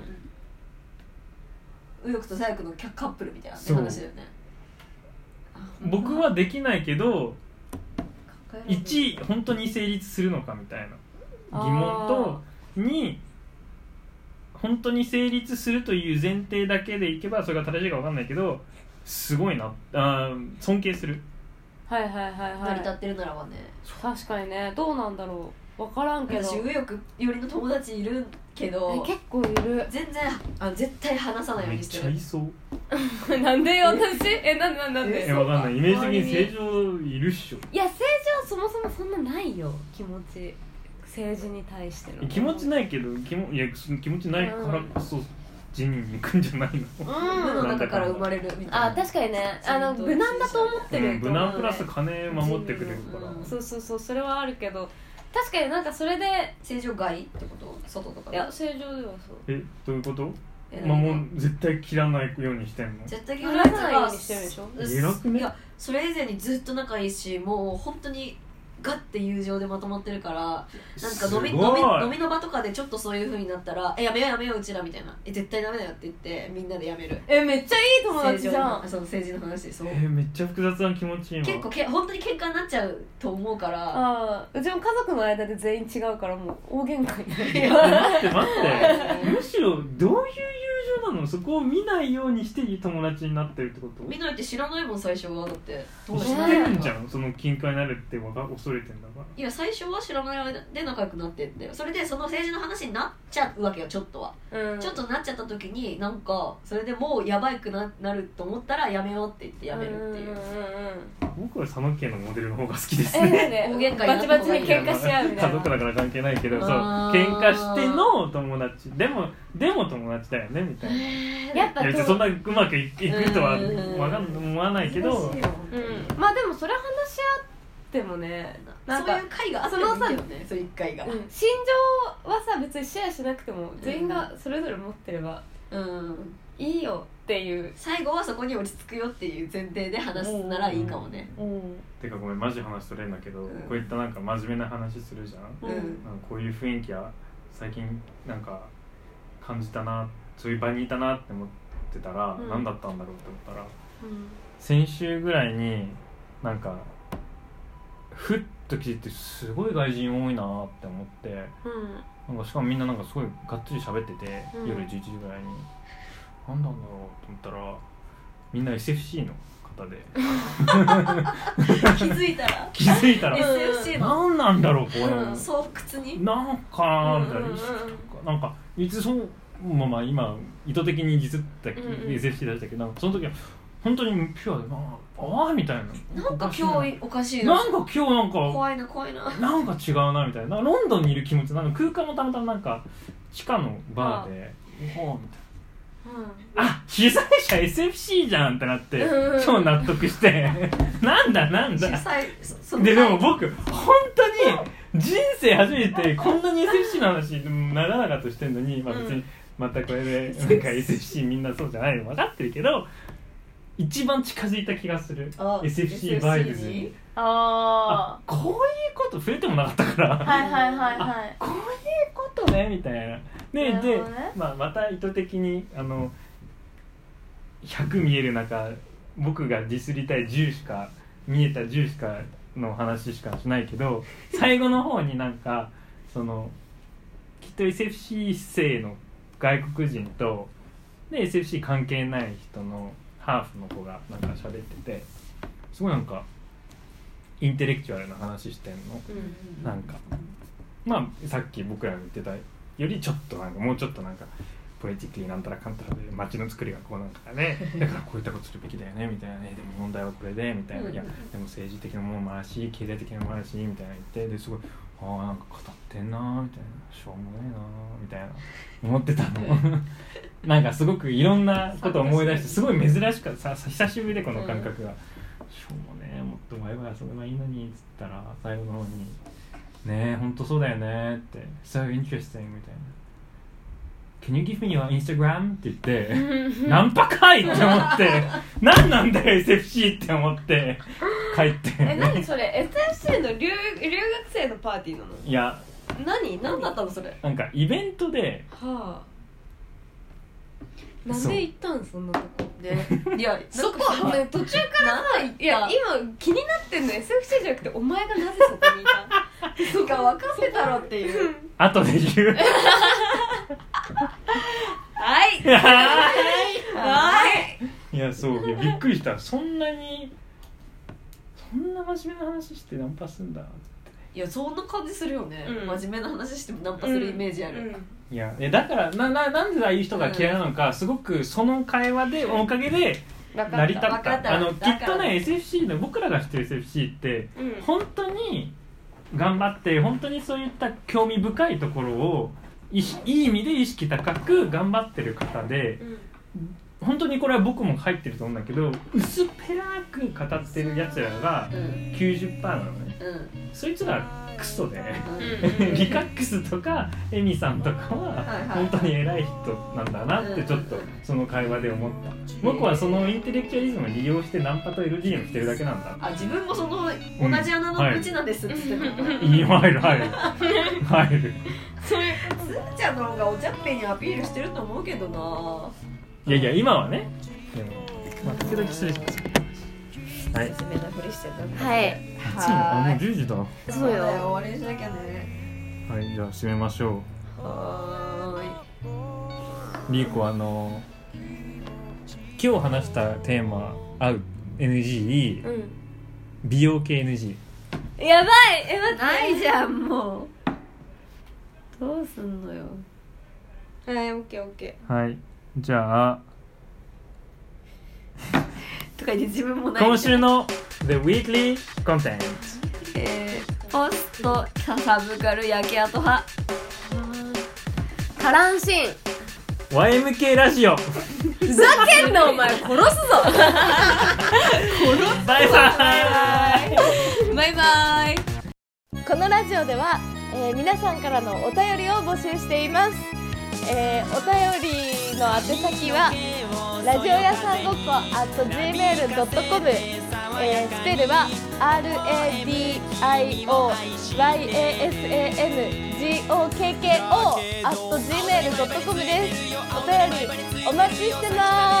[SPEAKER 1] 右翼と左翼のキャカップルみたいなね話だよね
[SPEAKER 3] 僕はできないけど
[SPEAKER 1] 考えられない
[SPEAKER 3] 1本当に成立するのかみたいな疑問と2本当に成立するという前提だけでいけばそれが正しいか分かんないけどすごいなあー尊敬する
[SPEAKER 2] はいはいはい
[SPEAKER 1] 成り立
[SPEAKER 2] は
[SPEAKER 1] ってるならばね
[SPEAKER 2] い確かにねどうなんだろう分からんけど
[SPEAKER 1] 私右翼寄りの友達いるけ
[SPEAKER 2] え
[SPEAKER 1] ど
[SPEAKER 2] 結構いる
[SPEAKER 1] 全然あ絶対話さないよう
[SPEAKER 3] め
[SPEAKER 1] に
[SPEAKER 3] っ
[SPEAKER 1] して
[SPEAKER 3] ち
[SPEAKER 1] る
[SPEAKER 3] ゃいそ
[SPEAKER 2] (laughs)
[SPEAKER 3] う
[SPEAKER 2] なんでよ私えなんでなんでなん
[SPEAKER 1] え
[SPEAKER 3] え
[SPEAKER 2] で
[SPEAKER 3] 分かんないイメージ的に
[SPEAKER 1] 周りに
[SPEAKER 3] 正常いるっしょ
[SPEAKER 2] いや政治はそもそもそんなないよ気持ち政治に対しての
[SPEAKER 3] 気持ちないけど気もいやそ気持ちないからこそ人に行くんじゃないの、
[SPEAKER 1] 部の中から生まれるみたいな
[SPEAKER 2] あ確かにねあの無難だと思って
[SPEAKER 3] う
[SPEAKER 2] る
[SPEAKER 3] ん、
[SPEAKER 2] と
[SPEAKER 3] 無
[SPEAKER 2] 思う、ね
[SPEAKER 3] 難プラス金守ってくれるから、
[SPEAKER 1] うん
[SPEAKER 2] そうそうそうそれはあるけど確かになんかそれで
[SPEAKER 1] 正常外ってこと外とか
[SPEAKER 2] いや正常ではそう
[SPEAKER 3] えどういうこと
[SPEAKER 1] え
[SPEAKER 3] まあ、もう絶対切らないようにしてんの
[SPEAKER 1] 絶対
[SPEAKER 2] 話さないようにしてるでしょ
[SPEAKER 3] 偉くね
[SPEAKER 1] いやそれ以前にずっと仲いいしもう本当にガッて友情でまとまってるからなんか飲み飲み
[SPEAKER 3] すごい
[SPEAKER 1] 飲みの場とかでちょっとそういうふうになったら「えやめようやめよううちら」みたいな「え絶対ダメだよ」って言ってみんなでやめる
[SPEAKER 2] えめっちゃいい友達じゃ
[SPEAKER 1] の
[SPEAKER 2] ん
[SPEAKER 1] その政治の話そう
[SPEAKER 3] えーめっちゃ複雑な気持ち今
[SPEAKER 1] 結構け本当に喧嘩になっちゃうと思うから
[SPEAKER 2] ああうちも家族の間で全員違うからもう大喧嘩になる
[SPEAKER 3] え待って待
[SPEAKER 1] (laughs)
[SPEAKER 3] ってむしろどういう友情なのそこを見ないようにして友達になってるってこと
[SPEAKER 1] 見ないって知らないもん最初はだってどう
[SPEAKER 3] 知
[SPEAKER 1] し
[SPEAKER 3] って
[SPEAKER 2] ね
[SPEAKER 3] てるんじゃんその金塊になるってわか恐れてんだから
[SPEAKER 1] いや最初は知らない間で仲良くなってんだよそれでその政治の話になっちゃうわけよちょっとは
[SPEAKER 2] うん
[SPEAKER 1] ちょっとなっちゃった時になんかそれでもうやばいくななると思ったらやめようって言ってやめるってい
[SPEAKER 2] ん
[SPEAKER 1] う。
[SPEAKER 2] んんうん
[SPEAKER 3] 僕は佐野家のモデルの方が好きです
[SPEAKER 2] えなん
[SPEAKER 3] ね
[SPEAKER 2] で (laughs) ね
[SPEAKER 1] 大喧嘩になった
[SPEAKER 2] バチバチに
[SPEAKER 3] (laughs)
[SPEAKER 2] 喧嘩し合うみたいな
[SPEAKER 3] 家族だから関係ないけどそう
[SPEAKER 1] あー
[SPEAKER 3] 喧嘩しての友達でもでも友達だよねみたいな
[SPEAKER 2] やっぱ
[SPEAKER 3] いや別にそんなうまくいいくとは
[SPEAKER 1] うん
[SPEAKER 3] わかん思わないけど
[SPEAKER 1] 難しいよ
[SPEAKER 2] うんまあでもそれ話し合ってもねな
[SPEAKER 1] そ
[SPEAKER 2] ん
[SPEAKER 1] う
[SPEAKER 2] か
[SPEAKER 1] いう会があってもいいけどねそういう会が
[SPEAKER 2] うん心情はさ別にシェアしなくても全員がそれぞれ持ってれば
[SPEAKER 1] うん
[SPEAKER 2] いいよっていう
[SPEAKER 1] 最後はそこに落ち着くよっていう前提で話すならいいかもね
[SPEAKER 2] うん
[SPEAKER 3] てかごめんマジ話取れんだけど、
[SPEAKER 1] うん
[SPEAKER 3] こういったなんか真面目な話するじゃん、
[SPEAKER 1] うん
[SPEAKER 2] うん
[SPEAKER 3] なんかこういう雰囲気は最近なんか感じたなそういう場にいたなって思ってたら、
[SPEAKER 2] うん
[SPEAKER 3] 何だったんだろうって思ったら
[SPEAKER 2] うん
[SPEAKER 3] 先週ぐらいになんかふっと聞いてすごい外人多いなって思って
[SPEAKER 2] うん
[SPEAKER 3] なんかしかもみんななんかすごいがっつり喋ってて、
[SPEAKER 2] うん
[SPEAKER 3] 夜11時ぐらいに何なんだろうって思ったらみんな SFC の
[SPEAKER 2] (laughs)
[SPEAKER 3] 方で
[SPEAKER 1] 気づいた
[SPEAKER 3] (laughs)
[SPEAKER 1] ら
[SPEAKER 3] 気づいたら
[SPEAKER 1] SFC の
[SPEAKER 3] 何なんだろうこれ、
[SPEAKER 2] うん
[SPEAKER 1] 巣窟に
[SPEAKER 3] なんかなみたいな、
[SPEAKER 2] うんうんうん
[SPEAKER 3] なんか実そうまあまあ今意図的に実った、
[SPEAKER 2] んうん
[SPEAKER 3] SFC 出したけどなんかその時は本当にピュアでなんかああみたいな
[SPEAKER 1] なんか今日おかしい
[SPEAKER 3] な
[SPEAKER 1] なん
[SPEAKER 3] か今日なんか
[SPEAKER 1] 怖いな怖いな
[SPEAKER 3] なんか違うなみたいななんかロンドンにいる気持ちなんか空間もたまたまなんか地下のバーでおおみたいなあ主催者 SFC じゃんってなって
[SPEAKER 2] うんうん
[SPEAKER 3] 超納得して (laughs) なんだなん
[SPEAKER 1] 主
[SPEAKER 3] だ
[SPEAKER 1] 催そその
[SPEAKER 3] ででも
[SPEAKER 1] 会
[SPEAKER 3] 僕本当に人生初めてこんなに SFC の話長々としてんのに、まあ、別
[SPEAKER 2] う
[SPEAKER 3] に
[SPEAKER 2] ん
[SPEAKER 3] またこれでなんか SFC みんなそうじゃないの分かってるけど一番近づいた気がする
[SPEAKER 1] あ
[SPEAKER 3] SFC バイブズにあ
[SPEAKER 2] あ
[SPEAKER 3] こういうこと触れてもなかったか
[SPEAKER 2] あ
[SPEAKER 3] ら
[SPEAKER 2] はいはいはいは
[SPEAKER 3] あ
[SPEAKER 2] い
[SPEAKER 3] こういうことねみたいな。
[SPEAKER 2] な
[SPEAKER 3] で
[SPEAKER 2] るほ
[SPEAKER 3] で
[SPEAKER 2] どね、
[SPEAKER 3] まあ、また意図的にあの100見える中僕がディスりたい10しか見えた10しかの話しかしないけ
[SPEAKER 2] (laughs)
[SPEAKER 3] ど最後の方になんかそのきっと SFC 生の外国人とで SFC 関係ない人のハーフの子がなんか喋っててすごいなんかインテレクチュアルな話してんの。
[SPEAKER 1] うん
[SPEAKER 3] なんかまあさっき僕らが言ってたよりちょっとなんかもうちょっとなんかポエティックになんたらかんたらで街の作りがこうなんか
[SPEAKER 1] (laughs)
[SPEAKER 3] ねだからこういったことするべきだよねみたいなねでも問題はこれでみたいな、
[SPEAKER 1] うん
[SPEAKER 3] いやでも政治的なものもあるし経済的なものもあるしみたいな言ってですごいああなんか語ってんなーみたいなしょうもないなーみたいな思ってたの (laughs) なんかすごくいろんなことを思い出してすごい珍しかったさ久しぶりでこの感覚が、しょうもねえもっとワイワイ遊べばいいのにっつったら最後の方に「ねえほんとそうだよね」って「So interesting」みたいな「Can you give me your Instagram?」って言っ
[SPEAKER 2] (laughs)
[SPEAKER 3] て「ナンパかい!」って思って「何なんだよ SFC」って思って帰って
[SPEAKER 2] え何それ SFC の留留学生のパーティーなの
[SPEAKER 3] いや
[SPEAKER 2] 何何だったのそれは
[SPEAKER 3] なんかイベントで
[SPEAKER 2] あなんで行ったんそんなとこ
[SPEAKER 1] ねいや
[SPEAKER 2] そこ
[SPEAKER 1] なんかさ
[SPEAKER 2] ね途中からさいや今気になってんの SFC じゃなくてお前がなぜそこにいた (laughs)
[SPEAKER 1] てか分かってたろっていう
[SPEAKER 3] 後で言う (laughs)
[SPEAKER 1] いはい
[SPEAKER 3] いやそういやびっくりしたそんなにそんな真面目な話してナンパすんだ
[SPEAKER 1] いやそんな感じするよね、
[SPEAKER 2] うん
[SPEAKER 1] 真面目な話してもナンパするイメージある、
[SPEAKER 3] いやえだからなななんでああいう人が嫌いなのか、すごくその会話でおかげで成り立った
[SPEAKER 1] わかった
[SPEAKER 3] あの
[SPEAKER 1] わかっ
[SPEAKER 3] き
[SPEAKER 1] た
[SPEAKER 3] っとね SFC の僕らが知ってる SFC って
[SPEAKER 2] うんうん
[SPEAKER 3] 本当に頑張って本当にそういった興味深いところをいしいい意味で意識高く頑張ってる方で
[SPEAKER 2] うん
[SPEAKER 3] 本当にこれは僕も入ってると思うんだけど薄っぺらく語ってるやつらが
[SPEAKER 1] うん
[SPEAKER 3] 90%なのね
[SPEAKER 1] うん
[SPEAKER 3] そいつらクソで (laughs)
[SPEAKER 1] うん
[SPEAKER 2] うん
[SPEAKER 3] リカックスとかエミさんとか
[SPEAKER 1] はい
[SPEAKER 3] は
[SPEAKER 1] はい
[SPEAKER 3] 本当に偉い人なんだなってちょっとその会話で思った僕はそのインテレクチャリズムを利用してナンパと LDM してるだけなんだ
[SPEAKER 1] あ自分もその同じ穴の口なんですって言ってたから、
[SPEAKER 2] うん
[SPEAKER 3] いい入る
[SPEAKER 1] (laughs)
[SPEAKER 3] 入る入る
[SPEAKER 2] そういう
[SPEAKER 1] すずちゃんの方がおちゃっぺにアピールしてると思うけどない
[SPEAKER 3] やいや今はねでもまあ時々失礼しますはい
[SPEAKER 1] 真面目なふりしてたんだ
[SPEAKER 2] はい
[SPEAKER 3] 暑いのかもう10時だは
[SPEAKER 2] そうよ
[SPEAKER 1] 終わりにしなきゃね
[SPEAKER 3] いじゃあ締めましょ
[SPEAKER 1] はーいう
[SPEAKER 3] リーコあの今日話したテーマ合う NG
[SPEAKER 2] うん
[SPEAKER 3] 美容系 NG
[SPEAKER 2] やばいえ待って
[SPEAKER 1] ないじゃんもうどうすんのよ
[SPEAKER 2] はいオッケーオッケ
[SPEAKER 3] はいじゃあ
[SPEAKER 1] とか言って自分もない
[SPEAKER 3] 今週の The Weekly Content
[SPEAKER 1] えー、ポストサブカル焼け跡派
[SPEAKER 2] ーカランシーン
[SPEAKER 3] YMK ラジオ
[SPEAKER 2] ふざけんなお前殺すぞ
[SPEAKER 3] バイバイ
[SPEAKER 1] バイバイ
[SPEAKER 2] このラジオでは、えー皆さんからのお便りを募集しています、えーお便りの宛先はラジオ屋さんごっこ at gmail.com、えースペルは radioyasangokko at gmail.com ですお便りお待ちしてます